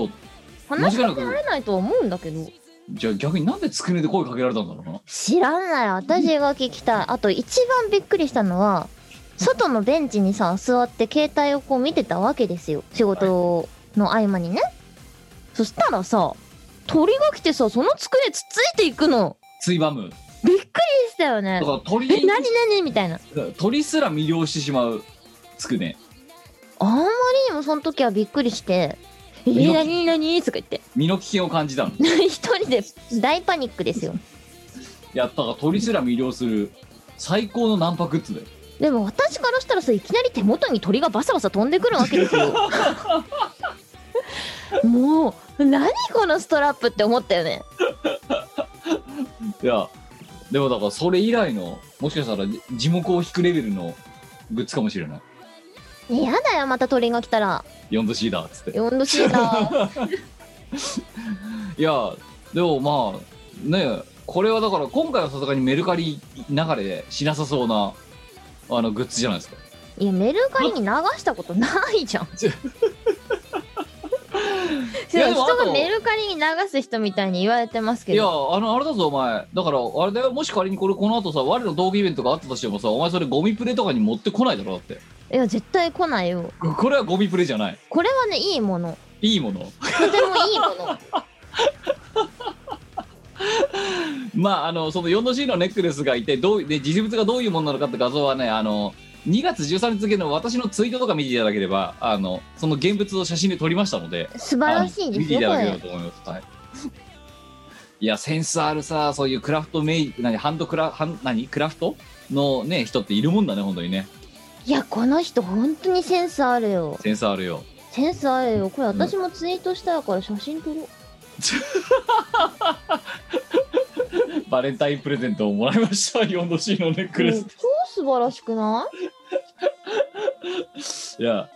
[SPEAKER 1] 話しかけられないとは思うんだけど
[SPEAKER 3] じゃあ逆になんでつくねで声かけられたんだろうな
[SPEAKER 1] 知らんない私が聞きたいあと一番びっくりしたのは外のベンチにさ座って携帯をこう見てたわけですよ仕事の合間にね、そしたらさ鳥が来てさその机つっついていくの
[SPEAKER 3] ついばむ
[SPEAKER 1] びっくりしたよね
[SPEAKER 3] だから
[SPEAKER 1] え
[SPEAKER 3] 鳥
[SPEAKER 1] 何何みたいな
[SPEAKER 3] 鳥すら魅了してしまうつくね
[SPEAKER 1] あんまりにもその時はびっくりして「えー、何何?」とか言って
[SPEAKER 3] 身の危険を感じたの
[SPEAKER 1] 一人で大パニックですよ
[SPEAKER 3] やったが鳥すら魅了する最高のナンパグッズだよ
[SPEAKER 1] でも私からしたらさいきなり手元に鳥がバサバサ飛んでくるわけです よもう何このストラップって思ったよね
[SPEAKER 3] いやでもだからそれ以来のもしかしたらじ地目を引くレベルのグッズかもしれない
[SPEAKER 1] ねやだよまた鳥が来たら
[SPEAKER 3] 4度 C だっつって
[SPEAKER 1] 4度 C だ
[SPEAKER 3] いやでもまあねこれはだから今回はさすがにメルカリ流れでしなさそうなあのグッズじゃないですか
[SPEAKER 1] いやメルカリに流したことない じゃん
[SPEAKER 3] ちょ
[SPEAKER 1] 人
[SPEAKER 3] いやでもあと
[SPEAKER 1] がメルカリに流す人みたいに言われてますけ
[SPEAKER 3] いや
[SPEAKER 1] ど
[SPEAKER 3] あのあれだぞお前だからあれだよもし仮にこれこの後さ我の同期イベントがあったとしてもさお前それゴミプレとかに持ってこないだろだって
[SPEAKER 1] いや絶対来ないよ
[SPEAKER 3] ここれはゴミプレじゃない
[SPEAKER 1] これはねいいもの
[SPEAKER 3] いいもの
[SPEAKER 1] とてもいいも の
[SPEAKER 3] まああのその 4°C のネックレスがいてどうで実物がどういうものなのかって画像はねあの2月13日付の私のツイートとか見ていただければあのその現物を写真で撮りましたので
[SPEAKER 1] 素晴らしいですよこ
[SPEAKER 3] あの見ていただければ
[SPEAKER 1] れ
[SPEAKER 3] と思います。はい。いやセンスあるさそういうクラフトメイ何ハンドクラハン何クラフトのね人っているもんだね本当にね
[SPEAKER 1] いやこの人本当にセンスあるよ
[SPEAKER 3] センスあるよ。
[SPEAKER 1] センスあるよこれ私もツイートしたから写真撮ろう
[SPEAKER 3] バレンタインプレゼントをもらいました 4°C のネックレ
[SPEAKER 1] もう
[SPEAKER 3] ス。
[SPEAKER 1] 超素晴らしくない
[SPEAKER 3] いや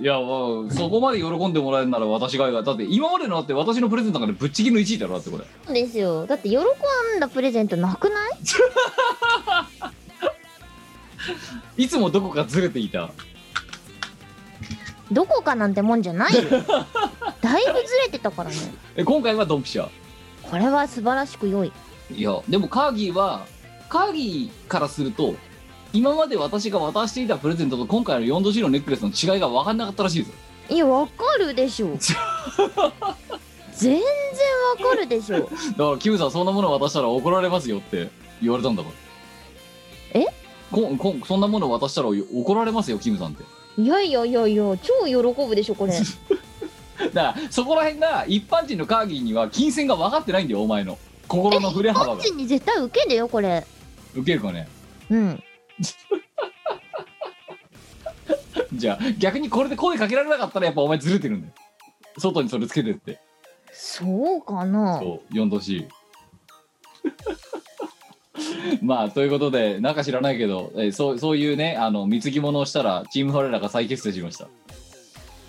[SPEAKER 3] いやもうそこまで喜んでもらえるなら私がいいわだって今までのだって私のプレゼントなんかでぶっちぎりの1位だろだってこれ。
[SPEAKER 1] そうですよだって喜んだプレゼントなくない
[SPEAKER 3] いつもどこかずれていた。
[SPEAKER 1] どこかなんてもんじゃない よだいぶずれてたからね
[SPEAKER 3] え今回はドンピシャ。
[SPEAKER 1] これは素晴らしく良い
[SPEAKER 3] いやでもカーギーはカーギーからすると今まで私が渡していたプレゼントと今回の 4°C のネックレスの違いが分かんなかったらしいですよ
[SPEAKER 1] いやわかるで しょ全然わかるでしょ
[SPEAKER 3] だからキムさんそんなもの渡したら怒られますよって言われたんだから
[SPEAKER 1] え
[SPEAKER 3] こんこんそんなもの渡したら怒られますよキムさんって
[SPEAKER 1] いやいやいやいや超喜ぶでしょこ れ
[SPEAKER 3] だからそこら辺が一般人のカーギーには金銭が分かってないんだよお前の心の振れ幅
[SPEAKER 1] マ
[SPEAKER 3] が
[SPEAKER 1] ジに絶対ウケるよこれ
[SPEAKER 3] ウケるかね
[SPEAKER 1] うん
[SPEAKER 3] じゃあ逆にこれで声かけられなかったらやっぱお前ずれてるんだよ外にそれつけてって
[SPEAKER 1] そうかな
[SPEAKER 3] そう4度 C まあということでなんか知らないけど、えーそうそういうねあの貢ぎ物をしたらチーム我らが再結成しました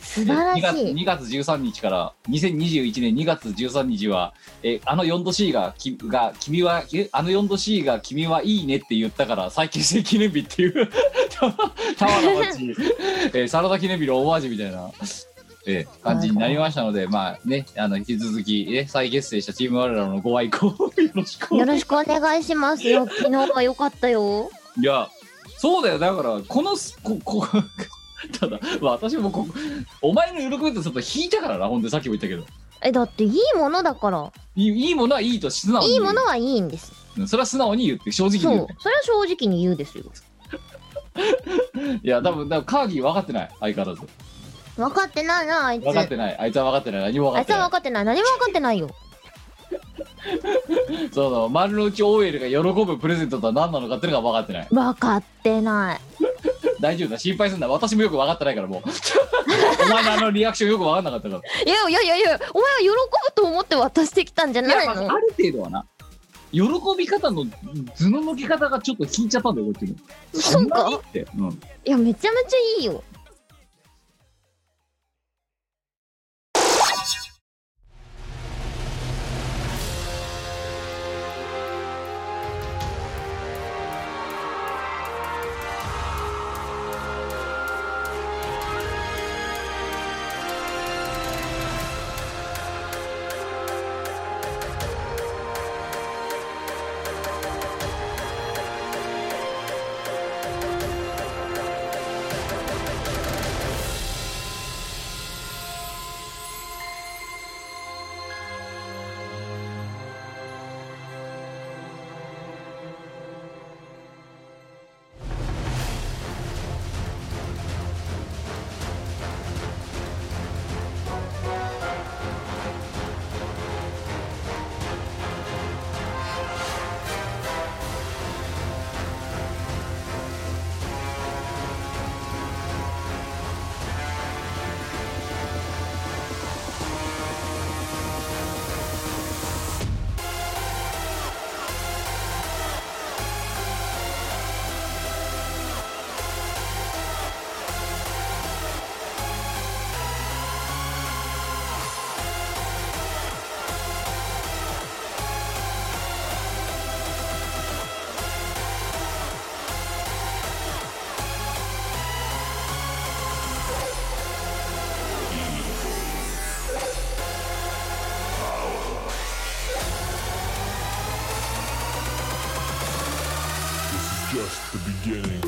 [SPEAKER 1] 素晴ら
[SPEAKER 3] えー
[SPEAKER 1] しい
[SPEAKER 3] 2月2月13日から2021年2月13日は、えーあの4度 C がきが君はえあの4度 C が君はいいねって言ったから再結成記念日っていう たタワーの 町、えー、サラダ記念日のオマージュみたいな、えー感じになりましたのでまあねあの引き続き、ね、再結成したチーム我らのご愛顧をよろしくお
[SPEAKER 1] よ
[SPEAKER 3] 願い
[SPEAKER 1] ろしくお願いしますよ昨日は良かったよ
[SPEAKER 3] いやそうだよだからこのすここ ただ、まあ、私もこお前の喜びとちょっと引いたからなほんでさっきも言ったけど。
[SPEAKER 1] えだっていいものだから
[SPEAKER 3] いいいいものはいいと素直に
[SPEAKER 1] い
[SPEAKER 3] 言
[SPEAKER 1] いうものはいいんです
[SPEAKER 3] うんそれは素直に言って正直に
[SPEAKER 1] そ
[SPEAKER 3] 言
[SPEAKER 1] う
[SPEAKER 3] って
[SPEAKER 1] それは正直に言うですよ
[SPEAKER 3] いや多分多分カーギー分かってない相変わらず
[SPEAKER 1] 分かってないなあいつ
[SPEAKER 3] 分かってないあいつは分かってない何も分
[SPEAKER 1] あ
[SPEAKER 3] か
[SPEAKER 1] い
[SPEAKER 3] っ
[SPEAKER 1] つ
[SPEAKER 3] て
[SPEAKER 1] は
[SPEAKER 3] な
[SPEAKER 1] 分かってない何も分かってないよ
[SPEAKER 3] いそうそう丸の内 OL が喜ぶプレゼントとは何なのかっていうのが分かってない
[SPEAKER 1] 分かってない
[SPEAKER 3] 大丈夫だ心配すんな私もよく分かってないか らもうお前のあのリアクションよく分かんなかったか
[SPEAKER 1] いやいやいやいやお前は喜ぶと思って渡してきたんじゃ
[SPEAKER 3] ら
[SPEAKER 1] ないの
[SPEAKER 3] ある程度はな喜び方の図の向き方がちょっと引いちゃったんだよこっちに
[SPEAKER 1] そう
[SPEAKER 3] な
[SPEAKER 1] か
[SPEAKER 3] にって、うん、
[SPEAKER 1] いやめちゃめちゃいいよ
[SPEAKER 4] 「 just the beginning.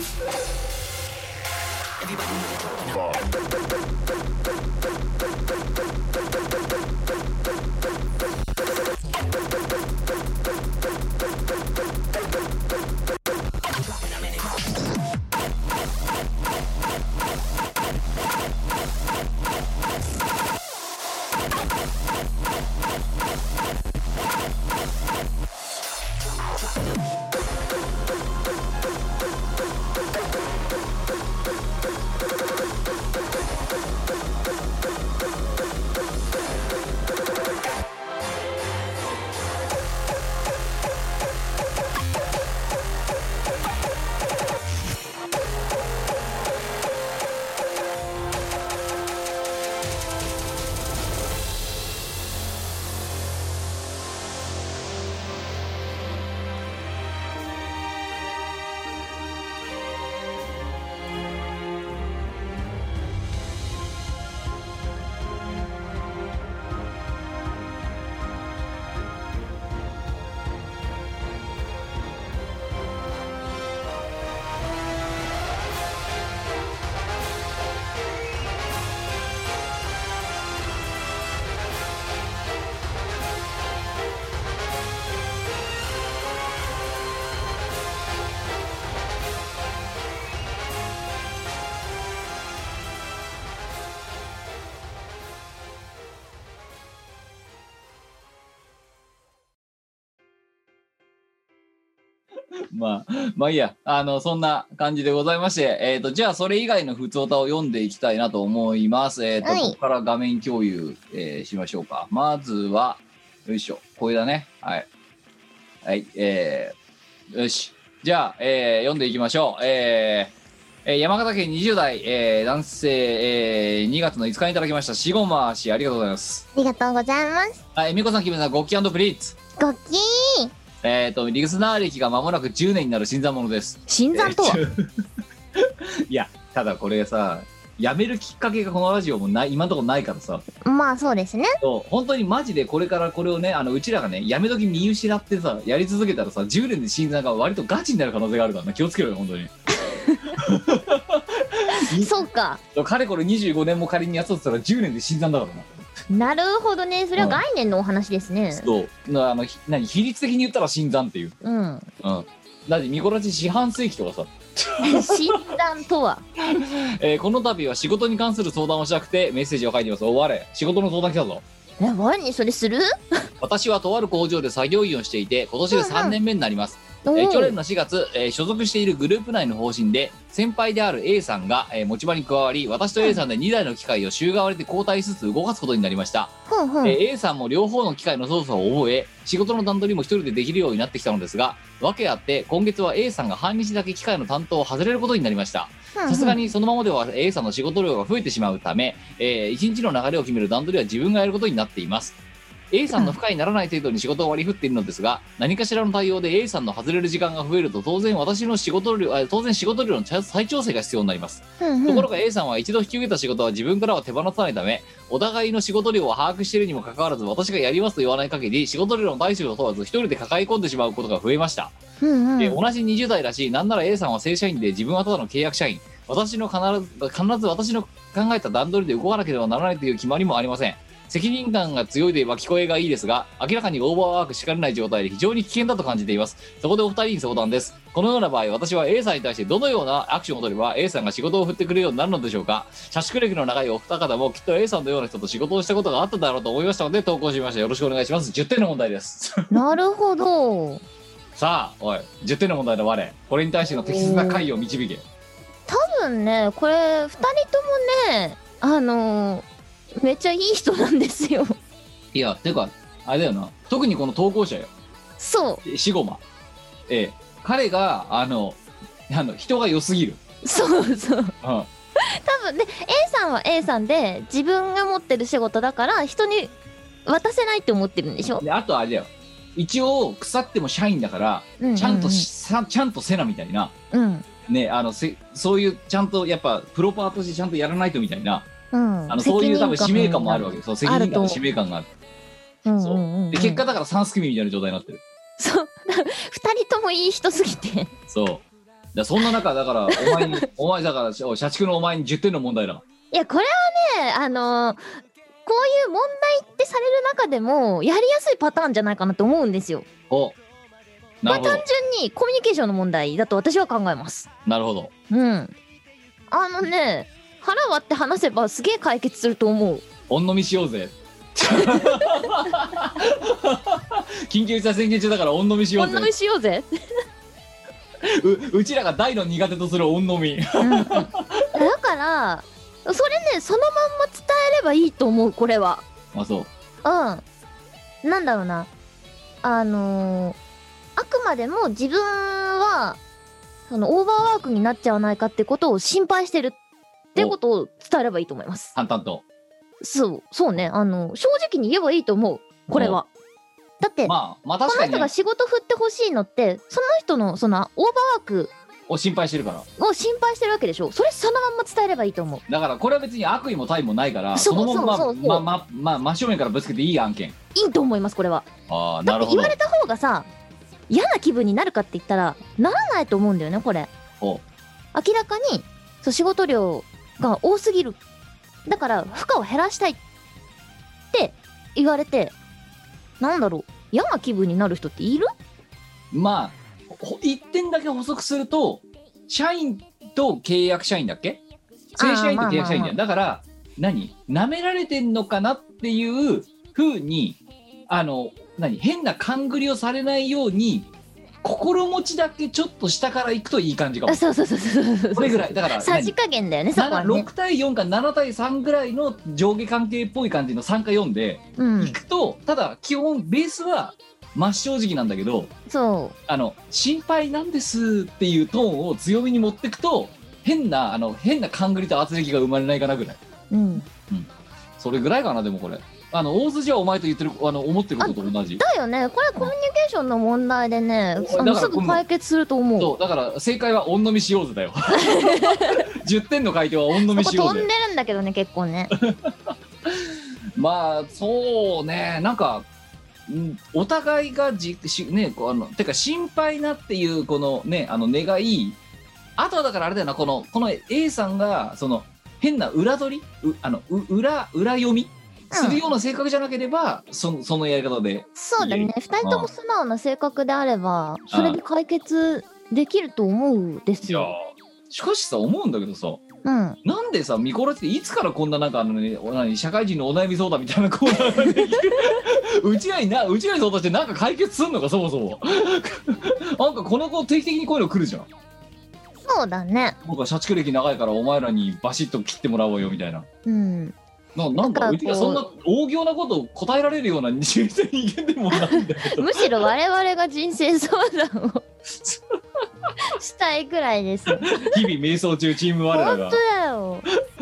[SPEAKER 3] まあ、まあいいや、あの、そんな感じでございまして、えっ、と、じゃあ、それ以外の普通歌を読んでいきたいなと思います。えっ、と、
[SPEAKER 1] はい
[SPEAKER 3] ここから画面共有、えーしましょうか。まずは、よいしょ、これだね。はい。はい、えー、よし。じゃあ、えー読んでいきましょう。えーえー山形県20代、えー男性、えー2月の5日にいただきました。シゴマー氏、ありがとうございます。
[SPEAKER 1] りがとうございます。
[SPEAKER 3] はい、みこさん、きめさん、ゴッキプリッツ。
[SPEAKER 1] ごきー
[SPEAKER 3] えっ、と、リスナー歴が間もなく10年になる新参者です。
[SPEAKER 1] 新参とは
[SPEAKER 3] いやただこれさやめるきっかけがこのラジオもない今のところないからさ
[SPEAKER 1] まあそうですね。
[SPEAKER 3] そう本当にマジでこれからこれをねあのうちらがねやめ時見失ってさやり続けたらさ10年で新参が割とガチになる可能性があるからな気をつけろよ本当に
[SPEAKER 1] そうか。
[SPEAKER 3] かれこれ25年も仮にやっとってたら10年で新参だからな
[SPEAKER 1] なるほどね。それは
[SPEAKER 3] うん
[SPEAKER 1] 概念のお話ですね。
[SPEAKER 3] そうなあのひ何比率的に言ったら新参っていう
[SPEAKER 1] うん。
[SPEAKER 3] うんだってミコラジ四半世紀とかさ、
[SPEAKER 1] 新参とは。
[SPEAKER 3] えーこの度は仕事に関する相談をしたくてメッセージを書いていますお我仕事の相談来たぞ
[SPEAKER 1] え、我にそれする
[SPEAKER 3] 私はとある工場で作業員をしていて今年で3年目になります、
[SPEAKER 1] お
[SPEAKER 3] えー去年
[SPEAKER 1] ー
[SPEAKER 3] の4月、えー所属しているグループ内の方針で先輩である A さんが、えー持ち場に加わり私と A さんで2台の機械を週替わりで交代しつつ動かすことになりました、
[SPEAKER 1] ふんふん。
[SPEAKER 3] えー A さんも両方の機械の操作を覚え仕事の段取りも一人でできるようになってきたのですが訳あって今月は A さんが半日だけ機械の担当を外れることになりました
[SPEAKER 1] ふんふん
[SPEAKER 3] さすが。にそのままでは A さんの仕事量が増えてしまうため、え1日の流れを決める段取りは自分がやることになっています。A さんの負荷にならない程度に仕事を割り振っているのですが、何かしらの対応で A さんの外れる時間が増えると、当然私の仕事量、あ当然仕事量の再調整が必要になります。
[SPEAKER 1] ふんふん
[SPEAKER 3] ところが A さんは一度引き受けた仕事は自分からは手放さないためお互いの仕事量を把握しているにもかかわらず私がやりますと言わない限り仕事量の対象を問わず一人で抱え込んでしまうことが増えました、
[SPEAKER 1] うんう
[SPEAKER 3] で
[SPEAKER 1] ん。
[SPEAKER 3] 同じ20代だしなんなら A さんは正社員で自分はただの契約社員私の必ず必ず私の考えた段取りで動かなければならないという決まりもありません責任感が強いといえば聞こえがいいですが明らかにオーバーワークしかねない状態で非常に危険だと感じていますそこでお二人に相談ですこのような場合私は A さんに対してどのようなアクションを取れば A さんが仕事を振ってくれるようになるのでしょうか社畜歴の長いお二方もきっと A さんのような人と仕事をしたことがあっただろうと思いましたので投稿しましたよろしくお願いします10点の問題です
[SPEAKER 1] なるほど。
[SPEAKER 3] さあおい10点の問題だ我これに対しての適切な解を導け
[SPEAKER 1] 多分ね、これ、二人ともね、あのー、めっちゃいい人なんですよ。
[SPEAKER 3] いやていうかあれだよな特にこの投稿者よ
[SPEAKER 1] そ
[SPEAKER 3] シゴマええ彼があのあの人が良すぎる、
[SPEAKER 1] う。そうそう。
[SPEAKER 3] うん、
[SPEAKER 1] 多分ね A さんは A さんで自分が持ってる仕事だから人に渡せないって思ってるんでしょ、
[SPEAKER 3] であとあれだよ一応腐っても社員だから
[SPEAKER 1] うんうんうん、
[SPEAKER 3] ちゃんとし、さちゃんとせなみたいな
[SPEAKER 1] うん
[SPEAKER 3] ねあのせそういうちゃんとやっぱプロパーとしてちゃんとやらないとみたいな
[SPEAKER 1] うん
[SPEAKER 3] あのそういう多分使命感もあるわけ
[SPEAKER 1] で
[SPEAKER 3] よそう責任
[SPEAKER 1] あ
[SPEAKER 3] 感
[SPEAKER 1] る
[SPEAKER 3] と
[SPEAKER 1] と
[SPEAKER 3] 使命感がある
[SPEAKER 1] うん
[SPEAKER 3] そううん
[SPEAKER 1] うんうん
[SPEAKER 3] で結果 だから三すくみみたいな状態になってる
[SPEAKER 1] そう二人ともいい人すぎて
[SPEAKER 3] そうだそんな中だから お前にお前だから社畜のお前に10点の問題だ
[SPEAKER 1] いやこれはねあのーこういう問題ってされる中でもやりやすいパターンじゃないかなと思うんですよ。
[SPEAKER 3] お
[SPEAKER 1] ま
[SPEAKER 3] な
[SPEAKER 1] あ
[SPEAKER 3] るほど
[SPEAKER 1] 単純にコミュニケーションの問題だと私は考えます。
[SPEAKER 3] なるほど
[SPEAKER 1] うん。あのね腹割って話せばすげえ解決すると思う。
[SPEAKER 3] お飲みしようぜ 緊急事態宣言中だからお飲みしよ
[SPEAKER 1] こ
[SPEAKER 3] うんぜ
[SPEAKER 1] なにしようぜ。
[SPEAKER 3] ううちらが大の苦手とするお飲み
[SPEAKER 1] だからそれねそのまんま伝えればいいと思うこれは。
[SPEAKER 3] まあそう
[SPEAKER 1] うん。なんだろうな。あのーあくまでも自分は、その、オーバーワークになっちゃわないかってことを心配してるってことを伝えればいいと思います。
[SPEAKER 3] 淡々と
[SPEAKER 1] そう、そうね。あの、正直に言えばいいと思う。これは。だって、
[SPEAKER 3] まあまあ
[SPEAKER 1] こ
[SPEAKER 3] 確
[SPEAKER 1] の
[SPEAKER 3] かに、
[SPEAKER 1] 人
[SPEAKER 3] ね
[SPEAKER 1] が、仕事振ってほしいのって、その人の、その、オーバーワーク
[SPEAKER 3] お心配してるから
[SPEAKER 1] を心配してるわけでしょ。それそのまんま伝えればいいと思う。
[SPEAKER 3] だからこれは別に悪意も対もないから
[SPEAKER 1] そう
[SPEAKER 3] のまんま
[SPEAKER 1] そうそうそう
[SPEAKER 3] ままま真正面からぶつけていい案件
[SPEAKER 1] いいと思います、これは。
[SPEAKER 3] ああ
[SPEAKER 1] だっ
[SPEAKER 3] なる
[SPEAKER 1] て
[SPEAKER 3] ほ
[SPEAKER 1] 言
[SPEAKER 3] ど
[SPEAKER 1] われた方がさ嫌な気分になるかって言ったらならないと思うんだよねこれ
[SPEAKER 3] お
[SPEAKER 1] 明らかにそう仕事量が多すぎるだから負荷を減らしたいって言われてなんだろう嫌な気分になる人っている
[SPEAKER 3] まあほ一点だけ補足すると社員と契約社員だっけ
[SPEAKER 1] あー
[SPEAKER 3] 正社員と契約社員だよ
[SPEAKER 1] ま
[SPEAKER 3] だから何なめられてんのかなっていうふうにあの何変な勘繰りをされないように心持ちだけちょっと下からいくといい感じかも
[SPEAKER 1] あそうそうそうそうそうそう
[SPEAKER 3] これぐらいだから
[SPEAKER 1] さじ加減だよねそこは
[SPEAKER 3] 何な
[SPEAKER 1] ね
[SPEAKER 3] 6、対4か7対3ぐらいの上下関係っぽい感じの3か4で
[SPEAKER 1] うん
[SPEAKER 3] い、くと、ただ基本ベースは真正直なんだけど
[SPEAKER 1] そう
[SPEAKER 3] あの心配なんですっていうトーンを強みに持ってくと変なあの変な勘繰りと圧力が生まれないかなぐらい
[SPEAKER 1] うん
[SPEAKER 3] それぐらいかなでもこれあの大筋はお前と言ってるあの思ってることと同じ
[SPEAKER 1] だよねこれコミュニケーションの問題でね
[SPEAKER 3] お
[SPEAKER 1] あ
[SPEAKER 3] だ
[SPEAKER 1] の
[SPEAKER 3] から
[SPEAKER 1] すぐ解決すると思う
[SPEAKER 3] そうだから正解は「おん飲みしようぜ」だよ10点の回答は「おん飲み
[SPEAKER 1] そ
[SPEAKER 3] し
[SPEAKER 1] こ
[SPEAKER 3] よ
[SPEAKER 1] 飛
[SPEAKER 3] うんぜ
[SPEAKER 1] でるんだけどね結構ね」
[SPEAKER 3] まあそうねなんかんお互いがじしねこうあのてか心配なっていうこのねあの願いあとはだからあれだよなこのこの A さんがその変な裏取りうあのう裏裏読みするような性格じゃなければ、そのそのやり方で
[SPEAKER 1] そうだ
[SPEAKER 3] い
[SPEAKER 1] ね
[SPEAKER 3] え
[SPEAKER 1] 2人とも素直な性格であればそれで解決できると思うです
[SPEAKER 3] いやー
[SPEAKER 1] よ。
[SPEAKER 3] しかしさ思うんだけどさ
[SPEAKER 1] うん、
[SPEAKER 3] なんでさミコラっていつからこんななんかあの、ね、お何社会人のお悩み相談みたいなコーナーが できるうちらになうちらに相談してなんか解決すんのかそもそもなんかこの子定期的にこういうの来るじゃん
[SPEAKER 1] そうだね。
[SPEAKER 3] 僕は社畜歴長いからお前らにバシッと切ってもらおうよみたいな
[SPEAKER 1] うん、
[SPEAKER 3] ななんか
[SPEAKER 1] なんかこう
[SPEAKER 3] うちらそんな大行なことを答えられるような人生人間でもない んだけど
[SPEAKER 1] むしろ我々が人生相談 をしたいくらいです。
[SPEAKER 3] 日々瞑想中チーム我ら
[SPEAKER 1] 本
[SPEAKER 3] が
[SPEAKER 1] 当だよ。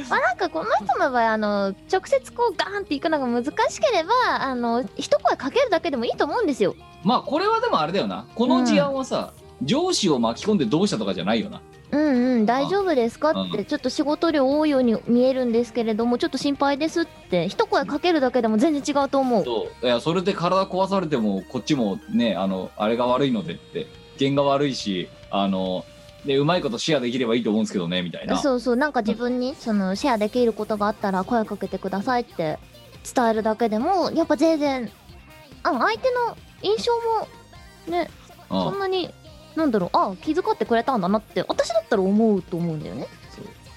[SPEAKER 1] まあ、なんかこの人の場合あの直接こうガーンっていくのが難しければあの一声かけるだけでもいいと思うんですよ。
[SPEAKER 3] まあこれはでもあれだよなこの事案はさ、上司を巻き込んでどうしたとかじゃないよな
[SPEAKER 1] うんうん大丈夫ですかっ
[SPEAKER 3] う
[SPEAKER 1] てちょっと仕事量多いように見えるんですけれどもちょっと心配ですって一声かけるだけでも全然違うと思う。
[SPEAKER 3] そういやそれで体壊されてもこっちもねあのあれが悪いのでって弦が悪いしあのでうまいことシェアできればいいと思うんですけどねみたいな
[SPEAKER 1] そうそうなんか自分にそのシェアできることがあったら声かけてくださいって伝えるだけでもやっぱ全然あ相手の印象もね
[SPEAKER 3] うん
[SPEAKER 1] そんなになんだろうあ気遣ってくれたんだなって私だったら思うと思うんだよね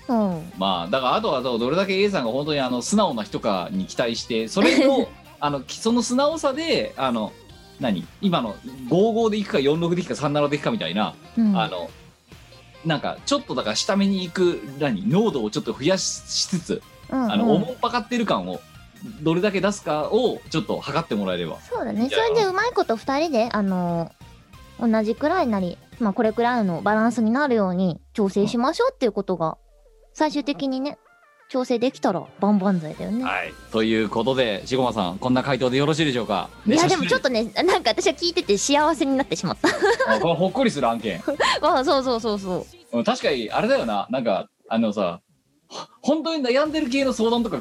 [SPEAKER 3] そう
[SPEAKER 1] うん
[SPEAKER 3] まあだからあとはどどれだけ A さんが本当にあの素直な人かに期待してそ れをあのきその素直さであの何今の55でいくか46でいくか37でいくかみたいな、
[SPEAKER 1] うん
[SPEAKER 3] あのなんかちょっとだから下目に行く何濃度をちょっと増やししつつ
[SPEAKER 1] うん
[SPEAKER 3] あのお
[SPEAKER 1] うん
[SPEAKER 3] もんぱかってる感をどれだけ出すかをちょっと測ってもらえれば
[SPEAKER 1] そうだねそれでうまいこと2人であの同じくらいなりまあこれくらいのバランスになるように調整しましょうっていうことが最終的にね調整できたら万々歳だよね
[SPEAKER 3] はい、ということで、しごまさん、こんな回答でよろしいでしょうか。
[SPEAKER 1] い
[SPEAKER 3] ね
[SPEAKER 1] やでもちょっと
[SPEAKER 3] と、
[SPEAKER 1] ねなんか私は聞いてて幸せになってしまった
[SPEAKER 3] あこれほっこりする案件。
[SPEAKER 1] わ あそうそうそうそ
[SPEAKER 3] うん確かに、あれだよな、なんか、あのさ。ほ本当に悩んでる系の相談とか、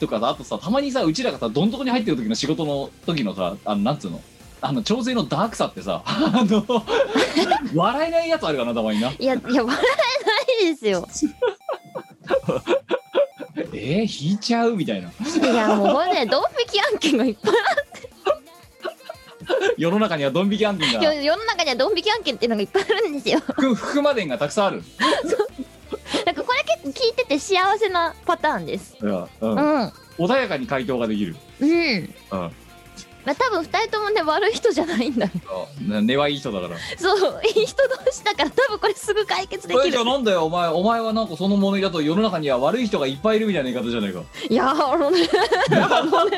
[SPEAKER 3] とかさ、あとさ、たまにさ、うちらがさ、どん底に入ってる時の仕事の時のさ、あの、なんつうの。あの徴税のダークさってさあの笑えないやつあるかなたまにない
[SPEAKER 1] やいや笑えないです よ
[SPEAKER 3] えー、引いちゃうみたいない
[SPEAKER 1] やもうこれねドン引き案件がいっぱい
[SPEAKER 3] 世の中にはドン引き案件
[SPEAKER 1] あ
[SPEAKER 3] が
[SPEAKER 1] る世の中にはドン引き案件っていうのがいっぱいあるんです よ
[SPEAKER 3] 含含までんがたくさんある
[SPEAKER 1] なんかこれ結構聞いてて幸せなパターンです
[SPEAKER 3] うんう
[SPEAKER 1] うんんうん
[SPEAKER 3] 穏やかに回答ができるうん
[SPEAKER 1] まあ多分2人ともね悪い人じゃないんだ
[SPEAKER 3] な根はいい人だから
[SPEAKER 1] そういい人同士だから多分これすぐ解決で
[SPEAKER 3] そ
[SPEAKER 1] き
[SPEAKER 3] れじ
[SPEAKER 1] る
[SPEAKER 3] ゃなんだよお前お前はなんかその物言いだと世の中には悪い人がいっぱいいるみたいな言い方じゃないか
[SPEAKER 1] いやーあのね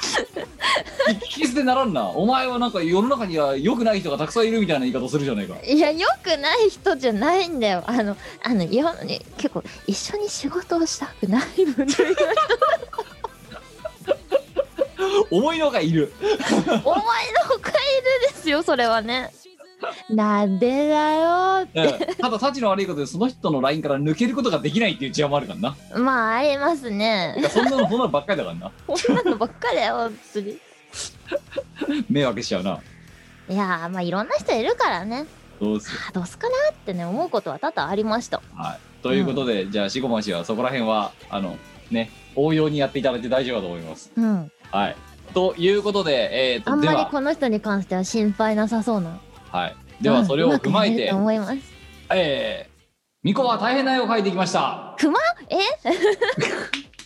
[SPEAKER 3] 聞き捨てならんなお前はなんか世の中には良くない人がたくさんいるみたいな言い方するじゃないか
[SPEAKER 1] いやよくない人じゃないんだよあのあの世のね結構一緒に仕事をしたくない分類の
[SPEAKER 3] 思いのがいる
[SPEAKER 1] 人お前のおかえるですよそれはねなんでだよ
[SPEAKER 3] うんただたちの悪いことでその人のラインから抜けることができないっていう事案もあるからな
[SPEAKER 1] まああります
[SPEAKER 3] い
[SPEAKER 1] ね
[SPEAKER 3] やそんなのそんなのばっかりだからな
[SPEAKER 1] こんなのばっかりだよ本当に
[SPEAKER 3] 迷惑しちゃうない
[SPEAKER 1] やーまあいろんな人いるからね
[SPEAKER 3] どうする
[SPEAKER 1] あどうすかなってね思うことは多々ありました
[SPEAKER 3] はいということで、じゃあ四五番氏はそこら辺はあのね応用にやっていただいて大丈夫だと思います
[SPEAKER 1] うん
[SPEAKER 3] はいということでえー、
[SPEAKER 1] あ
[SPEAKER 3] と
[SPEAKER 1] ん
[SPEAKER 3] で
[SPEAKER 1] まり
[SPEAKER 3] は
[SPEAKER 1] この人に関しては心配なさそうな
[SPEAKER 3] はいではそれを踏まえて、
[SPEAKER 1] うんうくいけると思います
[SPEAKER 3] えー、巫女は大変な絵を描いてきました
[SPEAKER 1] 熊え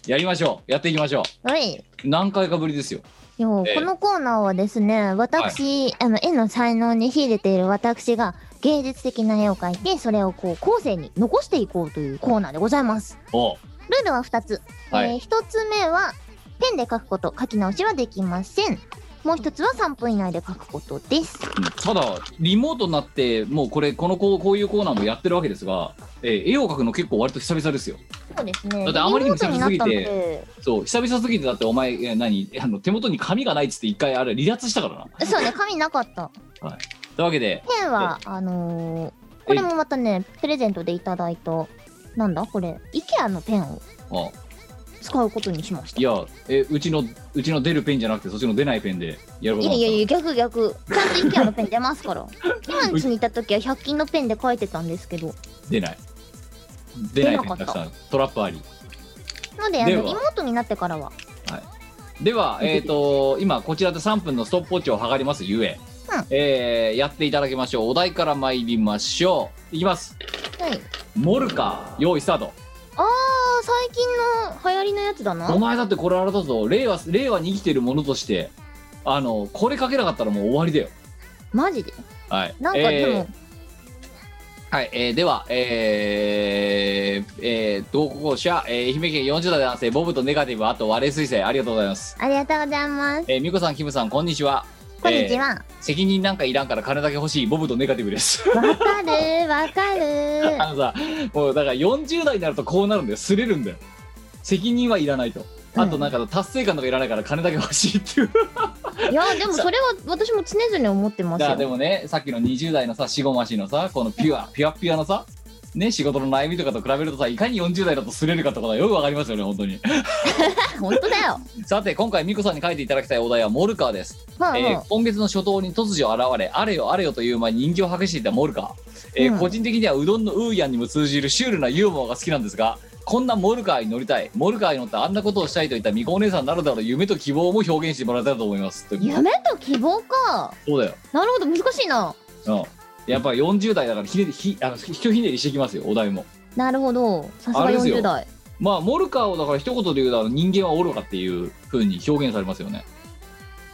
[SPEAKER 3] やりましょうやっていきましょ
[SPEAKER 1] はいいう
[SPEAKER 3] 何回かぶりですよ
[SPEAKER 1] やこ
[SPEAKER 3] ええ
[SPEAKER 1] のコーナーはですね私、あの絵の才能に秀でている私が芸術的な絵を描いてそれをこう後世に残していこうというコーナーでございます
[SPEAKER 3] おう
[SPEAKER 1] ルールは2つ、
[SPEAKER 3] は
[SPEAKER 1] え
[SPEAKER 3] い
[SPEAKER 1] ー、1つ目はペンで描くこと書き直しはできませんもう一つは3分以内で書くことです
[SPEAKER 3] ただリモートになってもうこれこのこうこういうコーナーもやってるわけですが、えー絵を描くの結構割と久々ですよ
[SPEAKER 1] そうですね
[SPEAKER 3] だってあまりにも久々すぎて
[SPEAKER 1] リモートになっ
[SPEAKER 3] そう久々すぎてだってお前、えー何あの手元に紙がないっつって一回あれ離脱したからな
[SPEAKER 1] たのでそうね紙なかった
[SPEAKER 3] というわけで
[SPEAKER 1] ペンはあのーこれもまたねプレゼントでいただいたなんだこれ IKEA のペンを
[SPEAKER 3] あ
[SPEAKER 1] 使うことにしました
[SPEAKER 3] いや、えーうちのうちの出るペンじゃなくてそっちの出ないペンでやるこ
[SPEAKER 1] い
[SPEAKER 3] と
[SPEAKER 1] や
[SPEAKER 3] に
[SPEAKER 1] いやい
[SPEAKER 3] なっ
[SPEAKER 1] や逆逆ちゃんと IKEA のペン出ますから今の家にいた時は100均のペンで書いてたんですけど
[SPEAKER 3] た出ない出ない
[SPEAKER 1] 出な
[SPEAKER 3] ペ
[SPEAKER 1] か
[SPEAKER 3] ン
[SPEAKER 1] った
[SPEAKER 3] たくさんトラップあり
[SPEAKER 1] のであの
[SPEAKER 3] では
[SPEAKER 1] 妹になってからは
[SPEAKER 3] では、えー、と今こちらで3分のストップウォッチを測りますゆえ、
[SPEAKER 1] うん
[SPEAKER 3] えーやっていただきましょうお題から参りましょういきます
[SPEAKER 1] はい
[SPEAKER 3] モルカー用意スタート
[SPEAKER 1] あー最近の流行りのやつだな
[SPEAKER 3] お前だってこれあれだぞ令和令和に生きてるものとしてあのこれかけなかったらもう終わりだよ
[SPEAKER 1] マジで
[SPEAKER 3] はい
[SPEAKER 1] なんかで
[SPEAKER 3] え
[SPEAKER 1] も
[SPEAKER 3] ー、はい、えーでは、えー、えー、同行者、えー、愛媛県40代男性、ボブとネガティブ、あと割れ彗星、ありがとうございます。
[SPEAKER 1] ありがとうございます
[SPEAKER 3] えー、ミコさん、キムさん、こんにちは。
[SPEAKER 1] こんにちは、
[SPEAKER 3] えー責任なんかいらんから金だけ欲しい、ボブとネガティブです。
[SPEAKER 1] わ、かるわかる
[SPEAKER 3] あのさ、もうだから40代になるとこうなるんだよ。すれるんだよ。責任はいらないと。 あとなんか達成感とかいらないから金だけ欲しいっていう。
[SPEAKER 1] いやでもそれは私も常々思ってます
[SPEAKER 3] だか
[SPEAKER 1] よ
[SPEAKER 3] らでもねさっきの20代のさしごましのさこのピュアピュアピュアのさね仕事の悩みとかと比べるとさいかに40代だとすれるかとかがよくわかりますよね本当に
[SPEAKER 1] 本当だ よ
[SPEAKER 3] さて今回ミコさんに書いていただきたいお題はモルカーです、
[SPEAKER 1] まあまあ、
[SPEAKER 3] えー今月の初頭に突如現れあれよあれよという間に人気を博していたモルカー、えー
[SPEAKER 1] うん
[SPEAKER 3] 個人的にはうどんのウーヤンにも通じるシュールなユーモアが好きなんですがこんなモルカーに乗りたいモルカーに乗ってあんなことをしたいといったみこお姉さんならではの夢と希望も表現してもらえたらと思いますという
[SPEAKER 1] 夢と希望か
[SPEAKER 3] そうだよ
[SPEAKER 1] なるほど難しいな
[SPEAKER 3] うん、やっぱり40代だからひねりひあのひとひねりしてきますよお題も
[SPEAKER 1] なるほどさす
[SPEAKER 3] あ
[SPEAKER 1] が
[SPEAKER 3] れですよ
[SPEAKER 1] 40代
[SPEAKER 3] まあモルカーをだから一言で言うとあの人間は愚かっていうふうに表現されますよね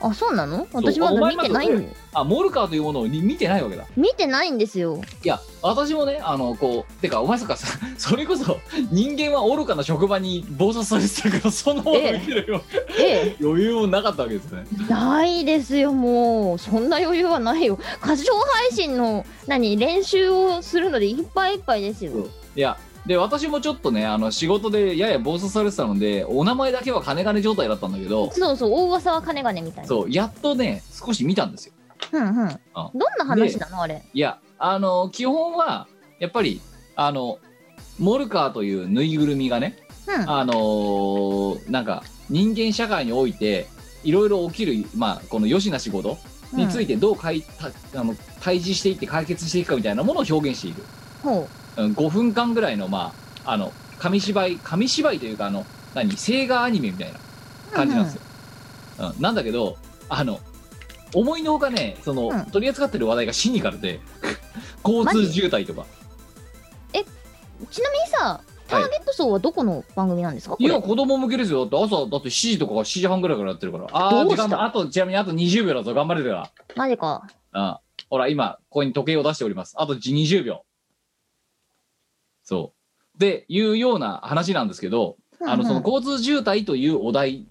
[SPEAKER 1] あそうなの私ま
[SPEAKER 3] お
[SPEAKER 1] だ
[SPEAKER 3] 前
[SPEAKER 1] 見てない
[SPEAKER 3] ま
[SPEAKER 1] ん
[SPEAKER 3] だあモルカーというものをに見てないわけだ
[SPEAKER 1] 見てないんですよ
[SPEAKER 3] いや私もねあのこうてかお前そっかさ それこそ人間は愚かな職場に暴殺されてたからそんなこと見てるよ、
[SPEAKER 1] え
[SPEAKER 3] 余裕もなかったわけですね
[SPEAKER 1] えないですよもうそんな余裕はないよ歌唱配信の何練習をするのでいっぱいいっぱいですよ
[SPEAKER 3] いやで私もちょっとねあの仕事でやや暴殺されてたのでお名前だけは金金状態だったんだけど
[SPEAKER 1] そうそう大噂は金がねみたいな
[SPEAKER 3] そうやっとね少し見たんですよ
[SPEAKER 1] うんうんどんな話なのあれ
[SPEAKER 3] いやあの基本はやっぱりあのモルカーというぬいぐるみがね
[SPEAKER 1] うん
[SPEAKER 3] あのーなんか人間社会においていろいろ起きる、まあ、このよしな仕事についてどう解たあの対峙していって解決していくかみたいなものを表現している、
[SPEAKER 1] ほ
[SPEAKER 3] うん、5分間ぐらいの,、まあ、あの紙芝居紙芝居というかあの何映画アニメみたいな感じなんですよ、うんなんだけどあの思いのほかねその、
[SPEAKER 1] うん
[SPEAKER 3] 取り扱ってる話題がシニカルで 交通渋滞とか
[SPEAKER 1] うちなみにさターゲット層はどこの番組なんですか、
[SPEAKER 3] いや
[SPEAKER 1] こ
[SPEAKER 3] 子供向けですよだって朝だって7時とか7時半ぐらいからやってるからああ
[SPEAKER 1] どう
[SPEAKER 3] 時
[SPEAKER 1] した
[SPEAKER 3] 間あとちなみにあと20秒だぞ頑張れるから
[SPEAKER 1] れマジか
[SPEAKER 3] あほら、今、ここに時計を出しております。あとじ20秒。そう。で、いうような話なんですけど、あの、その
[SPEAKER 1] こ
[SPEAKER 3] 交通渋滞というお題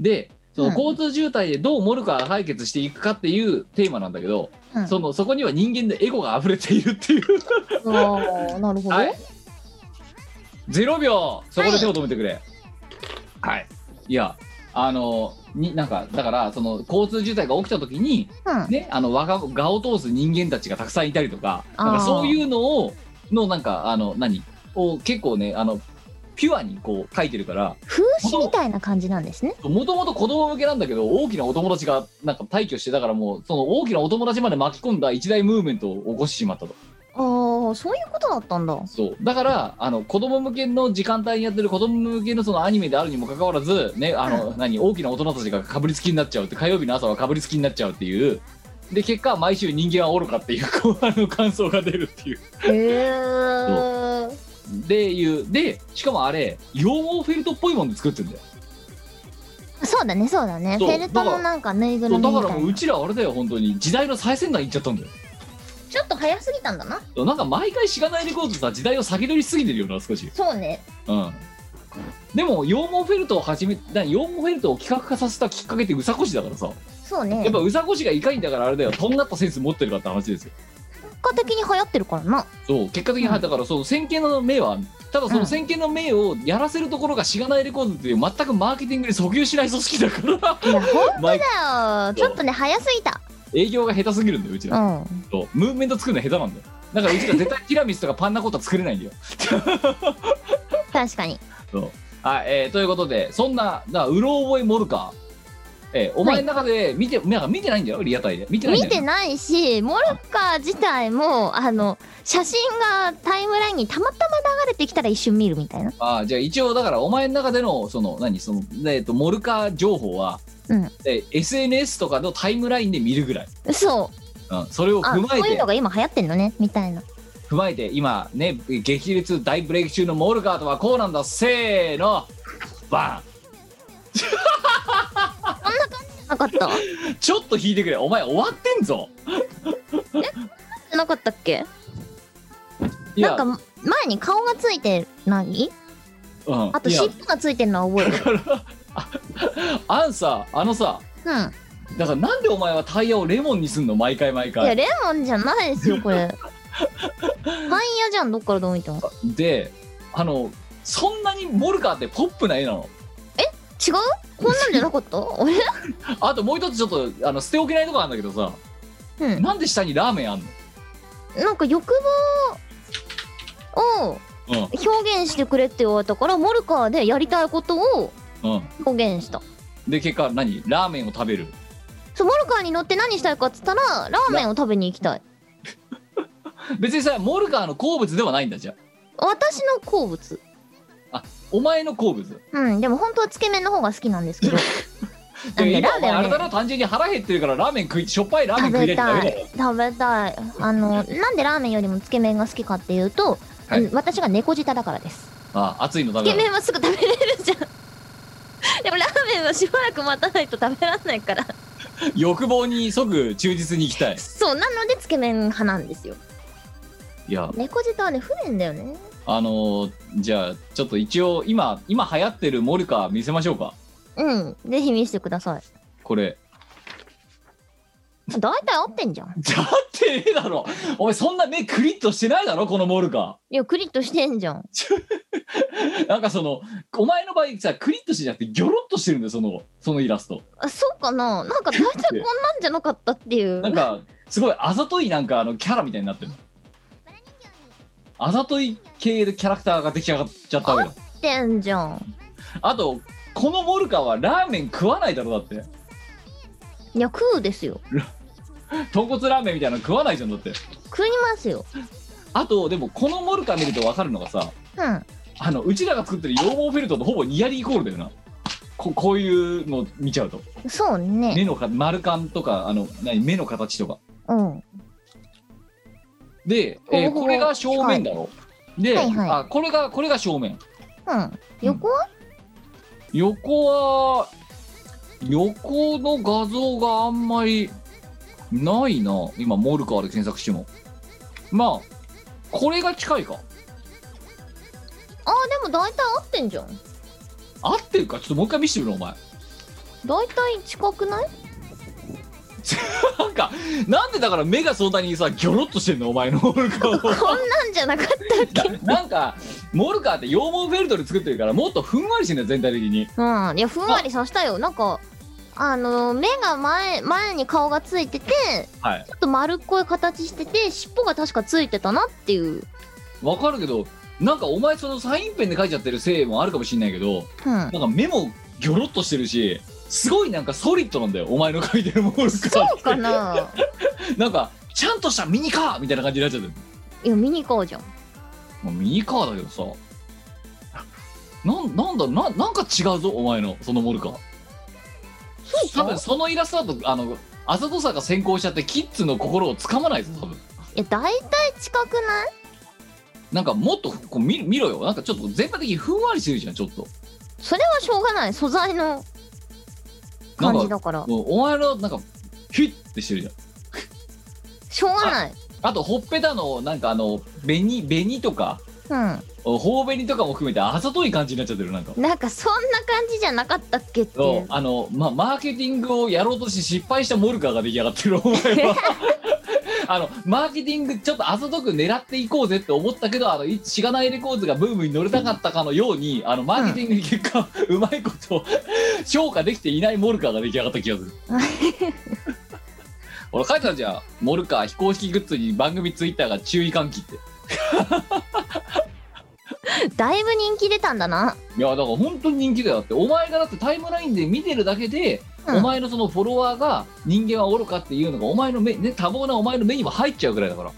[SPEAKER 3] で、その
[SPEAKER 1] うん
[SPEAKER 3] 交通渋滞でどうモルカー解決していくかっていうテーマなんだけど、
[SPEAKER 1] うん
[SPEAKER 3] その、そこには人間でエゴが溢れているっていう。
[SPEAKER 1] うんあーなるほど、
[SPEAKER 3] はい。0秒そこで手を止めてくれ。はい。いや、あの、に、なんか、だから、その、交通渋滞が起きた時に、
[SPEAKER 1] うん
[SPEAKER 3] ね、あの我が我を通す人間たちがたくさんいたりとか
[SPEAKER 1] あー
[SPEAKER 3] なんかそういうのをのなんかあの何を結構ねあのピュアにこう書いてるから
[SPEAKER 1] 風刺みたいな感じなんですね
[SPEAKER 3] もともと子供向けなんだけど大きなお友達がなんか退去してだからもうその大きなお友達まで巻き込んだ一大ムーブメントを起こしてしまったと
[SPEAKER 1] ああそういうことだったんだ
[SPEAKER 3] そうだからあの子供向けの時間帯にやってる子供向けのそのアニメであるにもかかわらず、ね、あの何大きな大人たちがかぶりつきになっちゃうって火曜日の朝はかぶりつきになっちゃうっていうで結果毎週人間は愚かっていうこうあの感想が出るっていう。
[SPEAKER 1] へえ
[SPEAKER 3] でいうでしかもあれ羊毛フェルトっぽいもんで作ってるんだよ
[SPEAKER 1] そうだねそうだねフ
[SPEAKER 3] そう
[SPEAKER 1] ェルトのなんかぬいぐ
[SPEAKER 3] そ
[SPEAKER 1] る
[SPEAKER 3] う
[SPEAKER 1] み
[SPEAKER 3] だ
[SPEAKER 1] み
[SPEAKER 3] か
[SPEAKER 1] た
[SPEAKER 3] らも
[SPEAKER 1] いう
[SPEAKER 3] う
[SPEAKER 1] な
[SPEAKER 3] ちらあれだよ本当に時代の最先端行っちゃったんだよ
[SPEAKER 1] ちょっと早すぎたんだな
[SPEAKER 3] そうなんか毎回しがないレコードさ時代を先取りしすぎてるよな少し
[SPEAKER 1] そうね
[SPEAKER 3] うんでも羊毛フェルトを始め何羊毛フェルトを企画化させたきっかけってうさこしだからさ
[SPEAKER 1] そうね
[SPEAKER 3] やっぱうさこしがいかにだからあれだよとんがったセンス持ってるかって話ですよ
[SPEAKER 1] 結果的に流行ってるからな
[SPEAKER 3] そう結果的に、
[SPEAKER 1] うん
[SPEAKER 3] だからその先見の明はただそうの
[SPEAKER 1] ん
[SPEAKER 3] 先見の明をやらせるところがしがないレコードっていう全くマーケティングに訴求しない組織だ から
[SPEAKER 1] いやほんと
[SPEAKER 3] 毎
[SPEAKER 1] だよちょっとね早すぎた
[SPEAKER 3] 営業が下手すぎるんだようちら
[SPEAKER 1] うん
[SPEAKER 3] そうムーブメント作るの下手なんだよだからうちら絶対ティラミスとかパンナコッタ作れないんだよ
[SPEAKER 1] 確かに
[SPEAKER 3] そうはい、えーということでそんなだからうろ覚えモルカー、えーお前の中で見て、なんか見てないんだよリアタイで見てないん
[SPEAKER 1] 見
[SPEAKER 3] だよ
[SPEAKER 1] てないしモルカー自体もあの写真がタイムラインにたまたま流れてきたら一瞬見るみたいな
[SPEAKER 3] あーじゃあ一応だからお前の中でのその何その、えー、とモルカー情報は、
[SPEAKER 1] うん
[SPEAKER 3] えー SNS とかのタイムラインで見るぐらい、
[SPEAKER 1] そう
[SPEAKER 3] うん、それを
[SPEAKER 1] あ
[SPEAKER 3] 踏まえ
[SPEAKER 1] そういう
[SPEAKER 3] て
[SPEAKER 1] のが今流行ってんのねみたいな
[SPEAKER 3] 踏まえて今ね激烈大ブレイク中のモルカーとはこうなんだせーのバ
[SPEAKER 1] なかった
[SPEAKER 3] ーンちょっと引いてくれお前終わってんぞ
[SPEAKER 1] なかったっけ
[SPEAKER 3] い
[SPEAKER 1] なんか前に顔がついてない
[SPEAKER 3] うん
[SPEAKER 1] あと
[SPEAKER 3] いや
[SPEAKER 1] 尻尾がついてるのは覚えてる
[SPEAKER 3] あんさあのさ
[SPEAKER 1] うん
[SPEAKER 3] だからなんでお前はタイヤをレモンにすんの毎回毎
[SPEAKER 1] いや
[SPEAKER 3] 回
[SPEAKER 1] レモンじゃないですよこ れパン屋じゃんどっからどう見ても
[SPEAKER 3] であのそんなにモルカーってポップな絵なの
[SPEAKER 1] 違うこんなんじゃなかった俺
[SPEAKER 3] あともう一つちょっとあの捨ておけないとこあるんだけどさ
[SPEAKER 1] うん
[SPEAKER 3] なんで下にラーメンあんの
[SPEAKER 1] なんか欲望を
[SPEAKER 3] うん
[SPEAKER 1] 表現してくれって言われたからモルカーでやりたいことを
[SPEAKER 3] うん
[SPEAKER 1] 表現した
[SPEAKER 3] で結果何ラーメンを食べる
[SPEAKER 1] そうモルカーに乗って何したいかっつったらラーメンを食べに行きたい
[SPEAKER 3] 別にさモルカーの好物ではないんだじゃ
[SPEAKER 1] 私の好物
[SPEAKER 3] あお前の好物
[SPEAKER 1] うんでも本当はつけ麺の方が好きなんですけどなん
[SPEAKER 3] で
[SPEAKER 1] で
[SPEAKER 3] 今
[SPEAKER 1] ラ
[SPEAKER 3] お
[SPEAKER 1] ーメ
[SPEAKER 3] 前
[SPEAKER 1] ン
[SPEAKER 3] あ
[SPEAKER 1] を
[SPEAKER 3] れ
[SPEAKER 1] ね
[SPEAKER 3] だろ単純に腹減ってるからラーメン食いしょっぱいラーメン
[SPEAKER 1] 食
[SPEAKER 3] 食い
[SPEAKER 1] べ
[SPEAKER 3] たい
[SPEAKER 1] た
[SPEAKER 3] ってだけだ
[SPEAKER 1] い食べたいあのなんでラーメンよりもつけ麺が好きかっていうと、
[SPEAKER 3] はい
[SPEAKER 1] うん私が猫舌だからです
[SPEAKER 3] あ熱いの
[SPEAKER 1] つ
[SPEAKER 3] 食べ
[SPEAKER 1] け
[SPEAKER 3] る
[SPEAKER 1] 麺はすぐ食べれるじゃん でもラーメンはしばらく待たないと食べられないから
[SPEAKER 3] 欲望に即忠実に行きたい
[SPEAKER 1] そうなのでつけ麺派なんですよ
[SPEAKER 3] いや
[SPEAKER 1] 猫舌はね不便だよね
[SPEAKER 3] あのーじゃあちょっと一応今今流行ってるモルカー見せましょうか
[SPEAKER 1] うんぜひ見せてください
[SPEAKER 3] これ
[SPEAKER 1] 大体合ってんじゃん
[SPEAKER 3] だってねえだろお前そんな目クリッとしてないだろこのモルカ
[SPEAKER 1] いやクリッとしてんじゃん
[SPEAKER 3] ーなんかそのお前の場合さクリッとしてじゃなくてギョロッとしてるんだよそのそのイラスト
[SPEAKER 1] あそうかななんか大体こんなんじゃなかったっていう
[SPEAKER 3] なんかすごいあざといなんかあのキャラみたいになってるあざとい系でキャラクターが出来上がっちゃったわけ
[SPEAKER 1] 合
[SPEAKER 3] だ
[SPEAKER 1] ってんじゃん
[SPEAKER 3] あとこのモルカーはラーメン食わないだろだって
[SPEAKER 1] いや食うですよ
[SPEAKER 3] 豚骨ラーメンみたいなの食わないじゃんだって
[SPEAKER 1] 食いますよ
[SPEAKER 3] あとでもこのモルカ見ると分かるのがさ
[SPEAKER 1] うん
[SPEAKER 3] あのうちらが作ってる羊毛フェルトとほぼニアリイコールだよなここういうの見ちゃうと
[SPEAKER 1] そうね
[SPEAKER 3] 目のか丸感とかあの何目の形とか
[SPEAKER 1] うん
[SPEAKER 3] で、
[SPEAKER 1] ほぼ
[SPEAKER 3] えー
[SPEAKER 1] ほぼ
[SPEAKER 3] これが正面だろ、で、
[SPEAKER 1] はいはい
[SPEAKER 3] あこれがこれが正面
[SPEAKER 1] うん横は
[SPEAKER 3] 横は横の画像があんまりないな今モルカーで検索してもまあこれが近いか
[SPEAKER 1] あーでも大体合ってんじゃん
[SPEAKER 3] 合ってるかちょっともう一回見せてみろお前
[SPEAKER 1] 大体近くない
[SPEAKER 3] なんかなんでだから目がそんなにさギョロッとしてんのお前のモルカー
[SPEAKER 1] こ
[SPEAKER 3] を
[SPEAKER 1] んなんじゃなかったっけ
[SPEAKER 3] なんかモルカーって羊毛フェルトで作ってるからもっとふんわりしてんだよ全体的に
[SPEAKER 1] うん、いやふんわりさしたよなんかあの目が前前に顔がついてて
[SPEAKER 3] はい
[SPEAKER 1] ちょっと丸っこい形してて尻尾が確かついてたなっていう
[SPEAKER 3] わかるけどなんかお前そのサインペンで書いちゃってるせいもあるかもしんないけど
[SPEAKER 1] うん
[SPEAKER 3] なんか目もギョロッとしてるしすごいなんかソリッドなんだよお前の書いてるモルカーそ
[SPEAKER 1] かな
[SPEAKER 3] なんかちゃんとしたミニカーみたいな感じになっちゃってる
[SPEAKER 1] いや見に行こうじゃん
[SPEAKER 3] まあミニカーだけどさなんなんだななんか違うぞお前のそのモルカー
[SPEAKER 1] そう
[SPEAKER 3] 多
[SPEAKER 1] か
[SPEAKER 3] 分そのイラストだとあのあざとさが先行しちゃってキッズの心をつかまないぞ多分
[SPEAKER 1] いや大体近くない
[SPEAKER 3] なんかもっとこう見見ろよなんかちょっと全体的にふんわりしてるじゃんちょっと
[SPEAKER 1] それはしょうがない素材の感じだから
[SPEAKER 3] もうお前のなんかヒュッてしてるじゃん
[SPEAKER 1] しょうがない
[SPEAKER 3] あとほっぺたのなんかあの紅紅とか
[SPEAKER 1] う
[SPEAKER 3] 頬紅とかも含めてあざとい感じになっちゃってるなんか
[SPEAKER 1] んなんかそんな感じじゃなかったっけってい
[SPEAKER 3] そう
[SPEAKER 1] う
[SPEAKER 3] あの、まあ、マーケティングをやろうとして失敗したモルカーが出来上がってるお前 はあのマーケティングちょっとあざとく狙っていこうぜって思ったけどあのいしがないレコーズがブームに乗れたかったかのようにあのマーケティングに結果、うまいこと消化できていないモルカーが出来上がった気が する俺書いてたじゃんモルカー非公式グッズに番組ツイッターが注意喚起って
[SPEAKER 1] だいぶ人気出たんだない
[SPEAKER 3] やだから本当に人気だよだってお前がだってタイムラインで見てるだけで、
[SPEAKER 1] うん
[SPEAKER 3] お前のそのフォロワーが人間は愚かっていうのがお前の目ね多忙なお前の目にも入っちゃうぐらいだから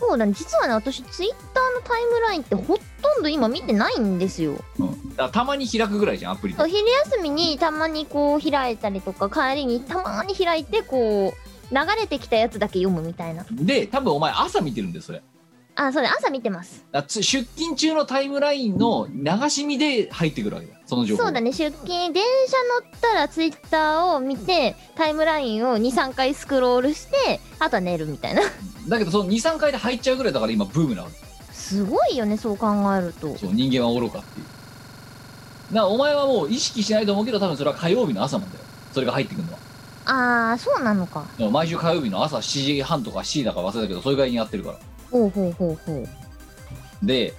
[SPEAKER 1] そうだね実はね私ツイッターのタイムラインってほとんど今見てないんですよ
[SPEAKER 3] だからたまに開くぐらいじゃんアプリで
[SPEAKER 1] お昼休みにたまにこう開いたりとか帰りにたまに開いてこう流れてきたやつだけ読むみたいな
[SPEAKER 3] で多分お前朝見てるんだよそれだか
[SPEAKER 1] あそうだ朝見てます
[SPEAKER 3] らつ出勤中のタイムラインの流し見で入ってくるわけだその情報
[SPEAKER 1] そうだね出勤電車乗ったらツイッターを見てタイムラインを23回スクロールしてあとは寝るみたいな
[SPEAKER 3] だけどその23回で入っちゃうぐらいだから今ブームなわけ
[SPEAKER 1] すごいよねそう考えると
[SPEAKER 3] そう人間は愚かっていうだからお前はもう意識しないと思うけど多分それは火曜日の朝なんだよそれが入ってくるのは
[SPEAKER 1] あーそうなのか
[SPEAKER 3] でも毎週火曜日の朝7時半とか7時だから忘れたけどそれぐらいにやってるから
[SPEAKER 1] ほうほうほうほう
[SPEAKER 3] で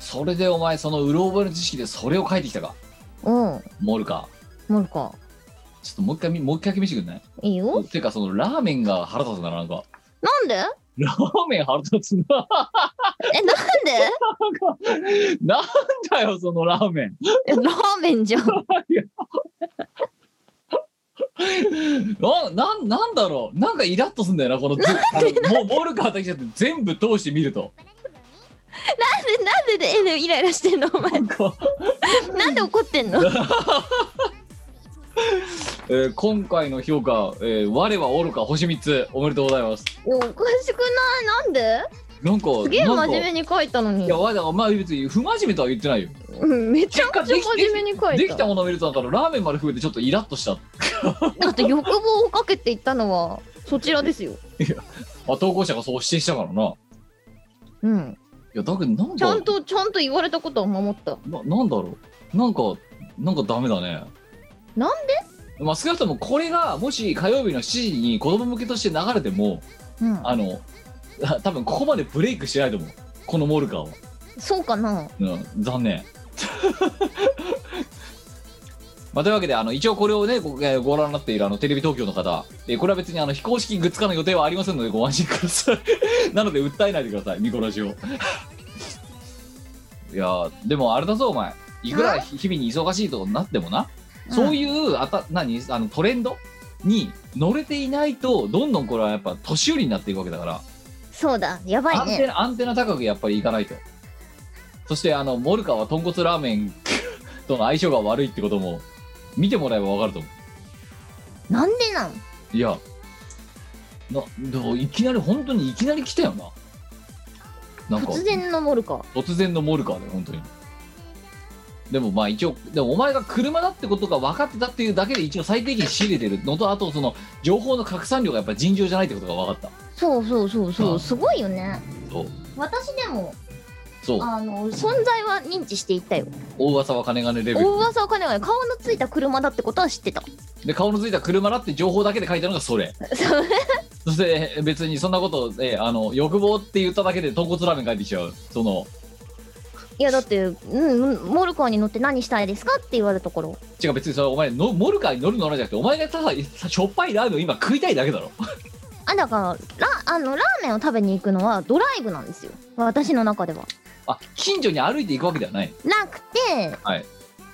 [SPEAKER 3] それでお前そのうろ覚えの知識でそれを書いてきたか
[SPEAKER 1] うん
[SPEAKER 3] モルカ
[SPEAKER 1] モルカ
[SPEAKER 3] ちょっともう一回みもう一回だけ見せてくんない
[SPEAKER 1] いいよ
[SPEAKER 3] ていうかそのラーメンが腹立つななんか
[SPEAKER 1] なんで
[SPEAKER 3] ラーメン腹立つな
[SPEAKER 1] えなんで
[SPEAKER 3] なんだよそのラーメン
[SPEAKER 1] え ラーメンじゃん
[SPEAKER 3] ななんなんだろうなんかイラッとすんだよなこのずあのもうモルカーだけじゃなくて全部通して見る と
[SPEAKER 1] でなんで でえでイライラしてんのお前
[SPEAKER 3] なんか
[SPEAKER 1] なんで怒ってんの
[SPEAKER 3] えー今回の評価、えー我は愚か星3つおめでとうございます
[SPEAKER 1] おかしくないなんで
[SPEAKER 3] なんか
[SPEAKER 1] すげえ
[SPEAKER 3] なんか
[SPEAKER 1] 真面目に書いたのに
[SPEAKER 3] いやわだからまあ別に不真面目とは言ってないよ
[SPEAKER 1] うんめちゃくちゃ
[SPEAKER 3] 結
[SPEAKER 1] 真
[SPEAKER 3] 果でき
[SPEAKER 1] 面目に書
[SPEAKER 3] で
[SPEAKER 1] い
[SPEAKER 3] き
[SPEAKER 1] た
[SPEAKER 3] たものを見るとだからラーメンまで含めてちょっとイラッとした
[SPEAKER 1] だって欲望をかけていったのはそちらですよ
[SPEAKER 3] あ投稿者がそう指定したからない
[SPEAKER 1] うん
[SPEAKER 3] やだけどなん
[SPEAKER 1] ちゃ
[SPEAKER 3] だ
[SPEAKER 1] んとちゃんと言われたことは守った
[SPEAKER 3] ななんだろうなんかなんかダメだね
[SPEAKER 1] なん
[SPEAKER 3] でまあ少なくともこれがもし火曜日の7時に子供向けとして流れても
[SPEAKER 1] うん
[SPEAKER 3] あの あ多分ここまでブレイクしないと思うこのモルカーは、
[SPEAKER 1] そうかな
[SPEAKER 3] うん、残念 まあ、というわけであの一応これをねご,、えーご覧になっているあのテレビ東京の方、えーこれは別にあの非公式グッズ化の予定はありませんのでご安心ください なので訴えないでくださいミコラジを いやーでもあれだぞお前いくら日々に忙しいとなってもなそういうあた何あのトレンドに乗れていないとどんどんこれはやっぱ年寄りになっていくわけだから、
[SPEAKER 1] そうだ、やば
[SPEAKER 3] ア
[SPEAKER 1] い
[SPEAKER 3] ンテ
[SPEAKER 1] ね。
[SPEAKER 3] ナアンテナ高くやっぱりいかないとそしてあのモルカは豚骨ラーメン との相性が悪いってことも見てもらえばわかると思
[SPEAKER 1] なんでなん
[SPEAKER 3] ういやなでもいきなり本当にいきなり来たよななんか
[SPEAKER 1] 突然のモルカ。
[SPEAKER 3] 突然のモルカーで本当にでもまあ一応でもお前が車だってことが分かってたっていうだけで一応最低限仕入れてるのとあとその情報の拡散量がやっぱ尋常じゃないってことが分かっ
[SPEAKER 1] そうそうそうそうう、
[SPEAKER 3] ん
[SPEAKER 1] すごいよね。
[SPEAKER 3] たそう
[SPEAKER 1] 私でも、
[SPEAKER 3] そう
[SPEAKER 1] あの、存在は認知していったよ。
[SPEAKER 3] 大噂は金金レベ
[SPEAKER 1] 大
[SPEAKER 3] ル
[SPEAKER 1] 噂は金がね、顔のついた車だってことは知 ってた。
[SPEAKER 3] で顔のついた車だって情報だけで書いたのがそれ
[SPEAKER 1] そう
[SPEAKER 3] そしてえ別にそんなこと、えあの欲望って言っただけで豚骨ラーメン書いてきちゃうその
[SPEAKER 1] いや、だって、うん、うんモルカーに乗って何したいですかって言われたところ。
[SPEAKER 3] 違う別にそれお前のモルカーに乗る乗らないじゃなくてお前がただしょっぱいラーメンを今食いたいだけだろ
[SPEAKER 1] あ、だから、ラ、あの、ラーメンを食べに行くのはドライブなんですよ。私の中では。
[SPEAKER 3] あ近所に歩いていくわけではない
[SPEAKER 1] なくて、
[SPEAKER 3] はい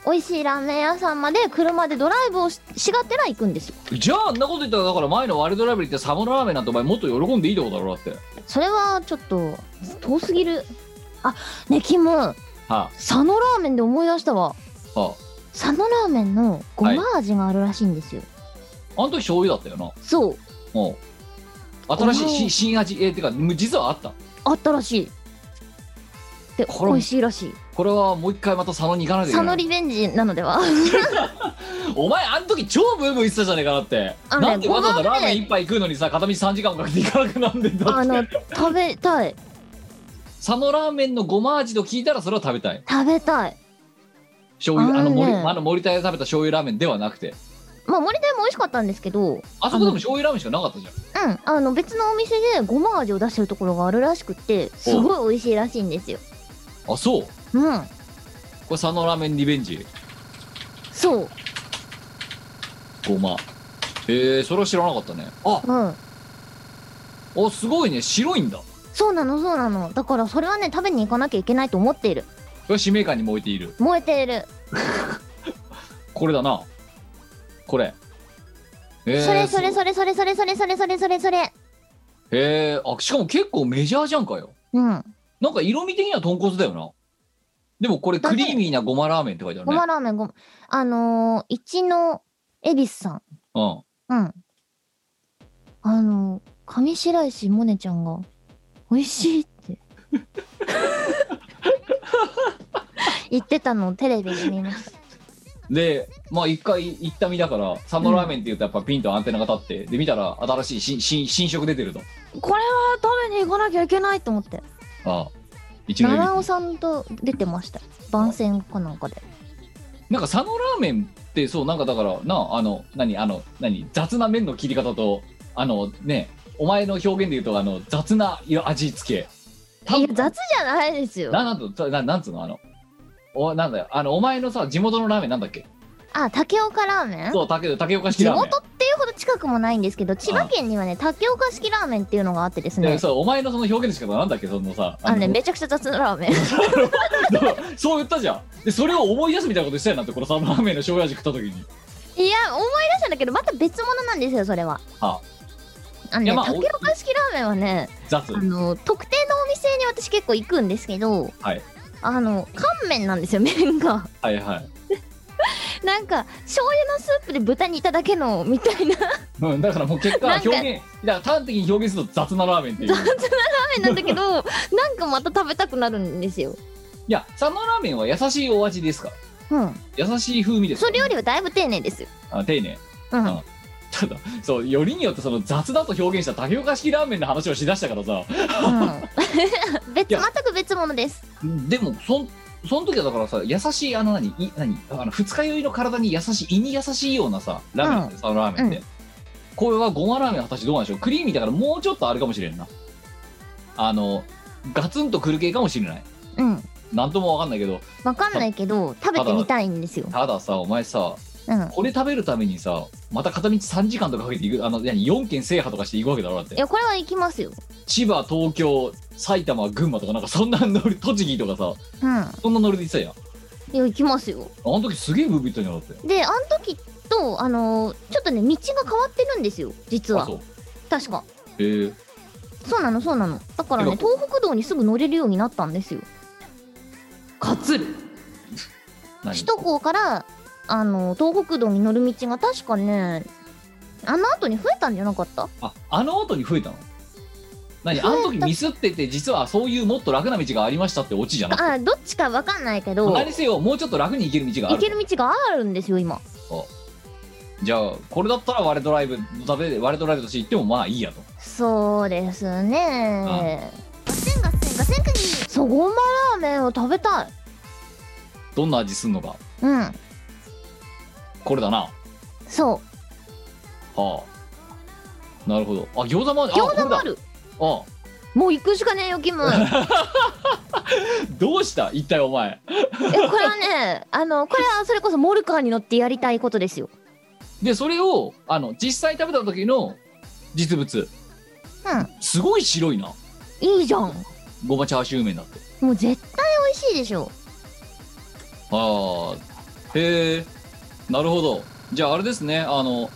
[SPEAKER 1] 美味しいラーメン屋さんまで車でドライブをししがてら行くんですよ
[SPEAKER 3] じゃああんなこと言ったらだから前のワールドライブリーってサモラーメンなんてお前もっと喜んでいいとこだろだっては
[SPEAKER 1] それはちょっと遠すぎるあねえキム
[SPEAKER 3] あ
[SPEAKER 1] 佐野ラーメンで思い出したわ
[SPEAKER 3] は
[SPEAKER 1] 佐野ラーメンのごま味があるらしいんですよ、
[SPEAKER 3] ああの時醤油だったよな
[SPEAKER 1] そう
[SPEAKER 3] もう新
[SPEAKER 1] お
[SPEAKER 3] しい
[SPEAKER 1] 前
[SPEAKER 3] し新味えー、てか実はあった
[SPEAKER 1] あったらしいで
[SPEAKER 3] これ
[SPEAKER 1] 美味しいらしい
[SPEAKER 3] これはもう一回また佐野に行かないとい
[SPEAKER 1] 佐
[SPEAKER 3] け
[SPEAKER 1] 野
[SPEAKER 3] ない
[SPEAKER 1] リベンジなのでは
[SPEAKER 3] お前あの時超ブーブー言ってたじゃねえかなって
[SPEAKER 1] あのね
[SPEAKER 3] なんでわざわざ
[SPEAKER 1] ご
[SPEAKER 3] ラ
[SPEAKER 1] ま
[SPEAKER 3] ーメ
[SPEAKER 1] ね
[SPEAKER 3] ン一杯食うのにさ片道3時間もかけて行かなくなんでんだ
[SPEAKER 1] あ
[SPEAKER 3] っ
[SPEAKER 1] の
[SPEAKER 3] て
[SPEAKER 1] 食べたい
[SPEAKER 3] 佐野ラーメンのごま味と聞いたらそれは食べたい
[SPEAKER 1] 食べたい
[SPEAKER 3] 醤油あの
[SPEAKER 1] あのね
[SPEAKER 3] 森あの森田屋で食べた醤油ラーメンではなくて
[SPEAKER 1] まあ森田屋も美味しかったんですけど
[SPEAKER 3] あそこでも醤油ラーメンしかなかったじゃん
[SPEAKER 1] うん、あの別のお店でごま味を出してるところがあるらしくってすごい美味しいらしいんですよ
[SPEAKER 3] あそうこ
[SPEAKER 1] うん
[SPEAKER 3] れ佐野ラーメンリベンジ
[SPEAKER 1] そう
[SPEAKER 3] ごまへえそれは知らなかったねあ
[SPEAKER 1] うん
[SPEAKER 3] おすごいね白いんだこ
[SPEAKER 1] そうなのそうなのだからそれはね食べに行かなきゃいけないと思っている
[SPEAKER 3] れは使命感に燃えている
[SPEAKER 1] 燃えている、
[SPEAKER 3] これだなこれへえ
[SPEAKER 1] それそれ
[SPEAKER 3] そ
[SPEAKER 1] それそれそれそれそれそれそれそれ
[SPEAKER 3] れへえあしかも結構メジャーじゃんかよ
[SPEAKER 1] うん
[SPEAKER 3] なんか色味的には豚骨だよなでもこれ
[SPEAKER 1] だね
[SPEAKER 3] クリーミーなごまラーメンって書いてある
[SPEAKER 1] ご
[SPEAKER 3] ね
[SPEAKER 1] まラーメンごまあのー、一の恵比寿さ
[SPEAKER 3] うん
[SPEAKER 1] んうんあのー、上白石萌音ちゃんが美味しいって言ってたのをテレビで見ました
[SPEAKER 3] でまあ一回行った身だから佐野ラーメンって言うとやっぱピンとアンテナが立って、で見たら新しい新新新色出てると
[SPEAKER 1] これは食べに行かなきゃいけないと思って
[SPEAKER 3] ああ一の
[SPEAKER 1] 奈良尾
[SPEAKER 3] 指
[SPEAKER 1] さんと出てました番宣かなんかで
[SPEAKER 3] なんか佐野ラーメンってそうなんかだからなあの何あの何雑な麺の切り方とあのねお前の表現で言うとあの雑な色味付け多
[SPEAKER 1] いや
[SPEAKER 3] 分
[SPEAKER 1] 雑じゃないですよ
[SPEAKER 3] ななんとななんつうのあのおなんだよあのお前のさ地元のラーメンなんだっけ
[SPEAKER 1] あ竹岡ラーメン
[SPEAKER 3] そう竹竹岡式
[SPEAKER 1] 地
[SPEAKER 3] ラーメン
[SPEAKER 1] 元っていうほど近くもないんですけど千葉県にはね竹岡式ラーメンっていうのがあってです
[SPEAKER 3] で
[SPEAKER 1] ね
[SPEAKER 3] そうお前のその表現の仕方なんだっけそのさ
[SPEAKER 1] あのねめちゃくちゃ雑なラーメン
[SPEAKER 3] だから そう言ったじゃんでそれを思い出すみたいなことしたよなってこのサーラーメンの醤油味食った時に
[SPEAKER 1] いや思い出したんだけどまた別物なんですよそれは
[SPEAKER 3] あ
[SPEAKER 1] あの
[SPEAKER 3] い
[SPEAKER 1] ね
[SPEAKER 3] やまあ
[SPEAKER 1] 竹岡式ラーメンはね
[SPEAKER 3] 雑
[SPEAKER 1] あの特定のお店に私結構行くんですけど、
[SPEAKER 3] はい
[SPEAKER 1] あの乾麺なんですよ麺が
[SPEAKER 3] はいはい、
[SPEAKER 1] なんか醤油のスープで豚煮ただけのみたいなラ
[SPEAKER 3] うん、だからもう結果
[SPEAKER 1] なん
[SPEAKER 3] 表
[SPEAKER 1] か
[SPEAKER 3] 現だから端的に表現すると雑なラーメンっていう
[SPEAKER 1] ーメンなんだけど なんかまた食べたくなるんですよ
[SPEAKER 3] いやサーラーメンは優しいお味ですか
[SPEAKER 1] うん
[SPEAKER 3] 優しい風味です
[SPEAKER 1] そ
[SPEAKER 3] か
[SPEAKER 1] れよりはだいぶ丁寧ですよ
[SPEAKER 3] あ丁寧
[SPEAKER 1] うん
[SPEAKER 3] あただそうよりによってその雑だと表現した竹岡式ラーメンの話をしだしたからさ
[SPEAKER 1] うん 別
[SPEAKER 3] いや
[SPEAKER 1] 全く別物です
[SPEAKER 3] でもそんその時はだからさ優しいあの何い何あの二日酔いの体に優しい胃に優しいようなさラーメンって、そのラーメンって、
[SPEAKER 1] う
[SPEAKER 3] これはごまラーメンは私どうなんでしょうクリーミーだからもうちょっとあれかもしれんなあのガツンとくる系かもしれない
[SPEAKER 1] うん
[SPEAKER 3] なんともわかんないけど
[SPEAKER 1] わかんないけど食べてみたいんですよ
[SPEAKER 3] たださお前さ
[SPEAKER 1] うん
[SPEAKER 3] これ食べるためにさまた片道3時間とかかけていくあの何4県制覇とかしていくわけだろだっ
[SPEAKER 1] い
[SPEAKER 3] て
[SPEAKER 1] やこれは行きますよ
[SPEAKER 3] 千葉東京埼玉群馬とかなんかそんなノリ栃木とかさ
[SPEAKER 1] うんい
[SPEAKER 3] そんなノリで行ってたじゃん
[SPEAKER 1] や行きますよ
[SPEAKER 3] あの時すげえブーブー言ったじゃんだって
[SPEAKER 1] であの時とあのーちょっとね道が変わってるんですよ実
[SPEAKER 3] あ
[SPEAKER 1] は
[SPEAKER 3] そう
[SPEAKER 1] 確か
[SPEAKER 3] えー、
[SPEAKER 1] そうなのそうなのだからね
[SPEAKER 3] てか
[SPEAKER 1] 東北道にすぐ乗れるようになったんですよ
[SPEAKER 3] かつる何
[SPEAKER 1] 首都高からあの東北道に乗る道が確かねあの後に増えたんじゃなかった
[SPEAKER 3] ああの後に増えたの何
[SPEAKER 1] 増え
[SPEAKER 3] あ
[SPEAKER 1] た
[SPEAKER 3] の時ミスってて実はそういうもっと楽な道がありましたってオチじゃなくて
[SPEAKER 1] あどっちかわかんないけど
[SPEAKER 3] 何せよもうちょっと楽に行ける道があ
[SPEAKER 1] 行
[SPEAKER 3] る
[SPEAKER 1] ける道があるんですよ今
[SPEAKER 3] じゃあこれだったら我ドライブ食べ我ドライブとして行ってもまあいいやと
[SPEAKER 1] そうですねガセンガセンガセンクニーそごまラーメンを食べたい
[SPEAKER 3] どんな味すんのか
[SPEAKER 1] うん
[SPEAKER 3] これだな
[SPEAKER 1] そ
[SPEAKER 3] はあなるほどあ餃子もあ
[SPEAKER 1] う餃子
[SPEAKER 3] これ
[SPEAKER 1] も
[SPEAKER 3] だ
[SPEAKER 1] ある
[SPEAKER 3] あ
[SPEAKER 1] もう行くしかねえよキムえ
[SPEAKER 3] どうした一体お前
[SPEAKER 1] これはねあのこれはそれこそモルカーに乗ってやりたいことですよ
[SPEAKER 3] でそれをあの実際食べた時の実物
[SPEAKER 1] う
[SPEAKER 3] すごい白いなん
[SPEAKER 1] いいじゃん
[SPEAKER 3] ごまチャーシュー麺だって
[SPEAKER 1] もう絶対美味しいでしょ
[SPEAKER 3] ああへえなるほどじゃああれですねあの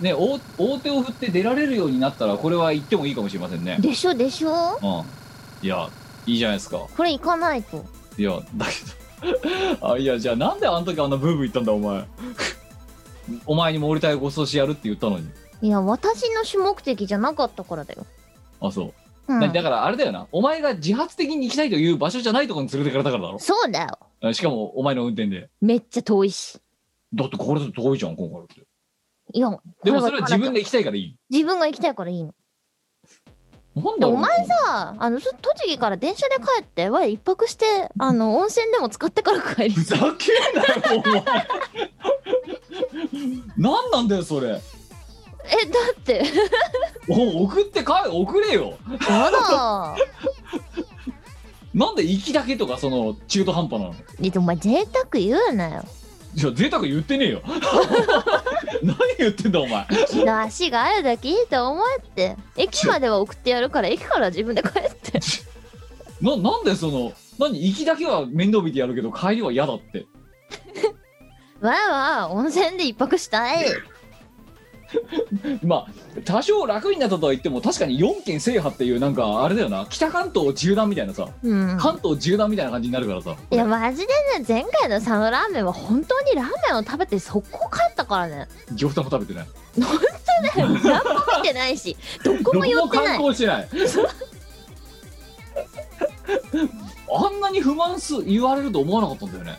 [SPEAKER 3] ね大大手を振って出られるようになったらこれは行ってもいいかもしれませんね
[SPEAKER 1] でしょでしょ
[SPEAKER 3] うんいやいいじゃないですか
[SPEAKER 1] これ行かないと
[SPEAKER 3] いやだけど あいやじゃあなんであの時あんなブーブー言ったんだお前 お前にも俺たいご馳走しやるって言ったのに
[SPEAKER 1] いや私の主目的じゃなかったからだよ、
[SPEAKER 3] あそう
[SPEAKER 1] うん
[SPEAKER 3] だだからあれだよなお前が自発的に行きたいという場所じゃないところに連れてかれたからだろ
[SPEAKER 1] そうだよ
[SPEAKER 3] あしかもお前の運転で
[SPEAKER 1] めっちゃ遠いし
[SPEAKER 3] だってこれだと遠いじゃん今回って
[SPEAKER 1] いやこ
[SPEAKER 3] でも
[SPEAKER 1] は
[SPEAKER 3] それは自分で行きたいからいい
[SPEAKER 1] 自分が行きたいからいいの
[SPEAKER 3] なん
[SPEAKER 1] で
[SPEAKER 3] だろ
[SPEAKER 1] お
[SPEAKER 3] うな
[SPEAKER 1] 前さあのそ栃木から電車で帰ってわい一泊してあの温泉でも使ってから帰り
[SPEAKER 3] ふざけんなよお前 何なんだよそれ
[SPEAKER 1] えだって
[SPEAKER 3] お送ってか送れよ
[SPEAKER 1] や だ
[SPEAKER 3] なんで行きだけとかその中途半端なの
[SPEAKER 1] えでもお前贅沢言うなよ
[SPEAKER 3] いや贅沢言ってねえよ 何言ってんだお前
[SPEAKER 1] 気の足があるだけいいと思えって駅までは送ってやるから駅から自分で帰って
[SPEAKER 3] ななんでその何行きだけは面倒見てやるけど帰りは嫌だって
[SPEAKER 1] わいわい温泉で一泊したい
[SPEAKER 3] まあ多少楽になったとは言っても確かに4県制覇っていうなんかあれだよな北関東縦断みたいなさ
[SPEAKER 1] うん
[SPEAKER 3] 関東縦断みたいな感じになるからさ
[SPEAKER 1] いやマジでね前回のサムラーメンは本当にラーメンを食べて速攻帰ったからね
[SPEAKER 3] 餃子も食べてない
[SPEAKER 1] 本当だよ何も見てないしどこも寄って
[SPEAKER 3] 観
[SPEAKER 1] ない
[SPEAKER 3] 光してないあんなに不満す言われると思わなかったんだよね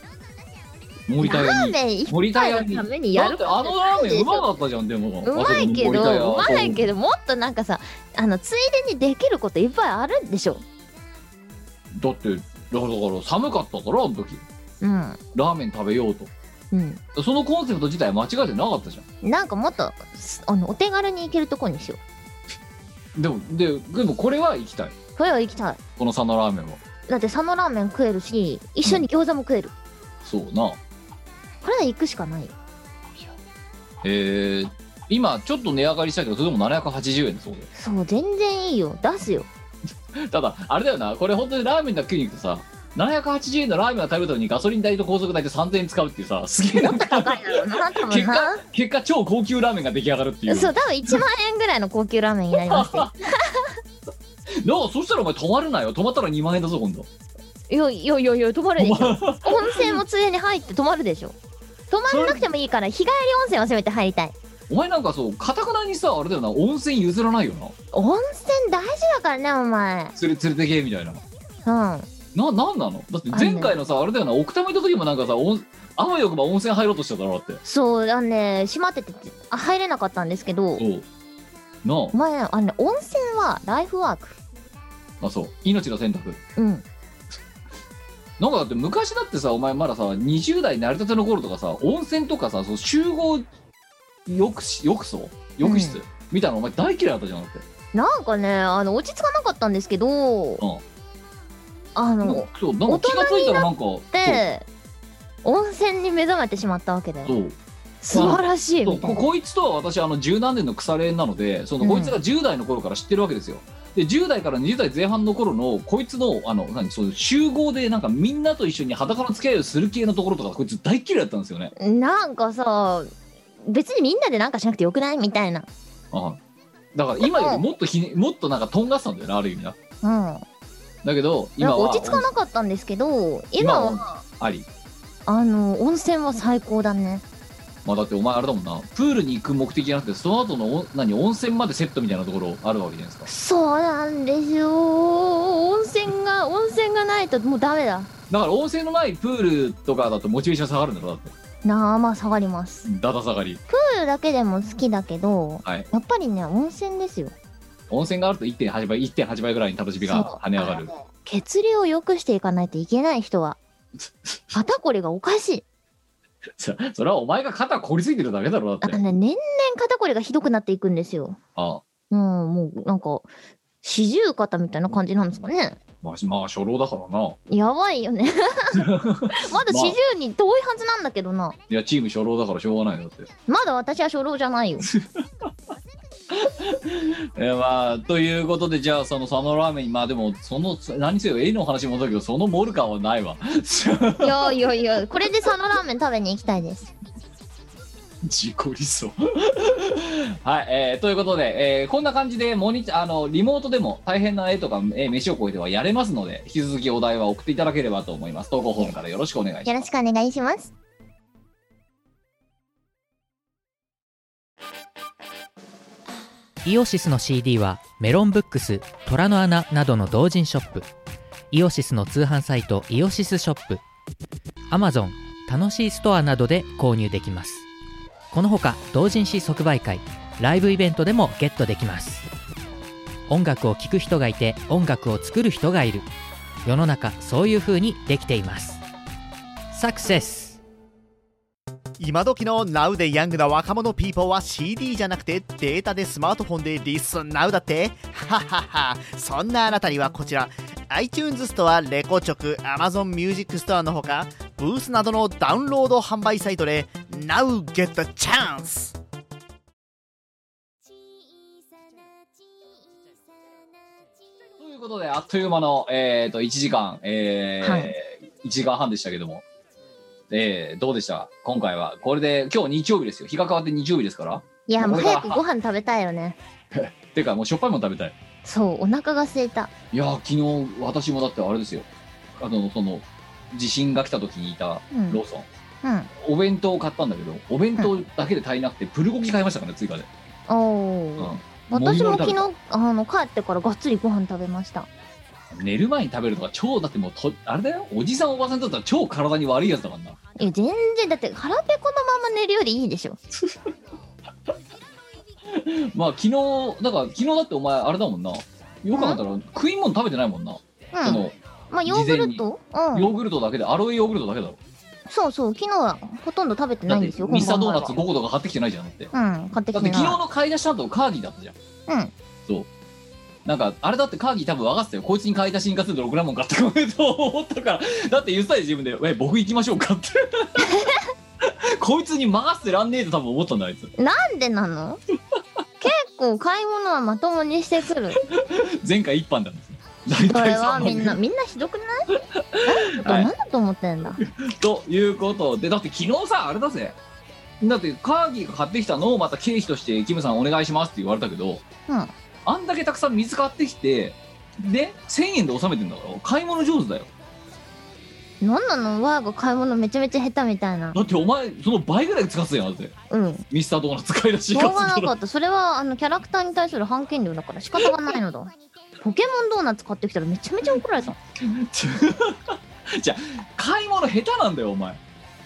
[SPEAKER 3] 森田
[SPEAKER 1] ラー
[SPEAKER 3] 屋に
[SPEAKER 1] メン一
[SPEAKER 3] 森田屋
[SPEAKER 1] 杯
[SPEAKER 3] に
[SPEAKER 1] の
[SPEAKER 3] だ
[SPEAKER 1] た
[SPEAKER 3] っ
[SPEAKER 1] め
[SPEAKER 3] て
[SPEAKER 1] にやる
[SPEAKER 3] あのラーメンうま
[SPEAKER 1] う
[SPEAKER 3] かったじゃんで
[SPEAKER 1] ま
[SPEAKER 3] も
[SPEAKER 1] いけど
[SPEAKER 3] あそこの森田屋
[SPEAKER 1] うまいけどもっとなんかさあのついでにできることいっぱいあるんでしょ
[SPEAKER 3] だってだからだから寒かったからあの時
[SPEAKER 1] うん
[SPEAKER 3] ラーメン食べようと
[SPEAKER 1] うん
[SPEAKER 3] そのコンセプト自体間違えてなかったじゃ
[SPEAKER 1] なんかもっとすあのお手軽に行けるとこにしよ
[SPEAKER 3] んでもででもこれは行きたいう
[SPEAKER 1] これは行きたい
[SPEAKER 3] この佐野ラーメンは
[SPEAKER 1] だって佐野ラーメン食えるし一緒に餃子も食える
[SPEAKER 3] そうな
[SPEAKER 1] これは行くしかないよ
[SPEAKER 3] えー、今ちょっと値上がりしたけどそれでも780円だそうで
[SPEAKER 1] そう全然いいよ出すよ
[SPEAKER 3] ただあれだよなこれ本当にラーメンだけ食いに行くとさ780円のラーメンを食べるためにガソリン代と高速代で3000円使うっていうさすげえな
[SPEAKER 1] もっと高いだろうな多分
[SPEAKER 3] 結
[SPEAKER 1] な
[SPEAKER 3] 果結果超高級ラーメンが出来上がるっていう
[SPEAKER 1] そ
[SPEAKER 3] だ
[SPEAKER 1] う多分1万円ぐらいの高級ラーメンになりますよ
[SPEAKER 3] からそしたらお前泊まるなよ泊まったら2万円だぞ今度
[SPEAKER 1] いやいやいやいや泊まるでしょ温泉もついでに入って泊まるでしょ泊まらなくてもいいから日帰り温泉はせめて入りたい
[SPEAKER 3] お前なんかそうかたくなにさあれだよな温泉譲らないよな
[SPEAKER 1] 温泉大事だからねお前
[SPEAKER 3] 連れ連れてけみたいな
[SPEAKER 1] うん
[SPEAKER 3] ななんなのだって前回のさあれだよな奥多摩行った時もなんかさおんあわよくば温泉入ろうとしただろだって
[SPEAKER 1] そうあのね閉まっててあ入れなかったんですけど
[SPEAKER 3] そうな
[SPEAKER 1] お前あのね温泉はライフワーク
[SPEAKER 3] ああそう命の選択
[SPEAKER 1] うん
[SPEAKER 3] なんかだって昔だってさお前まださ20代慣れたての頃とかさ温泉とかさその集合浴し浴槽浴室、みたいなのお前大嫌いだったじゃんだって
[SPEAKER 1] なんかねあの落ち着かなかったんですけど、
[SPEAKER 3] ん
[SPEAKER 1] あ
[SPEAKER 3] なん
[SPEAKER 1] の
[SPEAKER 3] かそうなんか気がついたらなんかそう
[SPEAKER 1] で温泉に目覚めてしまったわけだよ
[SPEAKER 3] そう
[SPEAKER 1] 素晴らしい
[SPEAKER 3] そ
[SPEAKER 1] み
[SPEAKER 3] う
[SPEAKER 1] たい
[SPEAKER 3] こ
[SPEAKER 1] な
[SPEAKER 3] こいつとは私あの十何年の腐れ縁なのでその
[SPEAKER 1] うん
[SPEAKER 3] こいつが10代の頃から知ってるわけですよ、で10代から20代前半の頃のこいつのあの何そういう集合でなんかみんなと一緒に裸の付き合いをする系のところとかこいつ大嫌いだったんですよね
[SPEAKER 1] なんかさ別にみんなでなんかしなくてよくないみたいな
[SPEAKER 3] うんだから今よりもっとひねもっとなんかとんがってたんだよなある意味な
[SPEAKER 1] うんなんか
[SPEAKER 3] だけど今は
[SPEAKER 1] 落ち着かなかったんですけど今は
[SPEAKER 3] あり
[SPEAKER 1] あの温泉は最高だね
[SPEAKER 3] まあだってお前あれだもんなプールに行く目的じゃなくてその後のお何温泉までセットみたいなところあるわけじゃないですか
[SPEAKER 1] そうなんですよ温泉が温泉がないともうダメだ
[SPEAKER 3] だから温泉のないプールとかだとモチベーション下がるんだろだって
[SPEAKER 1] なあまあ下がります
[SPEAKER 3] だだ下がり
[SPEAKER 1] プールだけでも好きだけど、
[SPEAKER 3] はい
[SPEAKER 1] やっぱりね温泉ですよ
[SPEAKER 3] 温泉があると1.8倍1.8倍ぐらいに楽しみが跳ね上がる
[SPEAKER 1] そうあのね血流を良くしていかないといけない人 は肩こりがおかしい
[SPEAKER 3] そそれはお前が肩凝りすぎてるだけだろだ
[SPEAKER 1] あ
[SPEAKER 3] っ
[SPEAKER 1] の
[SPEAKER 3] て
[SPEAKER 1] ね年々肩こりがひどくなっていくんですよ
[SPEAKER 3] ああ
[SPEAKER 1] うんもうなんか四十肩みたいな感じなんですかね
[SPEAKER 3] まあしまあ初老だからな
[SPEAKER 1] やばいよ ねまだ四十に遠いはずなんだけどな、
[SPEAKER 3] いやチーム初老だからしょうがないよだって
[SPEAKER 1] まだ私は初老じゃない よ
[SPEAKER 3] えーまあということでじゃあその佐野ラーメンまあでもその何せよ A の話もだけどそのモル感はないわ
[SPEAKER 1] いやいやいやこれで佐野ラーメン食べに行きたいです
[SPEAKER 3] 自己理想はい、えーということで、えーこんな感じでモニターあのリモートでも大変な絵とか、えー飯を超えてはやれますので引き続きお題は送っていただければと思います投稿フォームからよろしくお願いします
[SPEAKER 1] よろしくお願いします
[SPEAKER 4] イオシスの CD はメロンブックス、虎の穴などの同人ショップイオシスの通販サイトイオシスショップ Amazon、楽しいストアなどで購入できますこのほか同人誌即売会、ライブイベントでもゲットできます音楽を聴く人がいて音楽を作る人がいる世の中そういう風にできていますサクセス
[SPEAKER 5] 今時の Now でヤングな若者ピーポーは CD じゃなくてデータでスマートフォンでリスン Now だってはははそんなあなたにはこちら iTunes ストア、レコチョク、Amazon Music ストアのほかブースなどのダウンロード販売サイトで Now get the chance!
[SPEAKER 3] ということであっという間の、えー、と1時間、えー
[SPEAKER 1] は
[SPEAKER 3] 1時間半でしたけども、えーどうでした今回はこれで今日日曜日ですよ日が変わって日曜日ですから
[SPEAKER 1] いやもう早くご飯食べたいよね
[SPEAKER 3] ていうかもうしょっぱいもの食べたい
[SPEAKER 1] そうお腹が空いた
[SPEAKER 3] いやー昨日私もだってあれですよあのその地震が来た時にいた
[SPEAKER 1] うん
[SPEAKER 3] ローソン、
[SPEAKER 1] うん
[SPEAKER 3] お弁当を買ったんだけどお弁当だけで足りなくてプルコギ買いましたからね追加で、
[SPEAKER 1] お
[SPEAKER 3] う
[SPEAKER 1] お、
[SPEAKER 3] ん
[SPEAKER 1] 私も昨
[SPEAKER 3] 盛り盛り食べ
[SPEAKER 1] 日あの帰ってからがっつりご飯食べました
[SPEAKER 3] た寝る前に食べるとか超だってもうとあれだよおじさんおばさんだったら超体に悪いやつだからない
[SPEAKER 1] や全然だって腹ペコのまま寝るよりいいでしょ
[SPEAKER 3] まあ昨日だから昨日だってお前あれだもんなよく考えたら食い物食べてないもんな、
[SPEAKER 1] う
[SPEAKER 3] そ
[SPEAKER 1] ん
[SPEAKER 3] の
[SPEAKER 1] まあヨーグルトう
[SPEAKER 3] ヨ
[SPEAKER 1] ん
[SPEAKER 3] ーグルトだけでアロエヨーグルトだけだろ
[SPEAKER 1] そうそう昨日はほとんど食べてな
[SPEAKER 3] だ
[SPEAKER 1] い
[SPEAKER 3] っ
[SPEAKER 1] ん
[SPEAKER 3] て
[SPEAKER 1] ですよ
[SPEAKER 3] ミスタードーナツ
[SPEAKER 1] 本
[SPEAKER 3] 5個とか買ってきてないじゃんだって
[SPEAKER 1] 番はうん買って
[SPEAKER 3] だ
[SPEAKER 1] き
[SPEAKER 3] ってて
[SPEAKER 1] な
[SPEAKER 3] 昨日の買い出しの後カーギーだったじゃん
[SPEAKER 1] うん
[SPEAKER 3] そうなんかあれだってカーギー多分分かってたよこいつに買い出しに行かせるとろくなもん買ってこないと思ったからだって言ってたよ自分で「え僕行きましょうか」って こいつに任せてらんねえと多分思ったんだあいつ
[SPEAKER 1] なんでなの結構買い物はまともにしてくる
[SPEAKER 3] 前回一班だもん大
[SPEAKER 1] そ
[SPEAKER 3] 体
[SPEAKER 1] れ
[SPEAKER 3] 3
[SPEAKER 1] は
[SPEAKER 3] 班
[SPEAKER 1] みんなみんなひど くない誰のこと
[SPEAKER 3] はい
[SPEAKER 1] 何だと思ってんだ、
[SPEAKER 3] ということでだって昨日さあれだぜだってカーギーが買ってきたのをまた経費としてキムさんお願いしますって言われたけど、
[SPEAKER 1] うん
[SPEAKER 3] あんだけたくさん水買ってきてで1000円で収めてんだから買い物上手だよ
[SPEAKER 1] なんなのわーが買い物めちゃめちゃ下手みたいな
[SPEAKER 3] だってお前その倍ぐらい使ってたやんだって
[SPEAKER 1] うん
[SPEAKER 3] ミスタードーナツ買い出し
[SPEAKER 1] し
[SPEAKER 3] 買
[SPEAKER 1] ょう
[SPEAKER 3] って
[SPEAKER 1] が
[SPEAKER 3] た
[SPEAKER 1] なからったそれはあのキャラクターに対する反権量だから仕方がないのだポケモンドーナツ買ってきたらめちゃめちゃ怒られたそん
[SPEAKER 3] じゃあ買い物下手なんだよお前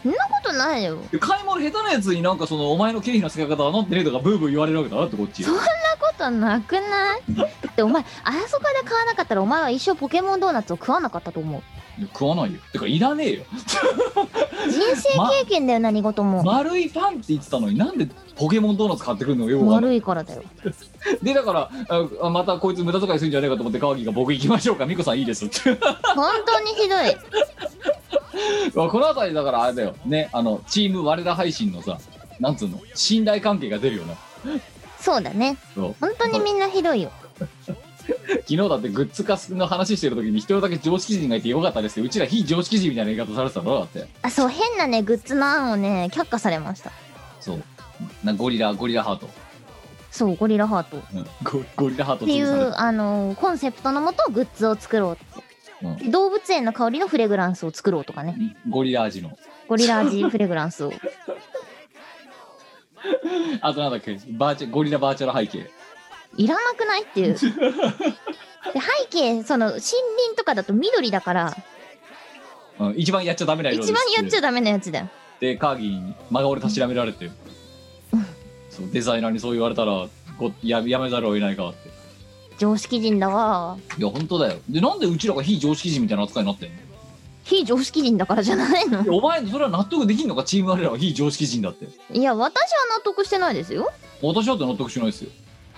[SPEAKER 1] なことないよ
[SPEAKER 3] で買い物下手なやつになんかそのお前の経費の使い方はなってねえとかブーブー言われるわけだなってこっち
[SPEAKER 1] そんなことなくないだってお前あそこで買わなかったらお前は一生ポケモンドーナツを食わなかったと思う
[SPEAKER 3] いや食わないよてかいらねえよ
[SPEAKER 1] 人生経験だよ何事も
[SPEAKER 3] 丸いパンって言ってたのになんでポケモンドーナツ買ってくるのよくわかんない
[SPEAKER 1] 悪いからだよ
[SPEAKER 3] でだからあまたこいつ無駄遣いするんじゃないかと思って川木が僕行きましょうかミコさんいいですって
[SPEAKER 1] 本当にひどい
[SPEAKER 3] この辺りだからあれだよねあのチーム我ら配信のさなんつうの信頼関係が出るよな
[SPEAKER 1] そうだね
[SPEAKER 3] そう
[SPEAKER 1] 本当にみんなひどいよ
[SPEAKER 3] 昨日だってグッズ化の話してる時に一人だけ常識人がいてよかったですけどうちら非常識人みたいな言い方されてたのだって
[SPEAKER 1] あそう変なねグッズの案をね却下されました
[SPEAKER 3] そうなゴリラゴリラハート、
[SPEAKER 1] そうゴリラハートっ
[SPEAKER 3] うんゴゴリラハート
[SPEAKER 1] てい
[SPEAKER 3] 潰され
[SPEAKER 1] う
[SPEAKER 3] た
[SPEAKER 1] あのコンセプトのもとグッズを作ろうって、
[SPEAKER 3] う
[SPEAKER 1] 動物園の香りのフレグランスを作ろうとかね
[SPEAKER 3] ゴリラ味の
[SPEAKER 1] ゴリラ味フレグランスを
[SPEAKER 3] あとなんだっけバーチャゴリラバーチャル背景
[SPEAKER 1] いらなくないっていうで背景その森林とかだと緑だから
[SPEAKER 3] うん、一番やっちゃダメな色
[SPEAKER 1] 一番やっちゃ
[SPEAKER 3] ゃ
[SPEAKER 1] ダメなやつだよ
[SPEAKER 3] でカーギーに真顔でたしらめられてそうデザイナーにそう言われたらこややめざるを得ないかって
[SPEAKER 1] 常識人だわ
[SPEAKER 3] いや本当だよでなんでうちらが非常識人みたいな扱いになってんの
[SPEAKER 1] 非常識人だからじゃないの
[SPEAKER 3] いやお前それは納得できんのかチーム我らは非常識人だって
[SPEAKER 1] いや私は納得してないですよ
[SPEAKER 3] 私だって納得しないですよ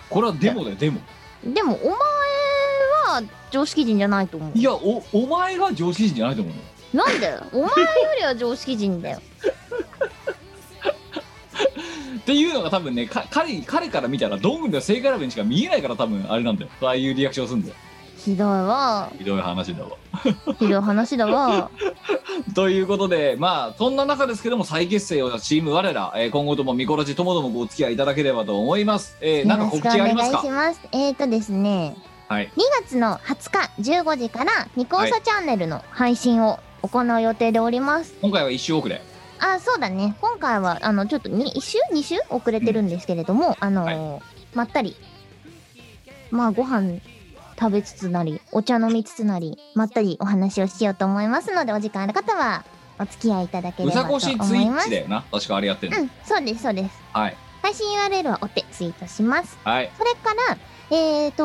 [SPEAKER 3] これはデモだよデモ
[SPEAKER 1] でもお前は常識人じゃないと思
[SPEAKER 3] いやおお前が常識人じゃないと思うよ
[SPEAKER 1] うなんでお前よりは常識人だよ
[SPEAKER 3] っていうのが多分ねか彼彼から見たらどんぐりの正解ラブにしか見えないから多分あれなんだよああいうリアクションするんだよ
[SPEAKER 1] ひどいわ
[SPEAKER 3] ひどい話だわ
[SPEAKER 1] ひどい話だわ
[SPEAKER 3] ということでまあそんな中ですけども再結成をしたチーム我ら、えー今後ともミコラジともどもごお付き合いいただければと思います、えー、なんか告知あります
[SPEAKER 1] よろしくお
[SPEAKER 3] か
[SPEAKER 1] 願いしますえーとですね
[SPEAKER 3] はい
[SPEAKER 1] 2月の20日15時からニコーサチャンネルの配信を行う予定でおります、
[SPEAKER 3] 今回は一周遅れ
[SPEAKER 1] あそうだね今回はあのちょっと1週2週遅れてるんですけれども、あのーまったりまあご飯食べつつなりお茶飲みつつなりまったりお話をしようと思いますのでお時間ある方はお付き合いいただけ
[SPEAKER 3] う
[SPEAKER 1] ればと
[SPEAKER 3] さ
[SPEAKER 1] 思
[SPEAKER 3] こし
[SPEAKER 1] い
[SPEAKER 3] ツイ
[SPEAKER 1] ま
[SPEAKER 3] ッ
[SPEAKER 1] す
[SPEAKER 3] チだよな確かあれやってるの、
[SPEAKER 1] うんそうですそうです
[SPEAKER 3] はい
[SPEAKER 1] 配信 URL はお手ツイートします
[SPEAKER 3] はい
[SPEAKER 1] それから、えー、と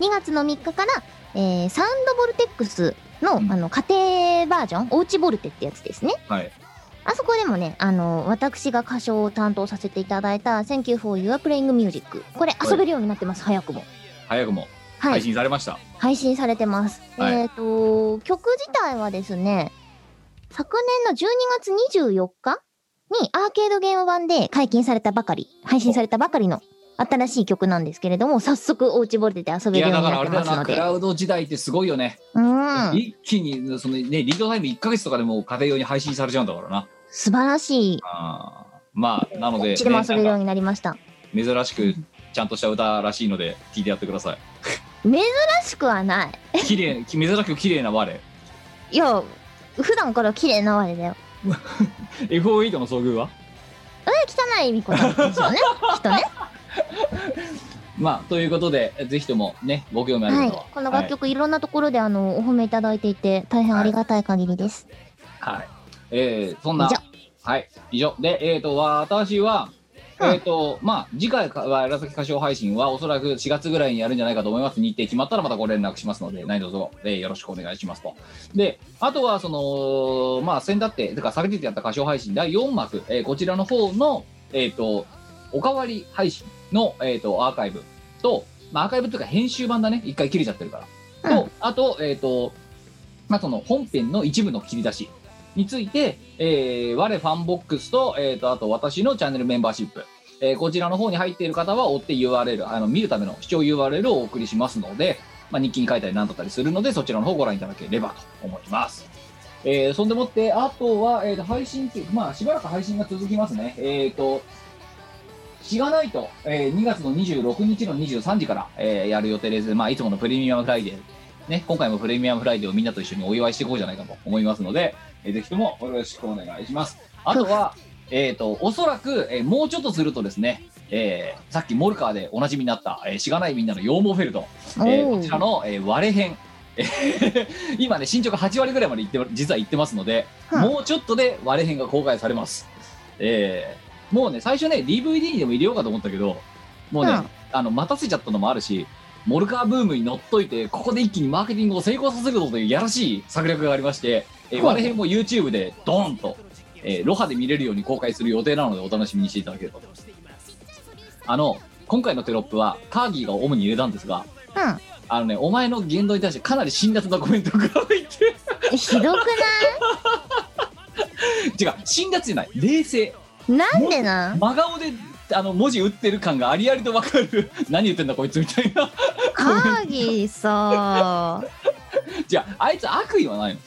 [SPEAKER 1] 2月の3日から、えーサウンドボルテックスの,、
[SPEAKER 3] うん
[SPEAKER 1] あの家庭バージョンおうちボルテってやつですね
[SPEAKER 3] はい
[SPEAKER 1] あそこでもねあの私が歌唱を担当させていただいた「Thank you for your playing music」これ
[SPEAKER 3] はい
[SPEAKER 1] 遊べるようになってます、早くも
[SPEAKER 3] 早くも
[SPEAKER 1] は
[SPEAKER 3] 配
[SPEAKER 1] い
[SPEAKER 3] 信されました、
[SPEAKER 1] 配信されてます、
[SPEAKER 3] はい
[SPEAKER 1] えっ、と曲自体はですね昨年の12月24日にアーケードゲーム版で解禁されたばかり配信されたばかりの新しい曲なんですけれども早速おうちボルテで遊
[SPEAKER 3] い
[SPEAKER 1] べる
[SPEAKER 3] や
[SPEAKER 1] よう
[SPEAKER 3] だ
[SPEAKER 1] にな
[SPEAKER 3] から
[SPEAKER 1] っ
[SPEAKER 3] あ
[SPEAKER 1] て
[SPEAKER 3] れ
[SPEAKER 1] ま
[SPEAKER 3] だよ
[SPEAKER 1] す
[SPEAKER 3] な
[SPEAKER 1] の
[SPEAKER 3] ク
[SPEAKER 1] で
[SPEAKER 3] ラウド時代ってすごいよね、
[SPEAKER 1] うん
[SPEAKER 3] 一気にそのねリードタイム1か月とかでもう家庭用に配信されちゃうんだからな
[SPEAKER 1] 素晴らしい
[SPEAKER 3] あーまあなの
[SPEAKER 1] こっ
[SPEAKER 3] で,、
[SPEAKER 1] ちでも遊べるよう
[SPEAKER 3] なんか
[SPEAKER 1] になりました
[SPEAKER 3] 珍しくちゃんとした歌らしいので聞いてやってください
[SPEAKER 1] 珍しくはない
[SPEAKER 3] 綺麗珍しく綺麗な我
[SPEAKER 1] いや普段から綺麗なわけだよ
[SPEAKER 3] FOE との遭遇は
[SPEAKER 1] え汚い意味子なんです よねきっとね
[SPEAKER 3] まあということでぜひともねご興味ある
[SPEAKER 1] はい
[SPEAKER 3] 方は、
[SPEAKER 1] この楽曲いろんなところであのお褒めいただいていて大変ありがたい限りです
[SPEAKER 3] はい、はいえーそんな
[SPEAKER 1] 以上
[SPEAKER 3] はい以上でえっ、と私は
[SPEAKER 1] うん
[SPEAKER 3] えっ、とまあ次回は紫歌唱配信はおそらく4月ぐらいにやるんじゃないかと思います日程決まったらまたご連絡しますので何卒、えーよろしくお願いしますとであとはそのまあ先だっててか昨日やった歌唱配信第4幕、えーこちらの方のえっ、とおかわり配信の、えー、とアーカイブと、まあ、アーカイブというか編集版だね一回切れちゃってるから、とあと,、えーとまあ、その本編の一部の切り出しについて、えー我ファンボックスと,、えー、とあと私のチャンネルメンバーシップ、えーこちらの方に入っている方は追って URL あの見るための視聴 URL をお送りしますので、まあ、日記に書いたり何だったりするのでそちらの方をご覧いただければと思います。えーそんでもって、あとは、えーと配信っていう、まあ、しばらく配信が続きますね。えっ、と、しがないと、えー2月の26日の23時から、えーやる予定です。まあ、いつものプレミアムフライデー、ね、今回もプレミアムフライデーをみんなと一緒にお祝いしていこうじゃないかと思いますので、えーぜひともよろしくお願いします。あとは、 えっ、と、おそらく、えーもうちょっとするとですね、えーさっきモルカーでおなじみになった、えーしがないみんなの羊毛フェルト、えー
[SPEAKER 1] お
[SPEAKER 3] こちら
[SPEAKER 1] ー
[SPEAKER 3] の、えー割れ編、 えー今ね、進捗8割ぐらいまでいって実は行ってますので、
[SPEAKER 1] うん
[SPEAKER 3] もうちょっとで割れ編が公開されます。えーもうね、最初ね、DVD にでも入れようかと思ったけど、もうね、
[SPEAKER 1] うん
[SPEAKER 3] あの待たせちゃったのもあるし、モルカーブームに乗っといて、ここで一気にマーケティングを成功させるぞというやらしい策略がありまして、えー
[SPEAKER 1] はい
[SPEAKER 3] 割れ編も YouTube でドーンと、えーロハで見れるように公開する予定なので、お楽しみにしていただければと思います。あの、今回のテロップは、カーギーが主に入れたんですが、あのね、お前の言動に対してかなり辛辣なコメントが入って、
[SPEAKER 1] うんひどく
[SPEAKER 3] 違う、辛辣じゃない、冷静、
[SPEAKER 1] ないなんでなん
[SPEAKER 3] 真顔であの文字打ってる感がありありとわかる、 何言ってんだこいつみたいな、
[SPEAKER 1] カーギーさ
[SPEAKER 3] じゃあ、あいつ悪意はないの。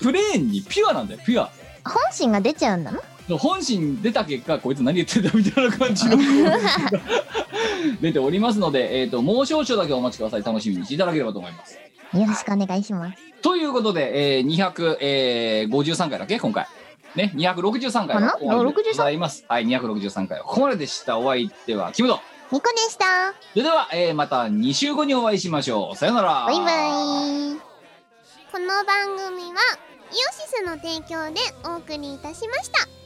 [SPEAKER 3] プレーンにピュアなんだよ、ピュア。
[SPEAKER 1] 本心が出ちゃうんだな
[SPEAKER 3] 本心出た結果こいつ何言ってんだみたいな感じの 出ておりますので、えー、ともう少々だけお待ちください楽しみにしていただければと思います
[SPEAKER 1] よろしくお願いします。
[SPEAKER 3] ということで、えー、253回だっけ今回ね263回は
[SPEAKER 1] かな
[SPEAKER 3] ここまででございますはい263回はここまででしたお相手はキムド
[SPEAKER 1] ニコでした。
[SPEAKER 3] それでは、えーまた2週後にお会いしましょうさよなら
[SPEAKER 1] バイバイ。
[SPEAKER 6] この番組はイオシスの提供でお送りいたしました。